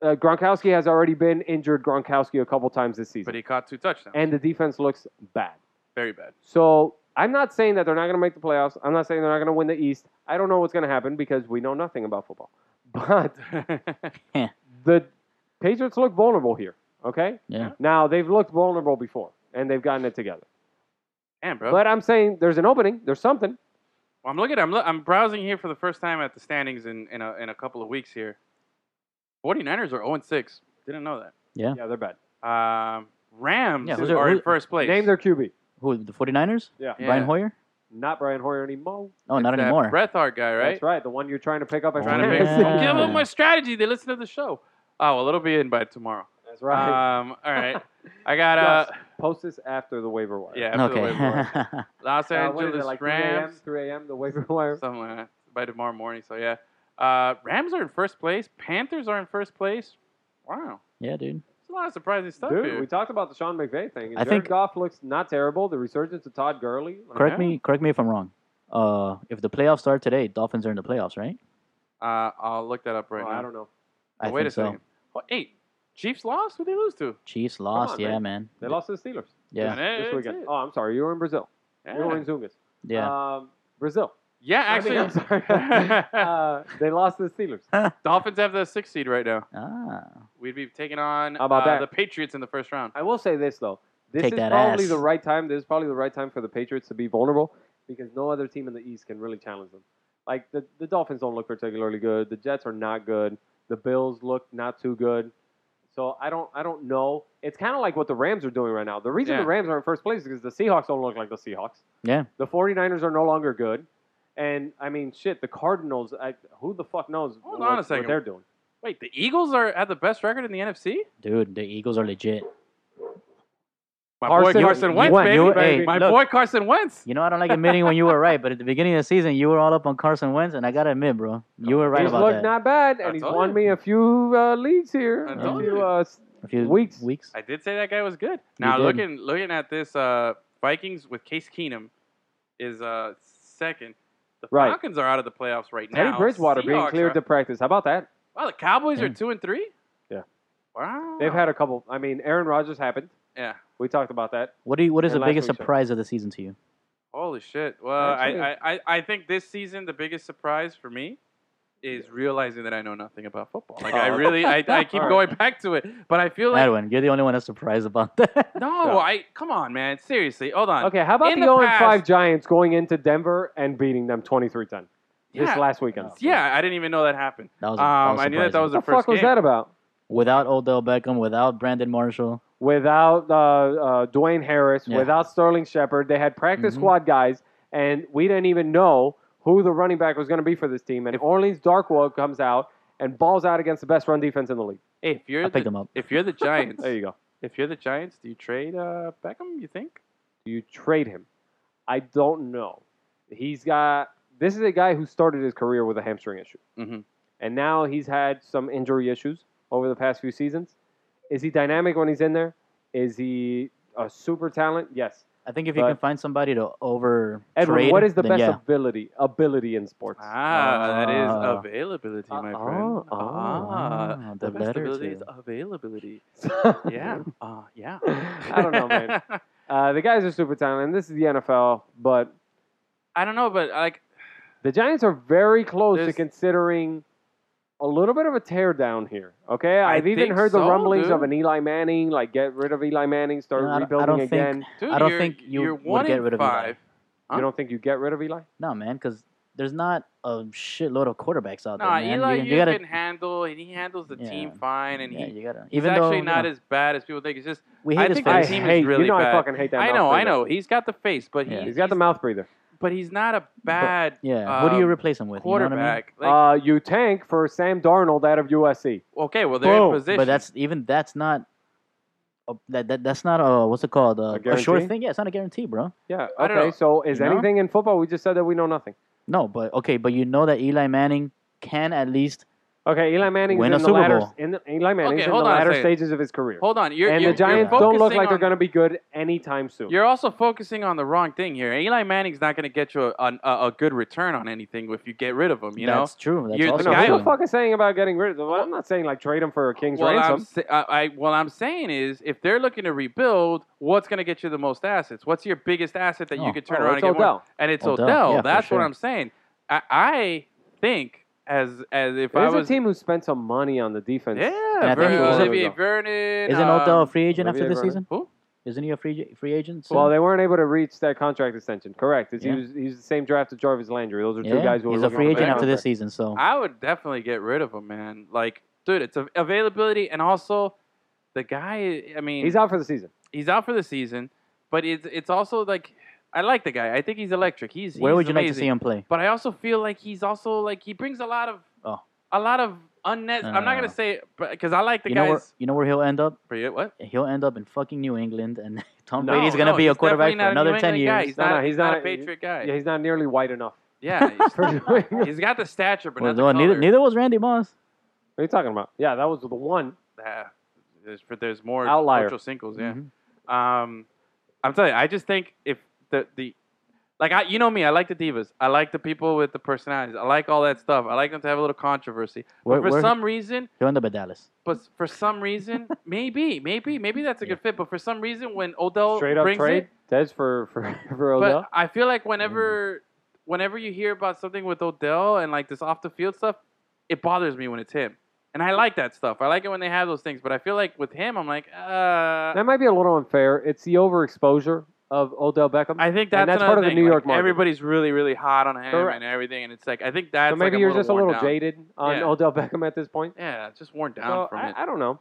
S2: uh, Gronkowski has already been injured. Gronkowski a couple times this season,
S1: but he caught two touchdowns.
S2: and the defense looks bad.
S1: Very bad.
S2: So I'm not saying that they're not going to make the playoffs. I'm not saying they're not going to win the East. I don't know what's going to happen because we know nothing about football. But the Patriots look vulnerable here. Okay.
S3: Yeah.
S2: Now they've looked vulnerable before and they've gotten it together.
S1: Damn, bro.
S2: But I'm saying there's an opening. There's something.
S1: Well, I'm looking. I'm lo- I'm browsing here for the first time at the standings in in a, in a couple of weeks here. 49ers are 0 6. Didn't know that.
S2: Yeah, they're bad.
S1: Um, Rams
S3: Yeah, who's
S1: are,
S3: their-
S1: in
S3: who-
S1: first place.
S2: Name their QB.
S3: Who the 49ers?
S2: Yeah.
S1: Yeah.
S3: Brian Hoyer?
S2: Not Brian Hoyer anymore.
S3: Oh, not
S1: That
S3: anymore.
S1: Bret Hart guy, right?
S2: That's right. The one you're trying to pick up. at
S1: Trying to
S3: Yeah.
S1: make
S3: Yeah.
S1: give them my strategy. They listen to the show. Oh well, it'll be in by tomorrow.
S2: That's right.
S1: Um, all right. I got uh,
S2: Yes. Post this after the waiver wire.
S1: yeah. after the
S3: Okay.
S1: waiver wire. Los
S2: Uh, what is
S1: Angeles
S2: it, like 3 a.m.,
S1: Rams.
S2: 3 a.m., the waiver wire.
S1: Something like that. By tomorrow morning. So yeah. Uh, Rams are in first place. Panthers are in first place. Wow.
S3: yeah, dude.
S1: It's a lot of surprising stuff
S2: Dude,
S1: here.
S2: we talked about the Sean McVay thing. And
S3: I
S2: Jared
S3: think-
S2: Goff looks not terrible. The resurgence of Todd Gurley. Like, eh?
S3: Correct
S1: Yeah.
S3: me. Correct me if I'm wrong. Uh, if the playoffs start today, Dolphins are in the playoffs, right?
S1: Uh, I'll look that up right
S2: oh,
S1: now.
S2: I don't know.
S1: Oh,
S3: I
S1: wait
S3: think
S1: a second. Oh, hey, Chiefs lost. Who they lose to?
S3: Chiefs lost.
S2: on,
S3: yeah,
S2: man.
S3: man.
S2: They lost to the Steelers
S3: Yeah.
S1: Eh,
S2: this
S1: it's
S2: weekend.
S1: it.
S2: Oh, I'm sorry. You were in Brazil. You were
S1: Yeah.
S2: in Zungas.
S3: Yeah.
S2: Um, Brazil.
S1: yeah,
S2: I mean,
S1: actually,
S2: I'm sorry. uh, they lost to the Steelers.
S1: Dolphins have the sixth seed right
S2: Uh,
S1: now.
S3: ah.
S1: We'd be taking on
S2: How about
S1: uh,
S2: that?
S1: the Patriots in the first round.
S2: I will say this though. This
S3: Take
S2: is
S3: that
S2: probably
S3: ass.
S2: the right time. This is probably the right time for the Patriots to be vulnerable because no other team in the East can really challenge them. Like the, the Dolphins don't look particularly good. The Jets are not good. The Bills look not too good. So I don't I don't know. It's kind of like what the Rams are doing right now. The reason
S1: Yeah.
S2: the Rams are in first place is because the Seahawks don't look like the Seahawks.
S3: Yeah.
S2: The 49ers are no longer good. And I mean shit, the Cardinals, I, who the fuck knows
S1: Hold
S2: what,
S1: on a
S2: what
S1: second.
S2: they're doing.
S1: Wait, the Eagles are at the best record in the NFC.
S3: Dude, the Eagles are legit.
S1: My boy
S2: Carson-
S1: Carson
S2: you
S1: Wentz,
S3: went-
S1: baby.
S3: you-
S1: baby.
S3: hey,
S1: My
S3: look.
S1: boy Carson Wentz.
S3: You know, I don't like admitting when you were right, but at the beginning of the season, you were all up on Carson Wentz, and I gotta admit, bro, you were right
S2: he's
S3: about
S2: looked
S3: that.
S2: not bad,
S1: I
S2: and he's
S1: told
S2: won
S1: you.
S2: me a few uh, leads here.
S1: I
S2: A
S1: told
S2: few
S1: you.
S2: uh,
S3: A few
S2: weeks.
S3: Weeks.
S1: I did say that guy was good. Now
S3: did.
S1: looking looking at this, uh, Vikings with Case Keenum is uh, second. The
S2: Right.
S1: Falcons are out of the playoffs right
S2: Teddy
S1: now.
S2: Bridgewater being
S1: Seahawks
S2: cleared
S1: are-
S2: to practice. How about that?
S1: Wow, the Cowboys are
S3: Yeah.
S1: two and three.
S2: Yeah.
S1: Wow.
S2: They've had a couple. I mean, Aaron Rodgers happened.
S1: Yeah.
S2: We talked about that.
S3: What do you? What is
S2: And
S3: the
S2: last
S3: biggest
S2: week's show.
S3: surprise of the season to you?
S1: Holy shit. Well, I,
S2: Actually-
S1: I, I, I think this season the biggest surprise for me is realizing that I know nothing about football. Like I
S2: Oh.
S1: really I, I keep
S2: All right.
S1: going back to it. But I feel like
S3: Edwin, you're the only one that's surprised about that.
S1: no, I come on, man. Seriously. Hold on.
S2: Okay, how about
S1: In
S2: the
S1: the
S2: 0 5
S1: past-
S2: Giants going into Denver and beating them 23 10
S1: Yeah.
S2: this last weekend?
S3: No.
S1: Yeah, I didn't even know that happened.
S3: That was-
S1: um,
S3: that was
S1: I knew that that
S3: surprising.
S1: was
S2: What the
S1: the first
S2: fuck was
S1: game.
S2: that about?
S3: without Odell Beckham, without Brandon Marshall.
S2: Without uh, uh, Dwayne Harris,
S3: Yeah.
S2: without Sterling Shepard, they had practice
S3: Mhm.
S2: squad guys, and we didn't even know who the running back was going to be for this team. And Orleans Darkwood comes out and balls out against the best run defense in the league.
S1: Hey, if you're
S3: I picked
S1: the,
S3: him up.
S1: if you're the Giants,
S2: There you go.
S1: if you're the Giants, do you trade uh, Beckham? You think?
S2: Do you trade him? I don't know. He's got this is a guy who started his career with a hamstring issue.
S1: Mhm.
S2: And now he's had some injury issues over the past few seasons. Is he dynamic when he's in there? Is he a super talent? Yes.
S3: I think if you
S2: But-
S3: can find somebody to over
S2: Edwin,
S3: trade,
S2: what is the
S3: then
S2: best
S3: yeah.
S2: ability ability in sports?
S1: Ah,
S3: Ah.
S1: that is availability, my friend.
S2: Oh, oh,
S1: ah,
S3: wow,
S1: the,
S3: the
S1: best
S3: letter
S1: ability
S3: to-
S1: is availability.
S2: yeah.
S1: Yeah. Uh, yeah.
S2: I don't know, man. Uh, the guys are super talented. and This is the NFL, but
S1: I don't know, but like,
S2: the Giants are very close to
S1: There's-
S2: considering a little bit of a teardown here. Okay,
S1: I
S2: I've even
S1: think
S2: heard the
S1: so,
S2: rumblings
S1: dude.
S2: of an Eli Manning, like get rid of Eli Manning, start
S3: No, I don't- I
S2: rebuilding
S3: don't think-
S2: again.
S1: dude,
S3: I don't
S1: you're,
S3: think you
S1: are
S3: would
S1: one
S3: get
S1: in
S3: rid of Eli.
S1: five. Huh?
S2: You don't think you get rid of Eli?
S3: No, man, because there's not a shitload of quarterbacks out
S1: Nah,
S3: there, man.
S1: Eli,
S3: you,
S1: you,
S3: you gotta,
S1: can handle, and he handles the team
S3: Yeah.
S1: fine, and
S3: yeah,
S1: he,
S3: you gotta.
S1: he's
S3: Even though
S1: actually
S3: you
S1: not
S3: know,
S1: as bad as people think. It's just,
S3: we
S1: I
S3: hate his
S1: think that
S3: face.
S2: I
S1: team is
S2: hate,
S1: really
S2: you know I
S1: bad.
S2: fucking hate that.
S1: I
S2: mouth
S1: know, I
S2: breather.
S1: know, he's got the face, but
S3: Yeah.
S1: he,
S2: He's got the mouth breather.
S1: but he's not a bad
S3: yeah, what do you
S1: um,
S3: replace him with? You know what I mean?
S1: quarterback. Like,
S2: uh, you tank for Sam Darnold out of USC.
S1: okay, well they're
S2: boom.
S1: in position,
S3: But that's even that's not. A, that, that that's not a what's it called a,
S2: A
S3: sure
S2: guarantee?
S3: thing. Yeah, it's not a guarantee, bro.
S2: Yeah.
S1: I don't
S2: Okay.
S1: know.
S2: So is
S3: You know?
S2: anything in football? We just said that we know nothing.
S3: No, but okay, but you know that Eli Manning can at least.
S2: Okay. Eli Manning's
S3: Win a
S2: in the
S3: Super
S2: latter
S3: Bowl.
S2: in the, Eli Manning's
S1: Okay,
S2: in the
S1: hold on a
S2: latter
S1: second.
S2: stages of his career.
S1: Hold on, you're,
S2: and
S1: you're,
S2: the Giants
S1: you're
S2: don't look
S1: focusing
S2: like they're
S1: on-
S2: going to be good anytime soon.
S1: You're also focusing on the wrong thing here. Eli Manning's not going to get you a, a, a good return on anything if you get rid of him. You
S3: that's true. That's
S1: You're the
S2: I
S3: also
S2: know,
S1: guy
S2: Oh, who
S3: true.
S2: the fuck is saying about getting rid of them? I'm not saying like trade him for a king's
S1: know. Well, I'm
S2: ransom.
S1: sa- I, I, what I'm saying is, if they're looking to rebuild, what's going to get you the most assets? What's your biggest asset that
S3: Oh.
S1: you could turn
S2: Oh,
S1: around
S2: it's
S1: and get more?
S2: Odell.
S1: And it's
S3: Odell.
S1: Odell.
S3: Yeah, for
S1: That's
S3: sure.
S1: what I'm saying. I, I think as as if I
S2: There's
S1: was
S2: a team who spent some money on the defense.
S1: yeah,
S3: I think
S1: Ver-
S3: it was
S1: Olivier
S2: Odell.
S1: Vernon.
S3: Isn't
S1: um,
S3: Odell a free agent
S2: Olivier
S3: after this
S2: Vernon.
S3: season?
S1: Who?
S3: Isn't he a free free agent? soon?
S2: Well, they weren't able to reach that contract extension. Correct. It's,
S3: Yeah.
S2: he, was, he was the same draft as Jarvis Landry. Those are two
S3: yeah,
S2: guys who were
S3: he's a
S2: looking
S3: free
S2: for
S3: agent
S2: that
S3: after this
S2: contract.
S3: season. So
S1: I would definitely get rid of him, man. Like, dude, it's a, availability and also the guy. I mean,
S2: He's out for the season.
S1: he's out for the season, but it's it's also like I like the guy. I think he's electric. He's
S3: where
S1: he's
S3: would you like to see
S1: amazing.
S3: him play?
S1: But I also feel like he's also like he brings a lot of
S3: Oh.
S1: a lot of unnet.
S3: No,
S1: I'm
S3: no,
S1: not
S3: no.
S1: gonna say because I like the
S3: You know where
S1: guys.
S3: you know where he'll end up.
S1: For you, what?
S3: He'll end up in fucking New England, and Tom
S1: No,
S3: Brady's gonna
S1: no,
S3: be a
S1: he's
S3: quarterback
S1: definitely
S3: for
S1: not a
S3: another
S1: New
S3: ten
S1: England guy.
S3: years.
S1: He's
S2: No,
S1: not,
S2: no,
S1: he's
S2: he's
S1: not, a
S2: not-
S1: Patriot guy.
S2: Yeah, he's not nearly white enough.
S1: yeah, he's-
S2: For New England.
S1: he's got the stature, but
S3: Well,
S1: not the
S3: no, neither,
S1: color.
S3: neither was Randy Moss.
S2: What are you talking about? Yeah, that was the one.
S1: Ah, there's, but there's more
S2: Outlier.
S1: Ocho Cincos,
S3: Mm-hmm.
S1: yeah. Um, I'm telling you, I just think if the the like I, you know me, I like the divas. I like the people with the personalities. I like all that stuff. I like them to have a little controversy. But
S3: Where-
S1: for
S3: where-
S1: some reason,
S3: He'll end up at Dallas.
S1: but for some reason, maybe, maybe, maybe that's a good fit. But for some reason, when Odell
S2: Straight up
S1: brings
S2: trade.
S1: it,
S2: That's for for for
S1: but uh,
S2: Odell. Mm-hmm.
S1: I feel like whenever, whenever you hear about something with Odell and like this off the field stuff, it bothers me when it's him. And I like that stuff. I like it when they have those things. But I feel like with him, I'm like, uh,
S2: that might be a little unfair. It's the overexposure of Odell Beckham.
S1: I think that's,
S2: And that's
S1: another
S2: part of the
S1: thing.
S2: New
S1: Like,
S2: York market.
S1: Everybody's really, really hot on him
S2: Correct.
S1: and everything, and it's like I think that's
S2: so maybe
S1: like, I'm
S2: you're just a
S1: worn
S2: little
S1: down.
S2: jaded on
S1: Yeah.
S2: Odell Beckham at this point.
S1: Yeah, just worn down
S2: So
S1: from it.
S2: I, I don't know.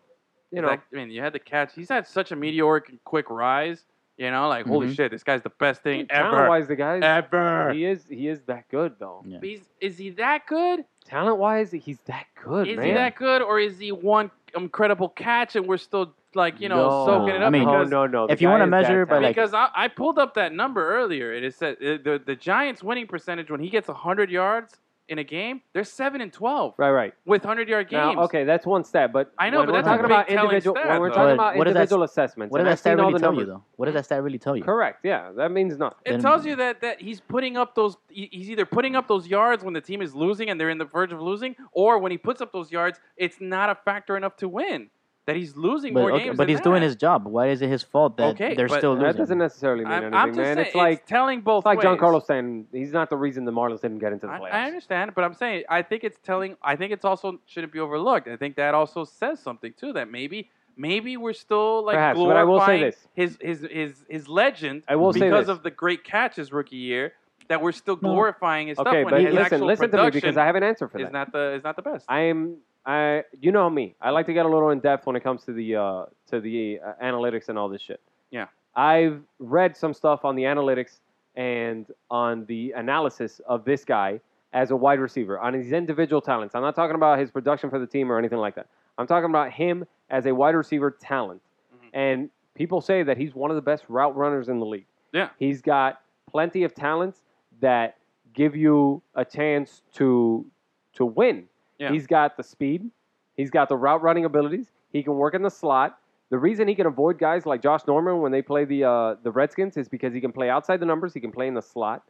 S2: You
S1: It's
S2: know,
S1: like, I mean, you had to catch. He's had such a meteoric and quick rise. You know, like holy shit, this guy's the best thing
S2: talent
S1: ever,
S2: wise, the guy
S1: ever.
S2: Mm-hmm. he is he is that good though.
S3: Yeah.
S1: He's, is he that good?
S2: Talent wise, he's that good,
S1: Is
S2: man.
S1: he that good, or is he one incredible catch and we're still like you know
S2: No.
S1: soaking it up?
S3: I mean,
S2: oh
S1: because,
S2: no no! the
S3: if you
S2: guy
S3: wanna
S2: is that
S3: measure by,
S2: talented.
S3: like-
S1: because I, I pulled up that number earlier. and It said uh, the the Giants' winning percentage when he gets hundred yards in a game, they're seven and twelve.
S2: right right
S1: with 100 yard games.
S2: now okay that's one stat, but
S1: I know,
S2: when
S1: but
S2: we're
S1: that's
S3: a
S2: talking
S3: big
S2: about
S1: telling
S2: individual
S1: stat,
S2: when we're
S1: though.
S2: talking
S3: But
S2: about
S3: what does that-
S2: individual assessments.
S3: What does
S2: and
S3: that
S2: I've seen
S3: stat
S2: all
S3: really
S2: the
S3: tell
S2: numbers.
S3: you, though? What does that stat really tell you?
S2: Correct. Yeah, that means nothing.
S1: It
S3: Then-
S1: tells you that, that he's putting up those. he- He's either putting up those yards when the team is losing and they're in the verge of losing, or when he puts up those yards, it's not a factor enough to win. That he's losing
S3: But,
S1: more
S3: okay,
S1: games.
S3: but
S1: than
S3: he's doing
S1: that.
S3: his job. Why is it his fault that
S1: Okay,
S3: they're
S1: but-
S3: still
S2: That
S3: losing?
S2: doesn't necessarily mean
S1: I'm,
S2: anything,
S1: I'm just
S2: man.
S1: saying,
S2: it's like
S1: telling both.
S2: it's like John
S1: ways.
S2: Carlos saying he's not the reason the Marlins didn't get into the
S1: I,
S2: playoffs.
S1: I understand, but I'm saying I think it's telling. I think it's also shouldn't be overlooked. I think that also says something too. That maybe maybe we're still like
S2: Perhaps, but I
S1: glorifying
S2: will say this.
S1: his his his his legend.
S2: I will say
S1: because
S2: this.
S1: of the great catches rookie year that we're still
S3: No.
S1: glorifying his
S2: okay,
S1: stuff
S2: but
S1: when his
S2: listen,
S1: actual
S2: listen to me
S1: production
S2: because I have an answer for
S1: is
S2: that.
S1: not the is not the best.
S2: I am. I you know me. I like to get a little in depth when it comes to the uh, to the uh, analytics and all this shit.
S1: Yeah.
S2: I've read some stuff on the analytics and on the analysis of this guy as a wide receiver on his individual talents. I'm not talking about his production for the team or anything like that. I'm talking about him as a wide receiver talent.
S1: Mhm.
S2: And people say that he's one of the best route runners in the league.
S1: Yeah.
S2: He's got plenty of talents that give you a chance to to win.
S1: Yeah.
S2: He's got the speed. He's got the route running abilities. He can work in the slot. The reason he can avoid guys like Josh Norman when they play the uh, the Redskins is because he can play outside the numbers. He can play in the slot.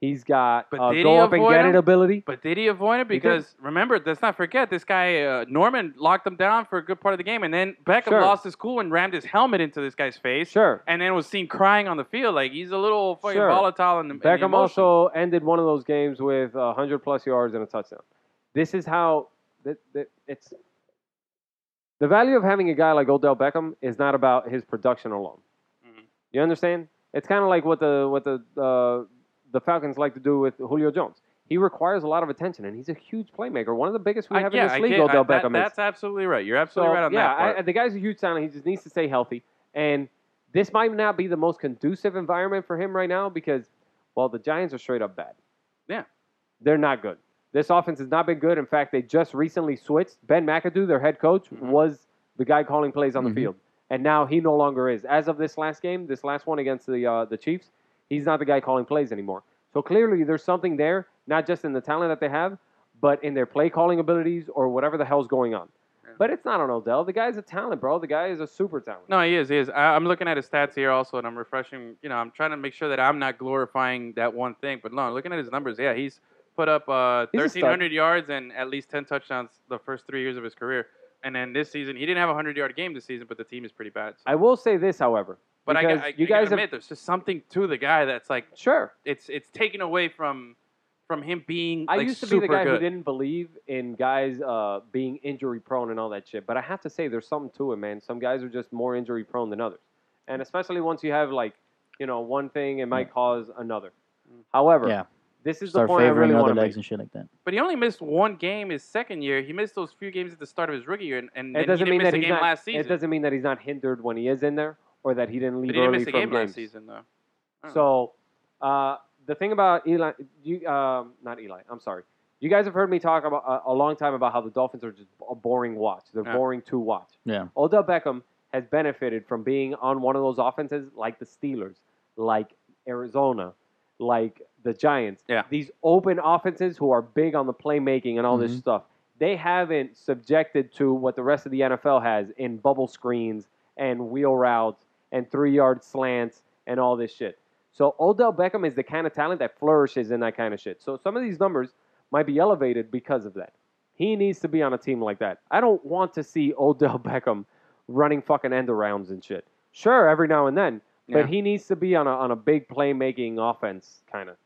S2: He's got
S1: But
S2: uh,
S1: did
S2: go
S1: he
S2: up and
S1: avoid
S2: get
S1: him?
S2: it ability.
S1: But did he avoid it?
S2: He did.
S1: Because remember, let's not forget this guy uh, Norman locked him down for a good part of the game, and then Beckham
S2: Sure.
S1: lost his cool and rammed his helmet into this guy's face,
S2: Sure.
S1: and then was seen crying on the field. Like he's a little fucking
S2: Sure.
S1: volatile in the in the
S2: Beckham
S1: emotion.
S2: also ended one of those games with uh, 100 plus yards and a touchdown. This is how th- th- it's the value of having a guy like Odell Beckham is not about his production alone.
S1: Mhm.
S2: You understand? It's kind of like what the what the uh, the Falcons like to do with Julio Jones. He requires a lot of attention, and he's a huge playmaker. One of the biggest we
S1: I,
S2: have
S1: yeah,
S2: in
S1: I
S2: this league,
S1: get-
S2: Odell
S1: I- that-
S2: Beckham is.
S1: That's absolutely right. You're absolutely right on
S2: yeah,
S1: that. part.
S2: I, the guy's a huge talent. He just needs to stay healthy. And this might not be the most conducive environment for him right now because, well, the Giants are straight up bad.
S1: Yeah.
S2: They're not good. This offense has not been good. In fact, they just recently switched. Ben McAdoo, their head coach,
S1: Mhm.
S2: was the guy calling plays on
S3: Mhm.
S2: the field. And now he no longer is. As of this last game, this last one against the, uh, the Chiefs, he's not the guy calling plays anymore. So clearly there's something there, not just in the talent that they have, but in their play calling abilities or whatever the hell's going on. But it's not on Odell. The guy's a talent, bro. The guy is a super talent.
S1: No, he is. He is. I, I'm looking at his stats here also, and I'm refreshing. You know, I'm trying to make sure that I'm not glorifying that one thing. But no, looking at his numbers, yeah, he's put up uh,
S2: He's a stud.
S1: 1,300 yards and at least 10 touchdowns the first three years of his career. And then this season, he didn't have a 100 yard game this season, but the team is pretty bad. So.
S2: I will say this, however.
S1: but I,
S2: because
S1: I,
S2: you
S1: I gotta
S2: guys have-
S1: admit, there's just something to the guy that's like
S2: Sure.
S1: it's it's taken away from from him being.
S2: I
S1: like,
S2: used to be
S1: super
S2: the guy
S1: good.
S2: who didn't believe in guys uh, being injury prone and all that shit. But I have to say, there's something to it, man. Some guys are just more injury prone than others. And especially once you have, like, you know, one thing, it
S1: Mm.
S2: might cause another. However,
S3: Yeah.
S2: this is the
S3: Start
S2: point I
S3: favoring
S2: really want
S3: other
S2: to make.
S3: legs and shit like that.
S1: But he only missed one game his second year. He missed those few games at the start of his rookie year, and, and
S2: It
S1: then he
S2: doesn't
S1: didn't
S2: mean
S1: miss
S2: that
S1: a
S2: he's
S1: game
S2: not.
S1: last
S2: It
S1: season.
S2: doesn't mean that he's not hindered when he is in there, or that he didn't leave
S1: but he didn't
S2: early
S1: miss a
S2: from
S1: game
S2: games.
S1: last season though. Oh.
S2: So uh, the thing about Eli, you um, not Eli. I'm sorry. You guys have heard me talk about uh, a, a long time about how the Dolphins are just a boring watch. They're
S1: Yeah.
S2: boring to watch.
S3: Yeah.
S2: Odell Beckham has benefited from being on one of those offenses like the Steelers, like Arizona, like the Giants.
S1: Yeah.
S2: These open offenses who are big on the playmaking and all this
S1: Mm-hmm.
S3: Mhm.
S2: stuff. They haven't subjected to what the rest of the NFL has in bubble screens and wheel routes and three yard slants and all this shit. So Odell Beckham is the kind of talent that flourishes in that kind of shit. So some of these numbers might be elevated because of that. He needs to be on a team like that. I don't want to see Odell Beckham running fucking end arounds and shit. Sure, every now and then, but
S1: Yeah.
S2: he needs to be on a on a big playmaking offense kind of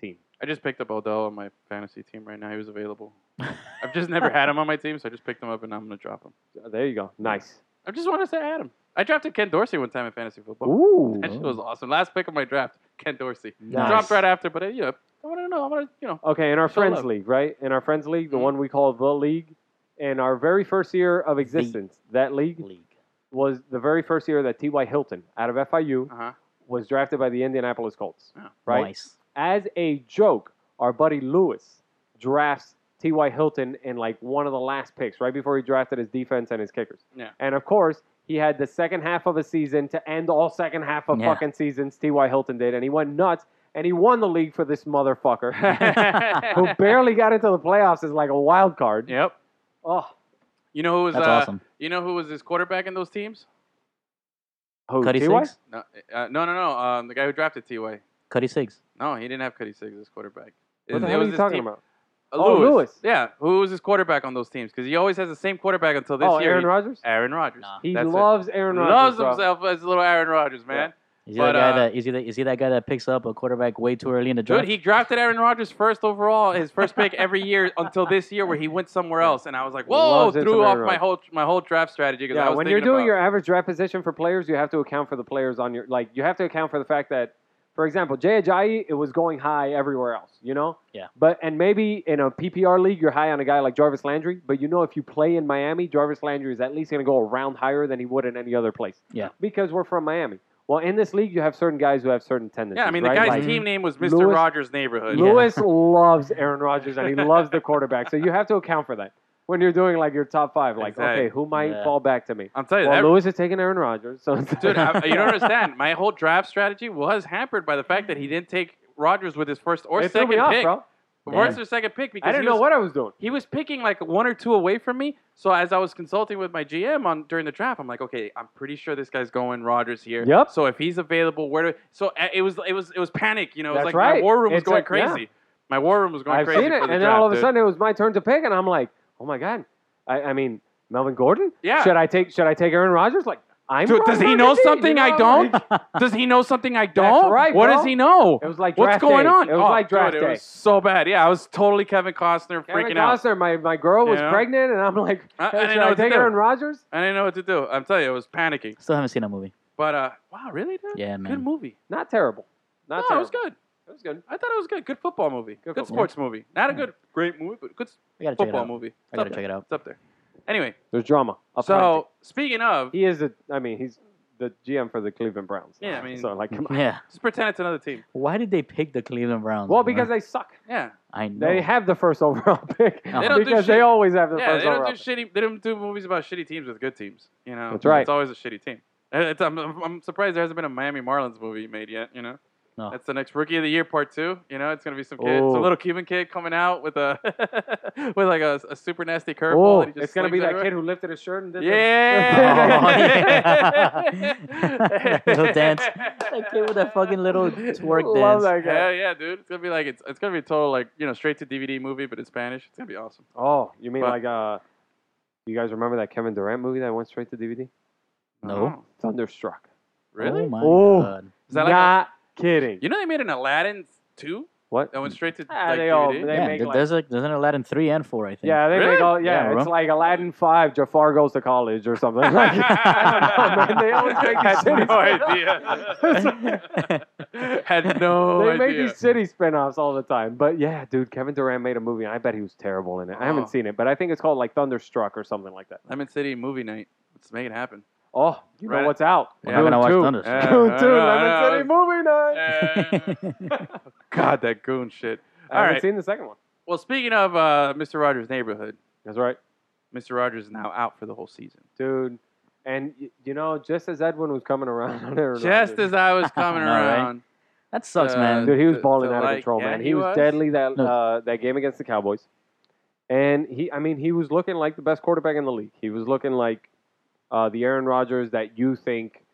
S2: team.
S1: I just picked up Odell on my fantasy team right now. He was available. I've just never had him on my team, so I just picked him up and I'm gonna drop him.
S2: There you go. Nice.
S1: I just want to say I had him. I drafted Ken Dorsey one time in fantasy football.
S2: Ooh.
S1: That shit was awesome. Last pick of my draft, Ken Dorsey.
S3: Nice.
S1: Dropped right after, but uh, you know, I want to know. I want to, you know,
S2: Okay, in our
S1: Show
S2: friends
S1: love.
S2: league, right? In our friends league, the
S1: Mhm.
S2: one we call the league, in our very first year of existence, that league
S3: League.
S2: was the very first year that T.Y. Hilton out of FIU
S3: Uh-huh.
S1: uh huh.
S2: was drafted by the Indianapolis Colts.
S1: Yeah.
S2: Right?
S3: Nice.
S2: As a joke, our buddy Lewis drafts T.Y. Hilton in like one of the last picks, right before he drafted his defense and his kickers.
S1: Yeah.
S2: And of course, he had the second half of a season to end all second half of
S3: Yeah.
S2: fucking seasons, T.Y. Hilton did, and he went nuts and he won the league for this motherfucker who barely got into the playoffs as like a wild card.
S1: Yep.
S2: Oh,
S1: You know who was?
S3: That's
S1: uh,
S3: awesome.
S1: You know who was his quarterback in those teams?
S2: who,
S3: Cuddy
S2: T.Y.?
S3: Six?
S1: No, uh, no, no, no. Um, the guy who drafted Ty.
S3: Cuddy Six.
S1: No, he didn't have Cuddy Six as quarterback.
S2: What the
S1: It- it
S2: hell are
S1: was
S2: you
S1: his
S2: talking
S1: team-
S2: about?
S1: Uh,
S2: Oh,
S1: Lewis.
S2: Lewis.
S1: Yeah, who was his quarterback on those teams? Because he always has the same quarterback until this
S2: oh,
S1: year.
S2: Aaron
S1: he-
S2: Rodgers?
S1: Aaron Rodgers.
S3: Nah.
S2: He
S1: That's it.
S2: loves Aaron
S1: loves
S2: Rodgers. bro.
S1: himself as little Aaron Rodgers, man.
S3: Is he,
S1: But,
S3: that guy
S1: uh,
S3: that, is, he the, is he that guy that picks up a quarterback way too early in the draft?
S1: Dude, he drafted Aaron Rodgers first overall, his first pick every year until this year where he went somewhere else, and I was like, whoa,
S2: Loves it, some
S1: threw off
S2: Aaron
S1: my whole my whole draft strategy because I
S2: Yeah,
S1: was
S2: when you're
S1: thinking
S2: doing your
S1: about-
S2: average draft position for players, you have to account for the players on your like you have to account for the fact that, for example, Jay Ajayi it was going high everywhere else, you know.
S3: Yeah.
S2: But and maybe in a PPR league you're high on a guy like Jarvis Landry, but you know if you play in Miami, Jarvis Landry is at least going to go a round higher than he would in any other place.
S3: Yeah.
S2: Because we're from Miami. Well, in this league you have certain guys who have certain tendencies.
S1: yeah, I mean the
S2: right?
S1: guy's
S2: Like,
S1: team name was Mr.
S2: Lewis-
S1: Rogers' neighborhood.
S3: Yeah.
S2: Lewis loves Aaron Rodgers and he loves the quarterback, so you have to account for that when you're doing like your top five. Like,
S1: Exactly.
S2: okay, who might
S3: Yeah.
S2: fall back to me?
S1: I'm telling you,
S2: Well,
S1: that,
S2: Lewis is taking Aaron Rodgers. So it's-
S1: dude, I, you don't understand. My whole draft strategy was hampered by the fact that he didn't take Rodgers with his first or
S2: it threw
S1: second
S2: me off,
S1: pick.
S2: bro.
S1: Worse or second pick because
S2: I didn't
S1: he
S2: know
S1: was,
S2: what I was doing.
S1: he was picking like one or two away from me. So as I was consulting with my GM on during the draft, I'm like, okay, I'm pretty sure this guy's going Rogers here.
S2: Yep.
S1: So if he's available, where do? So uh, it was it was it was panic. You know, it was like
S2: That's right.
S1: my war room was
S2: It's
S1: going
S2: like- yeah.
S1: crazy. My war room was going
S2: I've
S1: crazy.
S2: seen it,
S1: for the
S2: and then
S1: draft,
S2: all of a
S1: dude.
S2: sudden it was my turn to pick, and I'm like, oh my god, I, I mean Melvin Gordon.
S1: Yeah.
S2: Should I take Should I take Aaron Rodgers? Like I'm.
S1: Dude, does
S2: Ryan
S1: he
S2: Rodgers,
S1: know
S2: you
S1: something I
S2: know?
S1: don't?
S2: Like,
S1: does he know something I don't?
S2: right,
S1: What
S2: bro.
S1: does he know?
S2: It was like
S1: What's
S2: draft
S1: going
S2: day.
S1: on?
S2: It was
S1: Oh,
S2: like draft
S1: dude,
S2: day.
S1: It was so bad. Yeah, I was totally Kevin Costner
S2: Kevin
S1: freaking out. Uh,
S2: Costner, my my girl was
S1: You know?
S2: pregnant, and I'm like,
S1: I- I
S2: hey,
S1: didn't
S2: should
S1: know
S2: I
S1: what to
S2: take
S1: do.
S2: Aaron Rodgers?
S1: I didn't know what to do. I'm telling you, I was panicking.
S3: Still haven't seen that movie.
S1: But uh, wow, really, dude?
S3: Yeah,
S1: Good
S3: man.
S1: movie.
S2: Not terrible. Not
S1: no, it
S2: terrible.
S1: was good.
S2: It was good.
S1: I thought it was good. Good football movie. Good,
S2: football.
S1: sports movie. Not a
S3: Yeah.
S1: good, great movie, but good
S3: I gotta check it
S1: football
S3: out.
S1: movie. It's
S3: I gotta
S1: up
S3: check
S1: there.
S3: it out.
S1: It's up there. Anyway,
S2: There's drama. Up front.
S1: so speaking of,
S2: he is a. I mean, he's the GM for the Cleveland Browns.
S1: Yeah, I mean-
S2: so like, come on.
S3: Yeah.
S1: just pretend it's another team.
S3: Why did they pick the Cleveland Browns?
S2: Well,
S3: bro?
S2: because they suck.
S1: Yeah,
S3: I know.
S2: They have the first overall pick
S3: They
S1: don't do
S2: because they
S1: shit.
S2: always have the
S1: yeah.
S2: first
S1: They don't
S2: overall.
S1: do
S2: pick.
S1: shitty. They don't do movies about shitty teams with good teams. You know,
S2: That's right.
S1: It's always a shitty team. Uh, It's, I'm, I'm I'm surprised there hasn't been a Miami Marlins movie made yet. You know,
S3: No.
S1: that's the next Rookie of the Year part two. You know, it's gonna be some kid, some
S2: Ooh.
S1: little Cuban kid coming out with a with like a, a super nasty curveball.
S2: Oh,
S1: and he just
S2: it's gonna
S1: swings
S2: be that
S1: everywhere.
S2: kid who lifted his shirt and did
S1: Yeah.
S3: Oh, yeah. Little dance. That kid with that fucking little twerk
S2: the. Love that
S3: dance.
S2: guy.
S1: Yeah, yeah, dude. It's gonna be like it's, it's gonna be a total like you know straight to DVD movie, but in Spanish. It's gonna be awesome.
S2: Oh, you mean
S1: But-
S2: like uh, you guys remember that Kevin Durant movie that went straight to DVD?
S3: No.
S1: Oh,
S2: Thunderstruck.
S1: really?
S3: Oh my
S2: Oh.
S3: god.
S1: Is that like
S2: Not kidding.
S1: You know they made an Aladdin two
S2: what?
S1: that went straight to
S2: Ah,
S1: like,
S2: they all-
S1: DVD?
S2: they-
S3: yeah,
S2: make
S3: th-
S2: like-
S3: there's like there's an Aladdin three and four, I think.
S2: Yeah, they
S1: Really?
S2: make all. Yeah,
S3: Yeah, bro.
S2: it's like Aladdin Five. Jafar goes to college or something. Like, I don't know, man, they always make
S1: I
S2: these
S1: had
S2: city
S1: no
S2: spin-offs.
S1: idea. had no
S2: They
S1: idea.
S2: make these city spin-offs all the time. But yeah, dude, Kevin Durant made a movie. and I bet he was terrible in it. I
S1: Oh.
S2: haven't seen it, but I think it's called like Thunderstruck or something like that.
S1: Lemon City movie night. Let's make it happen.
S2: Oh, you
S1: Right.
S2: know what's out?
S3: We're not gonna watch
S2: Goon
S3: Thunder.
S1: Yeah,
S2: two. Goon
S1: I
S2: two,
S1: know, I know,
S2: Lemon
S1: I
S2: City movie night.
S1: was- Eh. God, that goon shit.
S2: I
S1: All
S2: haven't
S1: right.
S2: seen the second one.
S1: Well, speaking of uh, Mr. Rogers' neighborhood,
S2: That's right,
S1: Mr. Rogers is now out for the whole season.
S2: dude. And y- you know, just as Edwin was coming around, on Aaron
S1: Just
S2: Rodgers-
S1: as I was coming
S3: All right.
S1: around,
S3: That sucks,
S1: Uh,
S3: man.
S2: Dude, he was
S1: to-
S2: balling
S1: to
S2: out of
S1: like-
S2: control,
S1: yeah,
S2: man. He,
S1: he
S2: was,
S1: was.
S2: deadly that
S3: No.
S2: uh, that game against the Cowboys, and he, I mean, he was looking like the best quarterback in the league. He was looking like uh, the Aaron Rodgers that you think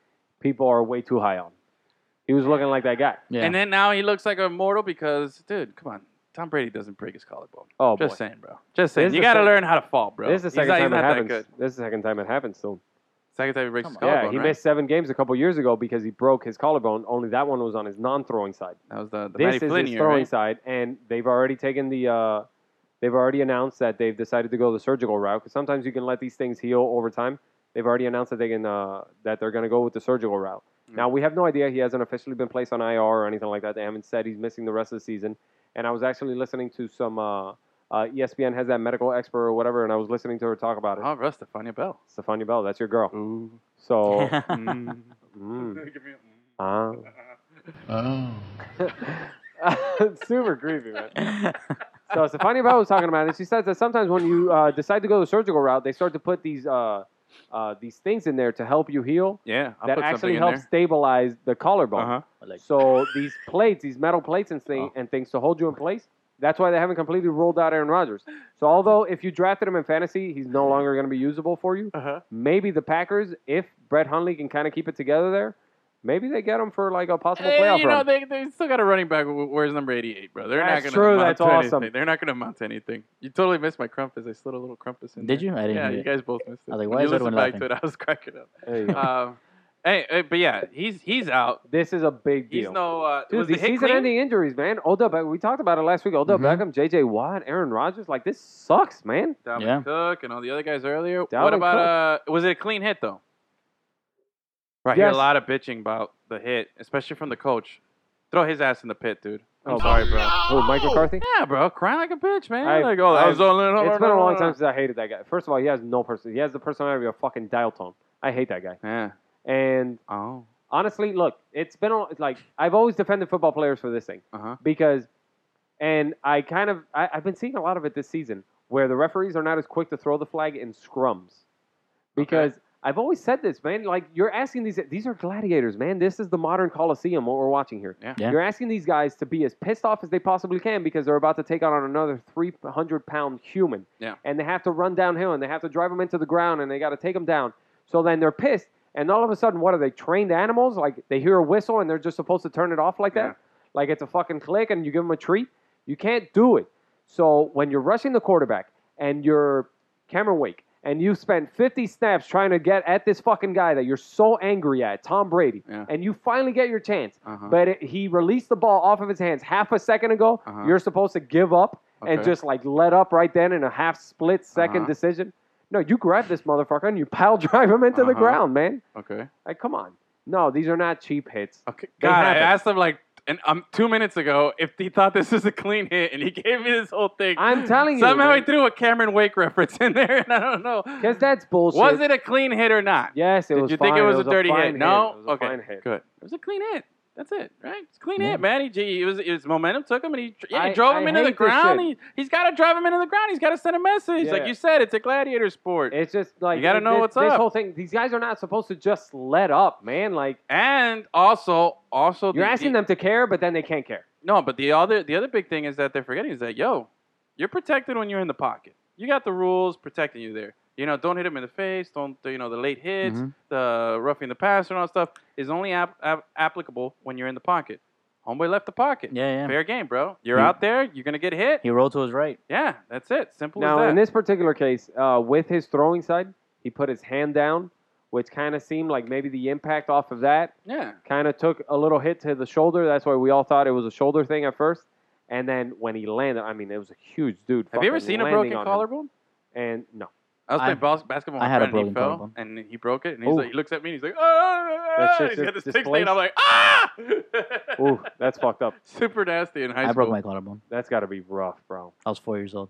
S2: people are way too high on. He was looking like that guy.
S3: Yeah.
S1: and then now he looks like a mortal because, dude, come on, Tom Brady doesn't break his collarbone.
S2: Oh
S1: Just
S2: boy,
S1: saying, bro. Just saying,
S2: This
S1: you
S2: is
S1: got to
S2: the-
S1: learn how to fall, bro.
S2: this is the
S1: He's
S2: second
S1: not- he's
S2: time it
S1: not that
S2: happens.
S1: good.
S2: This is the second time it happens. So
S1: Second time he breaks his
S3: Come
S1: collarbone.
S2: yeah, he
S1: right?
S2: missed seven games a couple years ago because he broke his collarbone. Only that one was on his non-throwing side.
S1: That was the, the
S2: this
S1: Matty
S2: is
S1: Flynn
S2: his
S1: year,
S2: throwing
S1: right?
S2: side, and they've already taken the. Uh, they've already announced that they've decided to go the surgical route because sometimes you can let these things heal over time. They've already announced that they can uh, that they're going to go with the surgical route.
S1: Mm.
S2: Now we have no idea. He hasn't officially been placed on IR or anything like that. They haven't said he's missing the rest of the season. And I was actually listening to some uh, uh, ESPN has that medical expert or whatever, and I was listening to her talk about it.
S1: Oh, Russ, Stefania Bell.
S2: Stefania Bell, that's your girl.
S1: Ooh.
S2: So,
S1: Mm.
S2: mm,
S1: Give me a-
S2: ah.
S6: Oh.
S2: super creepy, man. So Stefania Bell was talking about it. She says that sometimes when you uh, decide to go the surgical route, they start to put these uh, uh, these things in there to help you heal.
S1: yeah, I'll
S2: that
S1: put
S2: actually
S1: something
S2: helps
S1: in
S2: stabilize the
S1: there.
S2: collarbone.
S1: Uh-huh.
S3: Like,
S2: So these plates, these metal plates and thing
S1: Oh.
S2: and things to hold you in place. That's why they haven't completely ruled out Aaron Rodgers. So although if you drafted him in fantasy, he's no longer going to be usable for you.
S1: Uh-huh.
S2: Maybe the Packers, if Brett Hundley can kind of keep it together there, maybe they get him for like a possible
S1: Hey,
S2: playoff
S1: you
S2: run.
S1: know, they, they still got a running back. who wears number 88, bro? They're
S2: That's
S1: not going
S2: true,
S1: to amount
S2: that's
S1: to
S2: awesome.
S1: anything. They're not going to amount to anything. You totally missed my crumpus. I slid a little crumpus in
S3: did
S1: there.
S3: you? I didn't
S1: Yeah,
S3: hear
S1: you
S3: it.
S1: guys both missed it.
S3: I was like,
S1: When
S3: why
S1: you
S3: is everyone
S1: listened back to
S3: laughing?
S1: it, I was cracking up.
S2: There you go.
S1: um, hey, hey, but yeah, he's he's out.
S2: this is a big
S1: He's
S2: deal.
S1: no uh, was
S2: Dude,
S1: the
S2: these
S1: hit clean? Mm-hmm.
S2: season-ending injuries, man. Odell, Beckham- we talked about it last week. Odell
S3: Mhm.
S2: Beckham, J.J. Watt, Aaron Rodgers, like this sucks, man.
S1: Dalvin
S3: Yeah.
S1: Cook and all the other guys earlier. what
S2: Dalvin
S1: about uh? Was it a clean hit though? Right, I hear
S2: Yes.
S1: a lot of bitching about the hit, especially from the coach. Throw his ass in the pit, dude. I'm
S2: Oh,
S1: sorry, bro.
S2: Oh, Mike McCarthy.
S1: Yeah, bro, crying like a bitch, man.
S2: I-
S1: like, oh, that
S2: I-
S1: was all. No, no,
S2: It's
S1: no,
S2: been a
S1: no,
S2: long
S1: no.
S2: time since I hated that guy. First of all, he has no person. He has the personality of a fucking dial tone. I hate that guy.
S1: Yeah.
S2: And
S1: Oh.
S2: honestly, look, it's been a, it's like I've always defended football players for this thing
S1: Uh huh.
S2: because, and I kind of I, I've been seeing a lot of it this season where the referees are not as quick to throw the flag in scrums because I've always said this, man. Like you're asking these these are gladiators, man. This is the modern Coliseum what we're watching here.
S1: Yeah.
S3: Yeah.
S2: You're asking these guys to be as pissed off as they possibly can because they're about to take on another 300 pound human.
S1: Yeah.
S2: And they have to run downhill and they have to drive them into the ground and they got to take them down. So then they're pissed and all of a sudden what are they trained animals? Like they hear a whistle and they're just supposed to turn it off like that?
S1: Yeah.
S2: Like it's a fucking click and you give them a treat? You can't do it. So when you're rushing the quarterback and you're Cameron Wake and you spent 50 snaps trying to get at this fucking guy that you're so angry at, Tom Brady,
S1: Yeah.
S2: and you finally get your chance,
S1: Uh-huh.
S2: but it, he released the ball off of his hands half a second ago,
S1: Uh-huh.
S2: you're supposed to give up and
S1: Okay.
S2: just like let up right then in a half split 2nd
S1: Uh-huh.
S2: decision. No, you grab this motherfucker and you pile drive him into the
S1: Uh-huh.
S2: ground, man.
S1: okay.
S2: Like, come on. No, these are not cheap hits.
S1: Okay.
S2: They
S1: God, I
S2: happen.
S1: asked him like an, um, two minutes ago if he thought this was a clean hit, and he gave me this whole thing.
S2: I'm telling you,
S1: Somehow he
S2: man.
S1: threw a Cameron Wake reference in there, and I don't know.
S2: Because that's bullshit.
S1: Was it a clean hit or not?
S2: Yes, it
S1: Did
S2: was.
S1: you think
S2: fine.
S1: it was, a dirty
S2: fine
S1: hit? No.
S2: It was a
S1: okay.
S2: fine hit.
S1: Good. It was a clean hit. That's it, right? It's a clean
S3: Yeah.
S1: hit, man. He, he- it was his momentum took him, and he yeah, he
S2: I-
S1: drove
S2: I
S1: him into the
S2: hate this
S1: ground.
S2: shit.
S1: He, he's got to drive him into the ground. He's got to send a message,
S2: Yeah.
S1: like you said. It's a gladiator sport,
S2: It's just like
S1: You gotta know
S2: this,
S1: what's
S2: this
S1: up.
S2: whole thing. These guys are not supposed to just let up, man. Like
S1: and also, also
S2: you're
S1: the-
S2: asking
S1: the-
S2: them to care, but then they can't care.
S1: No, but the other the other big thing is that they're forgetting is that yo, you're protected when you're in the pocket. You got the rules protecting you there. You know, don't hit him in the face. Don't you know the late hits,
S3: Mhm.
S1: the roughing the passer, and all that stuff is only ap- ap- applicable when you're in the pocket. Homeboy left the pocket.
S3: Yeah, yeah.
S1: Fair game, bro. You're
S3: Yeah.
S1: out there. You're gonna get hit.
S3: He rolled to his right.
S1: Yeah, that's it. Simple
S2: now,
S1: as that.
S2: in this particular case, uh, with his throwing side, he put his hand down, which kind of seemed like maybe the impact off of that
S1: yeah,
S2: kind of took a little hit to the shoulder. That's why we all thought it was a shoulder thing at first. And then when he landed, I mean, it was a huge dude.
S1: have you ever
S2: fucking
S1: seen a
S2: landing
S1: broken
S2: on him.
S1: collarbone?
S2: And no,
S1: I was
S3: I-
S1: playing bas- basketball. with
S3: I
S1: my
S3: had a
S1: friend and he
S3: broken
S1: fell,
S3: collarbone.
S1: and he broke it. And he's
S2: Ooh.
S1: like, he looks at me and he's like, oh,
S2: shit's
S1: he's got this
S2: just
S1: stick thing. and I'm like, ah,
S2: ooh, that's fucked up.
S1: super nasty in high
S3: I,
S1: school.
S3: broke my collarbone.
S2: That's got to be rough, bro.
S3: I was four years old.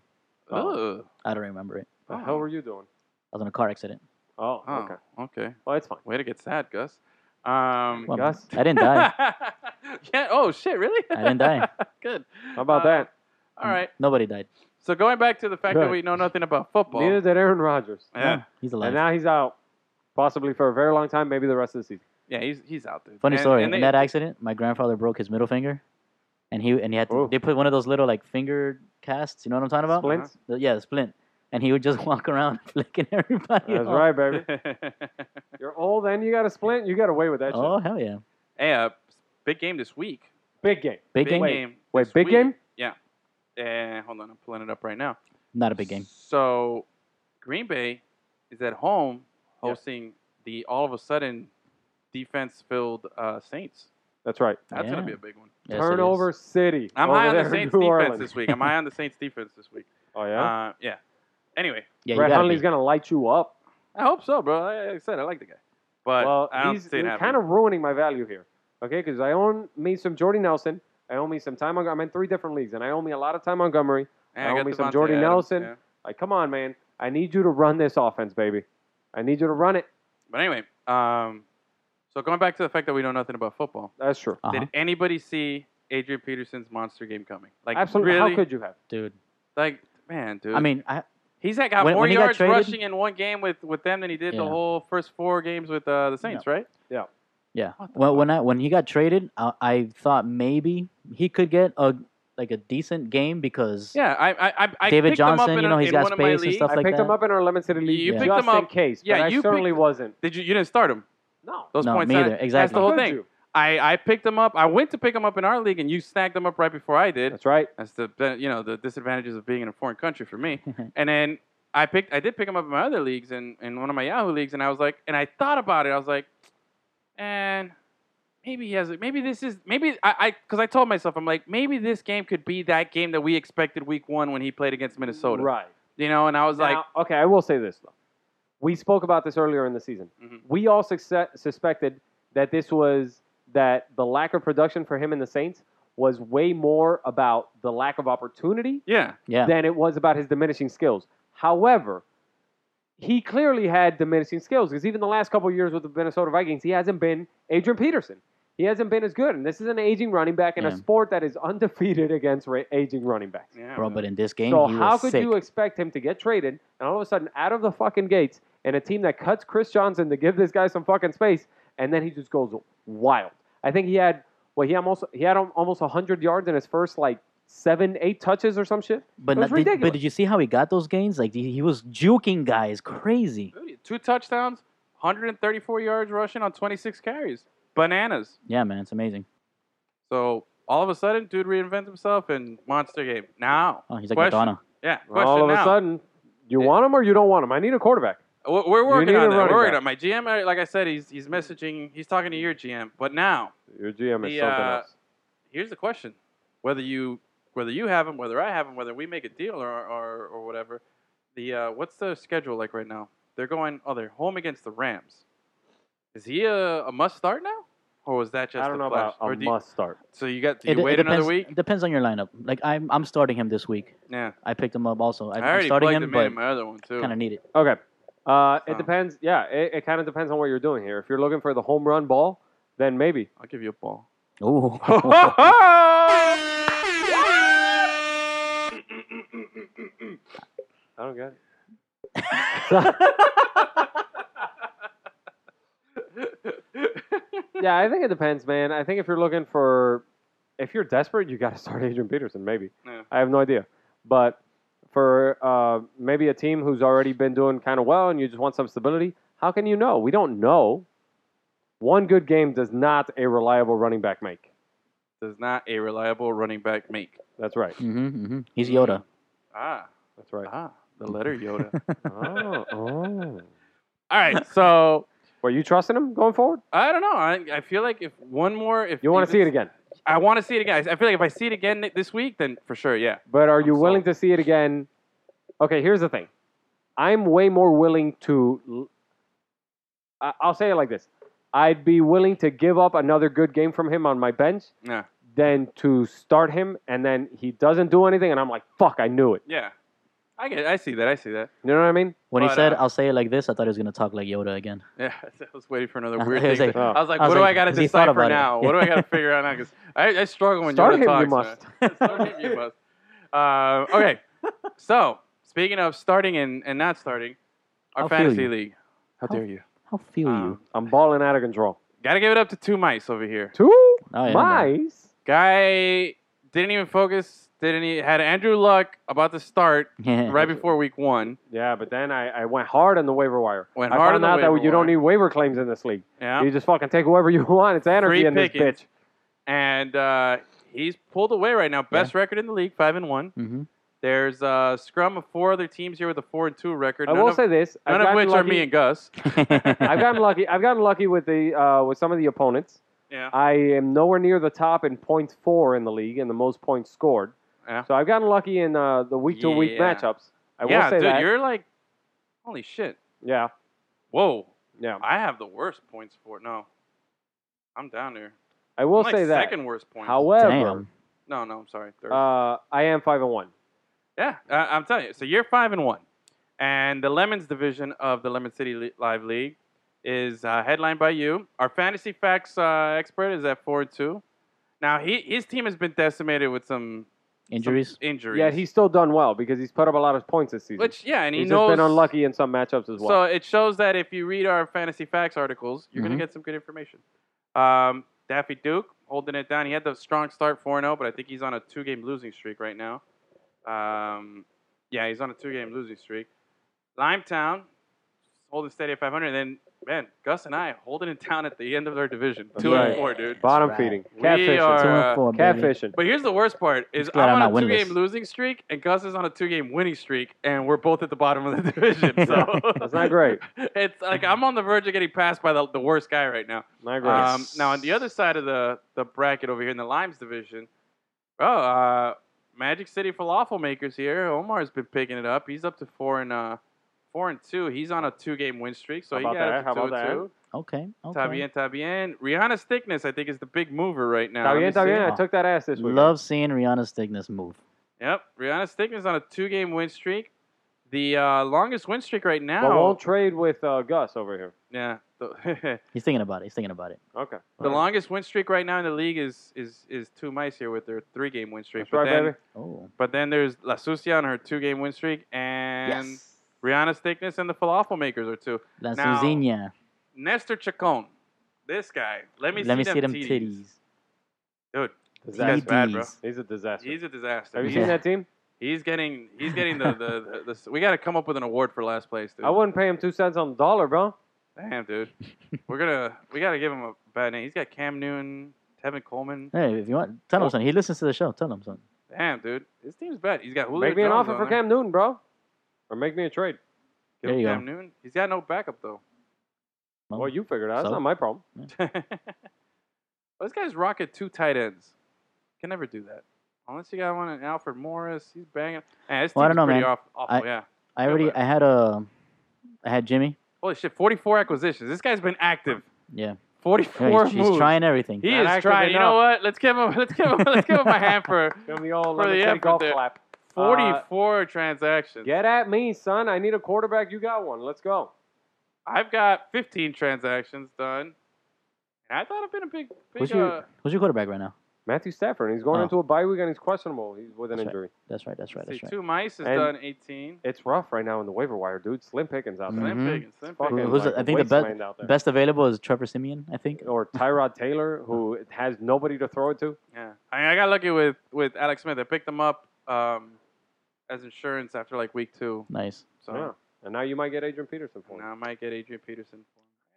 S1: Oh,
S3: I don't remember it.
S2: What
S1: Oh.
S2: the hell were you doing?
S3: I was in a car accident.
S2: Oh,
S1: oh,
S2: okay.
S1: okay.
S2: Well, it's fine.
S1: Way to get sad, Gus. Um,
S3: Well,
S2: Gus?
S3: I didn't die.
S1: yeah. Oh shit! Really?
S3: I didn't die.
S1: Good.
S2: How about
S1: Uh,
S2: that?
S1: All right.
S3: Nobody died.
S1: So going back to the fact that
S2: Good.
S1: we know nothing about football.
S2: Neither did Aaron Rodgers.
S1: yeah.
S3: He's
S2: And
S3: alive.
S2: now he's out, possibly for a very long time, maybe the rest of the season.
S1: Yeah. He's he's out there.
S3: Funny
S1: And-
S3: story.
S1: and
S3: in
S1: they-
S3: that accident, my grandfather broke his middle finger, and he and he had to,
S2: Oh.
S3: they put one of those little like finger casts. You know what I'm talking about?
S2: Splints?
S3: The- yeah, the splint. And he would just walk around flicking everybody.
S2: That's
S3: off.
S2: right, baby. You're old and you got a splint. You got away with that
S3: Oh
S2: shit.
S3: hell yeah!
S1: hey, uh, big game this week.
S2: Big game.
S3: Big, game.
S2: Wait,
S1: this
S2: big
S1: week.
S2: game?
S1: Yeah. hold on, I'm pulling it up right now.
S3: Not a big game.
S1: So, Green Bay is at home hosting the all of a sudden defense-filled uh, Saints.
S2: That's right.
S1: That's gonna
S3: Yeah.
S1: be a big one.
S3: Yes, it is.
S2: Turnover City.
S1: I'm
S2: over
S1: high on
S2: there
S1: the
S2: in
S1: Saints
S2: New
S1: defense
S2: Orleans.
S1: this week. I'm high on the Saints defense this week.
S2: Oh
S1: Yeah.
S2: yeah.
S1: Uh, yeah. Anyway,
S3: Yeah, you
S2: Brett
S3: gotta
S2: Hundley's
S3: be.
S2: gonna light you up.
S1: I hope so, bro. Like I said, I like the guy, but
S2: well,
S1: I don't
S2: he's
S1: see it happening.
S2: kind of ruining my value here. Okay, because I own me some Jordy Nelson. I own me some time. I'm in three different leagues, and I owe me a lot of time Montgomery.
S1: Yeah, I
S2: owe
S1: got
S2: me some
S1: Devontae
S2: Jordy
S1: Adams,
S2: Nelson.
S1: yeah.
S2: Like, come on, man. I need you to run this offense, baby. I need you to run it.
S1: But anyway, um, so going back to the fact that we know nothing about football,
S2: That's true.
S3: Uh-huh.
S1: did anybody see Adrian Peterson's monster game coming? Like
S2: Absolutely.
S1: really?
S2: How could you have?
S3: Dude,
S1: like man, dude.
S3: I mean, I,
S1: he's like got
S3: when-
S1: more
S3: when he got
S1: yards
S3: traded-
S1: rushing in one game with, with them than he did the
S3: Yeah.
S1: whole first four games with uh, the Saints, right?
S3: yeah.
S1: What the
S3: Well, when I when he got traded, I, I thought maybe he could get a like a decent game because
S1: Yeah, I I I, I
S3: David
S1: picked him
S3: Johnson,
S1: up in,
S3: you
S1: a-
S3: know, he's
S1: in
S3: got
S1: one of my
S3: space and
S1: leagues.
S3: stuff
S2: I
S3: like
S2: picked
S3: that.
S2: him up in our lemon city league.
S1: You
S2: just
S1: picked him
S2: in
S1: up-
S2: case.
S1: yeah,
S2: but I
S1: you
S2: certainly
S1: picked-
S2: wasn't.
S1: Did you you didn't start him?
S2: No.
S1: Those
S3: No,
S1: points
S3: me
S1: I-
S3: either.
S1: That's
S3: Exactly.
S1: the whole
S2: Could
S1: thing.
S2: you?
S1: I, I picked him up. I went to pick him up in our league, and you snagged him up right before I did.
S2: That's right.
S1: That's the ben- you know the disadvantages of being in a foreign country for me. and then I picked I did pick him up in my other leagues and in one of my Yahoo leagues, and I was like, and I thought about it. I was like, and maybe he has it. Maybe this is maybe I because I, told myself I'm like maybe this game could be that game that we expected week one when he played against Minnesota.
S2: Right.
S1: You know, and I was like,
S2: Now, okay, I will say this though. We spoke about this earlier in the season.
S3: Mm-hmm.
S1: Mhm.
S2: We all succe- suspected that this was that the lack of production for him and the Saints was way more about the lack of opportunity
S1: yeah,
S3: yeah.
S2: than it was about his diminishing skills. However, he clearly had diminishing skills because even the last couple of years with the Minnesota Vikings, he hasn't been Adrian Peterson. He hasn't been as good. And this is an aging running back in
S3: Yeah.
S2: a sport that is undefeated against ra- aging running backs.
S1: yeah,
S3: bro. But in this game,
S2: So
S3: he
S2: how
S3: was
S2: could
S3: sick.
S2: you expect him to get traded and all of a sudden out of the fucking gates and a team that cuts Chris Johnson to give this guy some fucking space, and then he just goes wild. I think he had well, he almost he had al- almost hundred yards in his first like seven, eight touches or some shit.
S3: But,
S2: It was
S3: not- did,
S2: ridiculous.
S3: but did you see how he got those gains? Like he, he was juking guys crazy.
S1: Two touchdowns, 134 yards rushing on 26 carries. Bananas.
S3: Yeah, man, it's amazing.
S1: So all of a sudden, dude reinvents himself and monster game. Now,
S3: Oh, he's like
S1: Question.
S3: Madonna.
S1: yeah, question
S2: All of a
S1: now.
S2: sudden, you
S1: Yeah.
S2: want him or you don't want him. I need a quarterback.
S1: We're- We're working
S2: need a
S1: on that. We're
S2: running
S1: working
S2: back.
S1: on my GM. uh, Like I said, he's he's messaging. He's talking to your GM. But now,
S2: Your GM is
S1: The,
S2: something
S1: uh,
S2: else.
S1: here's the question: whether you whether you have him, whether I have him, whether we make a deal or or, or whatever. The uh, what's the schedule like right now? They're going. Oh, they're home against the Rams. Is he a, a must start now, or was that just
S2: I don't
S1: a
S2: know
S1: flash?
S2: about a
S1: Or do you-
S2: must start.
S1: so you got do
S3: It
S1: you
S3: de- it
S1: wait
S3: depends,
S1: another week?
S3: it depends on your lineup. Like I'm, I'm starting him this week.
S1: Yeah,
S3: I picked him up also. I,
S1: I,
S3: am
S1: already plugged
S3: starting
S1: him,
S3: him,
S1: in
S3: but
S1: my other one too.
S3: kind of need it.
S2: Okay. Uh,
S1: So-
S2: It depends. Yeah, it, it kind of depends on what you're doing here. If you're looking for the home run ball, then maybe.
S1: I'll give you a ball.
S3: Ooh.
S2: I don't get it. Yeah, I think it depends, man. I think if you're looking for, if you're desperate, you got to start Adrian Peterson, maybe.
S1: Yeah.
S2: I have no idea. But for uh, maybe a team who's already been doing kind of well and you just want some stability, how can you know? We don't know. One good game does not a reliable running back make.
S1: Does not a reliable running back make.
S2: That's right.
S3: hmm hmm He's Yoda.
S1: Ah,
S2: That's right.
S1: ah, the letter Yoda.
S2: oh, oh.
S1: All right, so
S2: Were you trusting him going forward?
S1: I don't know. I, I feel like if one more, if
S2: You want to
S1: even-
S2: see it again.
S1: I want to see it again. I feel like if I see it again this week, then for sure, yeah.
S2: But are you
S1: I'm
S2: willing to see it again? Okay, here's the thing. I'm way more willing to. I- I'll say it like this: I'd be willing to give up another good game from him on my bench
S1: Yeah.
S2: than to start him, and then he doesn't do anything, and I'm like, "Fuck, I knew it."
S1: Yeah. I get. I see that. I see that.
S2: You know what I mean?
S3: When
S1: But,
S3: he said,
S1: uh,
S3: "I'll say it like this," I thought he was gonna talk like Yoda again.
S1: Yeah, I was waiting for another
S3: I
S1: weird
S3: was
S1: thing.
S3: like-
S1: I was like,
S3: I
S1: what
S3: was
S1: do
S3: like,
S1: I got to
S3: 'cause he thought
S1: decipher
S3: about it.
S1: now? What do I got to figure out now? Because I, I struggle when
S2: Start
S1: Yoda
S2: him, you
S1: talks.
S2: must.
S3: Oh,
S1: man. Start him, you must. Uh, okay, so speaking of starting and, and not starting, our
S3: I'll feel
S1: fantasy
S3: you.
S1: league. How
S3: I'll
S1: dare you?
S3: How feel
S1: Um,
S3: you?
S2: I'm balling out of control.
S1: Gotta give it up to two mice over here.
S2: Two
S3: Oh, yeah, man.
S2: mice.
S1: Guy didn't even focus. Didn't he had Andrew Luck about to start
S3: Yeah.
S1: right before week one?
S2: Yeah, but then I, I went hard on the waiver wire.
S1: Went
S2: I
S1: hard
S2: found
S1: on
S2: out
S1: the
S2: that
S1: waiver
S2: you
S1: wire.
S2: don't need waiver claims in this league.
S1: Yeah,
S2: You just fucking take whoever you want. It's anarchy
S1: Free
S2: in this
S1: pickings.
S2: bitch.
S1: and uh, he's pulled away right now. Best record in the league, five and one.
S3: hmm
S1: There's a scrum of four other teams here with a four and two record.
S2: I
S1: none
S2: will
S1: of,
S2: say this: I've
S1: none of
S2: gotten
S1: which are
S2: lucky-
S1: me and Gus.
S2: I've gotten lucky. I've gotten lucky with the uh, with some of the opponents.
S1: Yeah.
S2: I am nowhere near the top in points four in the league and the most points scored.
S1: Yeah.
S2: So I've gotten lucky in uh, the week to week
S1: Yeah.
S2: matchups. I
S1: yeah,
S2: will say
S1: dude,
S2: that.
S1: you're like, holy shit!
S2: Yeah,
S1: Whoa,
S2: yeah.
S1: I have the worst points for it. No, I'm down there.
S2: I will
S1: I'm like
S2: say that.
S1: second worst points.
S2: However,
S3: Damn.
S1: no, no, I'm sorry. Third.
S2: uh, I am five and one.
S1: yeah, I, I'm telling you. So you're five and one, and the Lemons division of the Lemon City Le- Live League is uh, headlined by you. Our fantasy facts uh, expert is at four and two. Now he, his team has been decimated with some
S3: Injuries.
S1: Some injuries.
S2: Yet he's still done well because he's put up a lot of points this season.
S1: Which yeah, and he
S2: he's
S1: knows.
S2: just been unlucky in some matchups as well.
S1: So it shows that if you read our fantasy facts articles, you're
S2: Mm-hmm.
S1: gonna get some good information. Um, Daffy Duke holding it down. He had the strong start 4-0, but I think he's on a two-game losing streak right now. Um, yeah, he's on a two-game losing streak. Limetown holding steady at 500. And then man, Gus and I holding it down at the end of our division,
S2: That's
S1: two and
S2: right.
S1: four, dude.
S2: Bottom
S3: Right.
S2: feeding,
S1: We
S2: catfishing,
S1: are-
S3: Two
S1: uh,
S3: and four, baby.
S2: catfishing.
S1: But here's the worst part: is
S3: glad
S1: I'm
S3: I'm
S1: on
S3: not
S1: a two-game
S3: winless.
S1: losing streak, and Gus is on a two-game winning streak, and we're both at the bottom of the division. So
S2: That's not great.
S1: It's like I'm on the verge of getting passed by the, the worst guy right now.
S2: Not great.
S1: Um, now on the other side of the, the bracket over here in the Limes division, oh, uh, Magic City Falafel Makers here. Omar's been picking it up. He's up to four and uh, four and two. He's on a two-game win streak, so
S2: How
S1: he
S2: about
S1: got
S2: that?
S1: up to
S2: How
S1: two
S2: about
S1: and
S2: that?
S1: two.
S3: Okay. Okay.
S1: Tabien, Tabien. Rihanna's thickness, I think, is the big mover right now. Let me
S2: Tavian,
S1: see.
S2: Tavian, I
S3: Oh.
S2: took that ass this week.
S3: Love seeing Rihanna's thickness move.
S1: Yep, Rihanna Stickman's on a two-game win streak. The uh, longest win streak right now.
S2: But won't trade with uh, Gus over here.
S1: yeah, the,
S3: He's thinking about it. He's thinking about it.
S2: Okay.
S1: the longest win streak right now in the league is is is two mice here with their three-game win streak.
S2: That's right,
S1: then,
S2: baby.
S3: Oh.
S1: But then there's La Sucia on her two-game win streak, and
S3: yes.
S1: Rihanna Stickness and the Falafel Makers are two.
S3: La
S1: Now,
S3: Suzinha.
S1: Nestor Chacon, this guy. Let me
S3: Let
S1: see
S3: me
S1: them
S3: see them
S1: titties.
S3: titties.
S1: Dude, this
S2: Disaster.
S1: guy's bad, bro.
S3: TDs.
S2: He's a disaster.
S1: He's a disaster.
S2: Have you
S1: He's-
S2: seen that team?
S1: He's getting he's getting the the, the, the we got to come up with an award for last place, dude.
S2: I wouldn't pay him two cents on the dollar, bro.
S1: Damn, dude. We're gonna we got to give him a bad name. He's got Cam Newton, Tevin Coleman.
S3: Hey, if you want, tell him something. He listens to the show. Tell him something.
S1: Damn, dude. His team's bad. He's got Julio
S2: Make me an
S1: Jones
S2: offer
S1: on
S2: for
S1: there.
S2: Cam Newton, bro. Or make me a trade.
S1: Give
S3: There
S1: him
S3: you go.
S1: Cam Newton. He's got no backup though.
S3: Well,
S2: Well, you figured it out. That's
S3: so?
S2: not my problem.
S1: well, this guy's rocket two tight ends. Can never do that. Unless you got one in Alfred Morris, he's banging. Man, his
S3: Well, I
S1: team's
S3: don't know,
S1: pretty
S3: man.
S1: Off, awful,
S3: I-
S1: yeah.
S3: I
S1: Yeah,
S3: already,
S1: but-
S3: I had a, I had Jimmy.
S1: Holy shit, 44 acquisitions. This guy's been active.
S3: Yeah, Yeah,
S1: 44
S3: he's, he's
S1: moves.
S3: trying everything.
S1: He
S2: Not
S1: is
S2: active
S1: trying. You know
S2: enough.
S1: what? Let's give him. Let's give him. let's give him a hand
S3: Uh,
S1: for
S2: Give me the old
S1: For
S2: let me
S1: the
S2: take
S1: effort
S2: golf
S1: there.
S2: clap.
S1: 44 transactions.
S2: Get at me, son. I need a quarterback. You got one. Let's go.
S1: I've got 15 transactions done. And I thought I've been a big, big.
S3: Who's
S1: Uh,
S3: your, who's your quarterback right now?
S2: Matthew Stafford. and He's going
S3: Oh.
S2: into a bye week and he's questionable. He's with an
S3: That's right.
S2: injury.
S3: That's right. That's right.
S1: let's see,
S3: That's right.
S1: two mice is
S2: And-
S1: done 18.
S2: It's rough right now in the waiver wire, dude. Slim pickings out there.
S1: Slim
S3: Mhm.
S1: Pickens, Slim
S2: It's fucking,
S1: Pickens.
S3: Who's the-
S2: like,
S3: I think the best-
S2: wasteland out there.
S3: Best available is Trevor Simeon, I think.
S2: or Tyrod Taylor, who has nobody to throw it to.
S1: Yeah, I, mean, I got lucky with with Alex Smith. I picked him up um, as insurance after like week two,
S3: Nice.
S1: so
S2: Yeah. And now you might get Adrian Peterson for him.
S1: now I might get Adrian Peterson.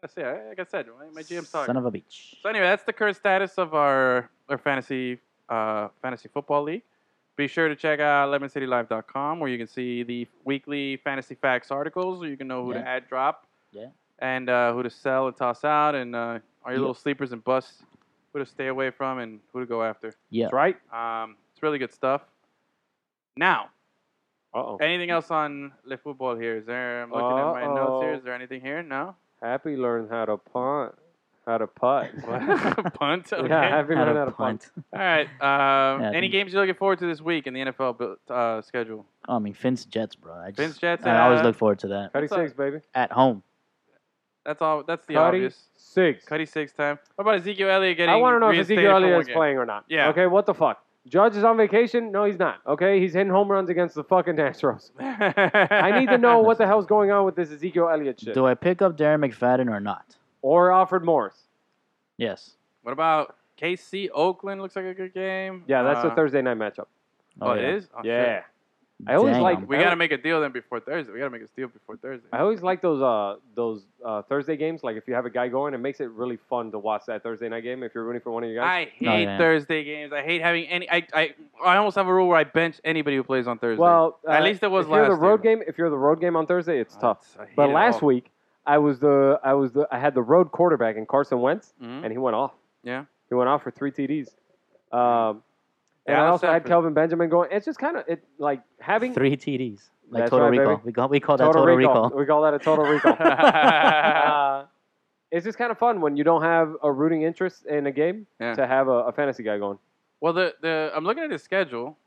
S1: I see. I- Like I said, my- my GM's talking.
S3: Son of a bitch.
S1: So anyway, that's the current status of our our fantasy uh, fantasy football league. Be sure to check out lemoncitylive.com where you can see the weekly fantasy facts articles. Where you can know who to
S3: Yeah.
S1: add drop,
S3: Yeah.
S1: and uh, who to sell and toss out, and uh, are your
S3: Yeah.
S1: little sleepers and busts, who to stay away from, and who to go after.
S3: Yeah.
S2: That's right.
S1: Um, it's really good stuff. Now,
S2: Uh oh.
S1: anything else on Le Football here? Is there? I'm looking at my notes here.
S2: Uh-oh.
S1: Is there anything here? No.
S2: Happy learned how to punt. How to putt.
S1: Punt. Okay.
S2: Yeah, Happy
S3: Had
S2: learned
S3: a
S2: how to punt.
S3: punt.
S1: All right. Um,
S3: Yeah, I
S1: any
S3: think-
S1: games you're looking forward to this week in the NFL bu- uh, schedule?
S3: Oh, I mean, Finn's Jets, bro. I just,
S1: Vince Jets.
S3: I always
S1: uh,
S3: look forward to that.
S2: Cuddy
S1: That's all-
S2: six, baby.
S3: At home.
S1: That's all. That's the
S2: Cuddy
S1: obvious.
S2: six.
S1: Cuddy six time. What about Ezekiel Elliott getting?
S2: I want to know if
S1: reinstated
S2: Ezekiel
S1: for one
S2: Elliott is
S1: game?
S2: playing or not.
S1: Yeah.
S2: Okay, what the fuck? Judge is on vacation? No, he's not. Okay, he's hitting home runs against the fucking Astros. I need to know what the hell's going on with this Ezekiel Elliott shit.
S3: Do I pick up Darren McFadden or not?
S2: Or Alfred Morris.
S3: Yes.
S1: What about KC Oakland? Looks like a good game.
S2: Yeah, that's
S1: Uh,
S2: a Thursday night matchup.
S1: Oh, it is. Oh, shit.
S2: yeah. I always
S3: Dang.
S2: like
S1: We gotta make a deal then before Thursday. We gotta make a deal before Thursday.
S2: I always like those uh those uh Thursday games. Like if you have a guy going, it makes it really fun to watch that Thursday night game. If you're rooting for one of your guys,
S1: I hate
S3: No, yeah.
S1: Thursday games. I hate having any. I, I I almost have a rule where I bench anybody who plays on Thursday.
S2: well,
S1: At
S2: uh,
S1: least it was
S2: if you're the
S1: last
S2: road
S1: year.
S2: game. If you're the road game on Thursday, it's
S1: I-
S2: tough.
S1: I hate
S2: But
S1: it
S2: last
S1: all.
S2: week, I was the I was the I had the road quarterback in Carson Wentz,
S1: Mhm.
S2: and he went off.
S1: Yeah.
S2: he went off for three TDs. Um, and
S1: Yeah,
S2: I
S1: that's
S2: also had
S1: effort.
S2: Kelvin Benjamin going. It's just kind of it like having
S3: Three TDs. Like
S2: That's
S3: Total
S2: right,
S3: Recall.
S2: baby.
S3: We call, we call that Total Recall.
S2: We call that a total recall. uh, it's just kind of fun when you don't have a rooting interest in a game
S1: Yeah.
S2: to have a, a fantasy guy going.
S1: Well, the, the I'm looking at the schedule.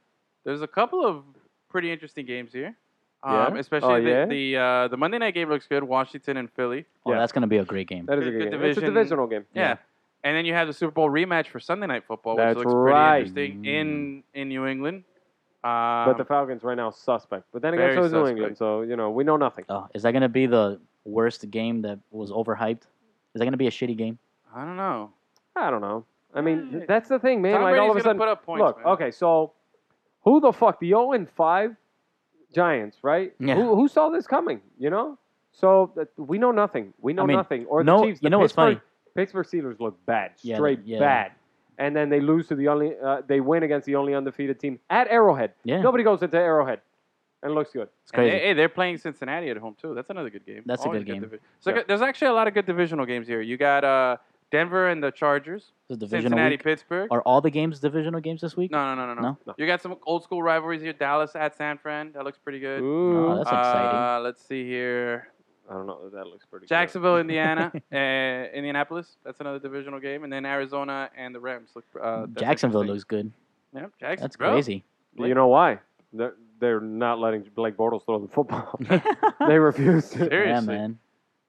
S1: There's a couple of pretty interesting games here. Um,
S2: Yeah?
S1: Especially
S2: Oh,
S1: the
S2: yeah?
S1: the, uh, the Monday night game looks good. Washington and Philly.
S3: Oh,
S2: Yeah.
S3: that's going to be a great game.
S2: That is a
S1: Good
S2: good, game. It's a
S1: division.
S2: divisional game.
S1: Yeah.
S3: Yeah.
S1: And then you have the Super Bowl rematch for Sunday night football, which
S2: That's
S1: looks
S2: right.
S1: pretty interesting in in New England. Um,
S2: But the Falcons right now suspect. But then
S1: very
S2: again, so is New
S1: suspect.
S2: England. So you know we know nothing.
S3: Oh, is that going to be the worst game that was overhyped? Is that going to be a shitty game?
S1: I don't know.
S2: I don't know. I mean,
S1: Yeah.
S2: that's the thing, man.
S1: Eh. Tom
S2: like
S1: Brady's
S2: all of a
S1: gonna
S2: sudden,
S1: put up points,
S2: look.
S1: man.
S2: Okay, so who the fuck the zero and five Giants, right?
S3: Yeah.
S2: Who, who saw this coming? You know. So that- we know nothing. We know
S3: I mean,
S2: nothing. Or
S3: no-
S2: the Chiefs.
S3: you
S2: the
S3: know what's
S2: Pittsburgh-
S3: funny?
S2: Pittsburgh Steelers look bad,
S3: Yeah,
S2: straight
S3: yeah.
S2: bad, and then they lose to the only. Uh, they win against the only undefeated team at Arrowhead.
S3: Yeah.
S2: Nobody goes into Arrowhead, and looks good.
S3: It's
S1: And
S3: crazy.
S1: they- hey, they're playing Cincinnati at home too. That's another good game.
S3: That's a
S1: Always
S3: good game.
S1: divi- so
S2: Yeah.
S1: there's actually a lot of good divisional games here. You got uh, Denver and the Chargers,
S3: This is divisional
S1: Cincinnati,
S3: week.
S1: Pittsburgh.
S3: Are all the games divisional games this week?
S1: No, no, no, no, no,
S3: No?
S2: No.
S1: You got some old school rivalries here. Dallas at San Fran. That looks pretty good.
S2: Ooh,
S3: Oh, that's exciting.
S1: Uh, let's see here.
S2: I don't know. That looks pretty. good.
S1: Jacksonville, Indiana, uh, Indianapolis. That's another divisional game, and then Arizona and the Rams. Look, uh, that's
S3: Jacksonville
S1: interesting.
S3: looks good.
S1: Yep, Jackson,
S3: That's
S1: bro.
S3: crazy.
S2: You know why? They're, they're not letting Blake Bortles throw the football. they refuse. to.
S1: Seriously.
S3: Yeah, man.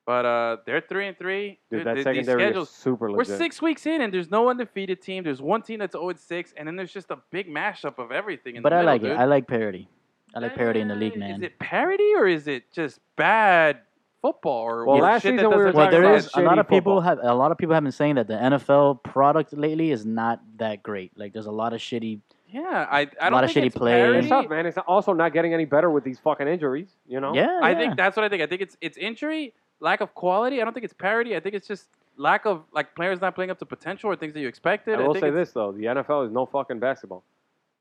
S1: But uh, they're three and three.
S2: Dude, that
S1: the- these
S2: secondary
S1: schedules.
S2: is super
S1: We're
S2: legit.
S1: six weeks in, and there's no undefeated oh team. There's one team that's 0 and six, and then there's just a big mashup of everything. In
S3: But
S1: the
S3: I
S1: middle,
S3: like it.
S1: dude. Eh,
S3: I like parody. I like parody in the league,
S1: Is
S3: man.
S1: it parody or is it just bad football? Or
S2: Well,
S1: weird
S2: last
S1: shit that
S2: season we were
S1: doesn't
S3: well,
S1: make
S2: talking
S3: there
S2: about
S1: sense?
S3: is a lot
S2: shitty
S3: of people
S2: football.
S3: have a lot of people have been saying that the NFL product lately is not that great. Like, there's a lot of shitty.
S1: Yeah, I, I don't
S3: lot of
S1: think
S3: shitty
S1: it's
S3: plays.
S1: parody.
S2: It's tough, man. It's also not getting any better with these fucking injuries. You know.
S3: Yeah,
S1: I
S3: yeah.
S1: think that's what I think. I think it's it's injury, lack of quality. I don't think it's parody. I think it's just lack of like players not playing up to potential or things that you expected.
S2: I will
S1: think
S2: say
S1: it's-
S2: this though: the NFL is no fucking basketball.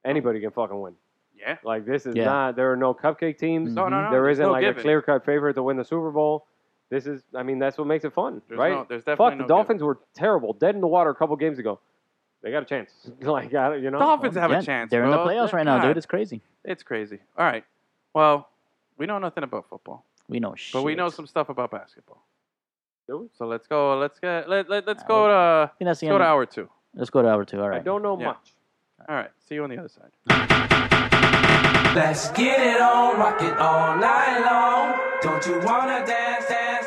S2: Anybody can fucking win.
S1: Yeah. Mm.
S2: Like this is
S3: Yeah.
S2: not. There are no cupcake teams.
S1: No, no, no.
S2: Mm-hmm. there
S1: there's
S2: isn't
S1: no
S2: like a
S1: given.
S2: clear cut favorite to win the Super Bowl. This is. I mean, that's what makes it fun,
S1: There's
S2: right?
S1: No, there's definitely
S2: Fuck, the
S1: no
S2: Dolphins were terrible, dead in the water a couple games ago. They got a chance. like, I, don't- you know.
S1: Given. Dolphins have
S3: Yeah,
S1: a chance.
S3: They're in the
S1: bro.
S3: playoffs right now,
S1: God,
S3: dude. It's crazy.
S1: It's crazy. All right. Well, we know nothing about football,
S3: We know shit.
S1: but we know some stuff about basketball.
S2: Do we?
S1: So let's go. Let's get. Let, let, let's
S3: Uh,
S1: go to.
S3: I think that's the
S1: Let's go
S3: end
S1: to
S3: of-
S1: hour two.
S3: Let's go to hour two. All
S2: I
S3: right.
S2: don't know
S1: Yeah.
S2: much.
S1: All right. See you on the other side.
S6: Let's get it on, rock it all night long. Don't you wanna dance, dance?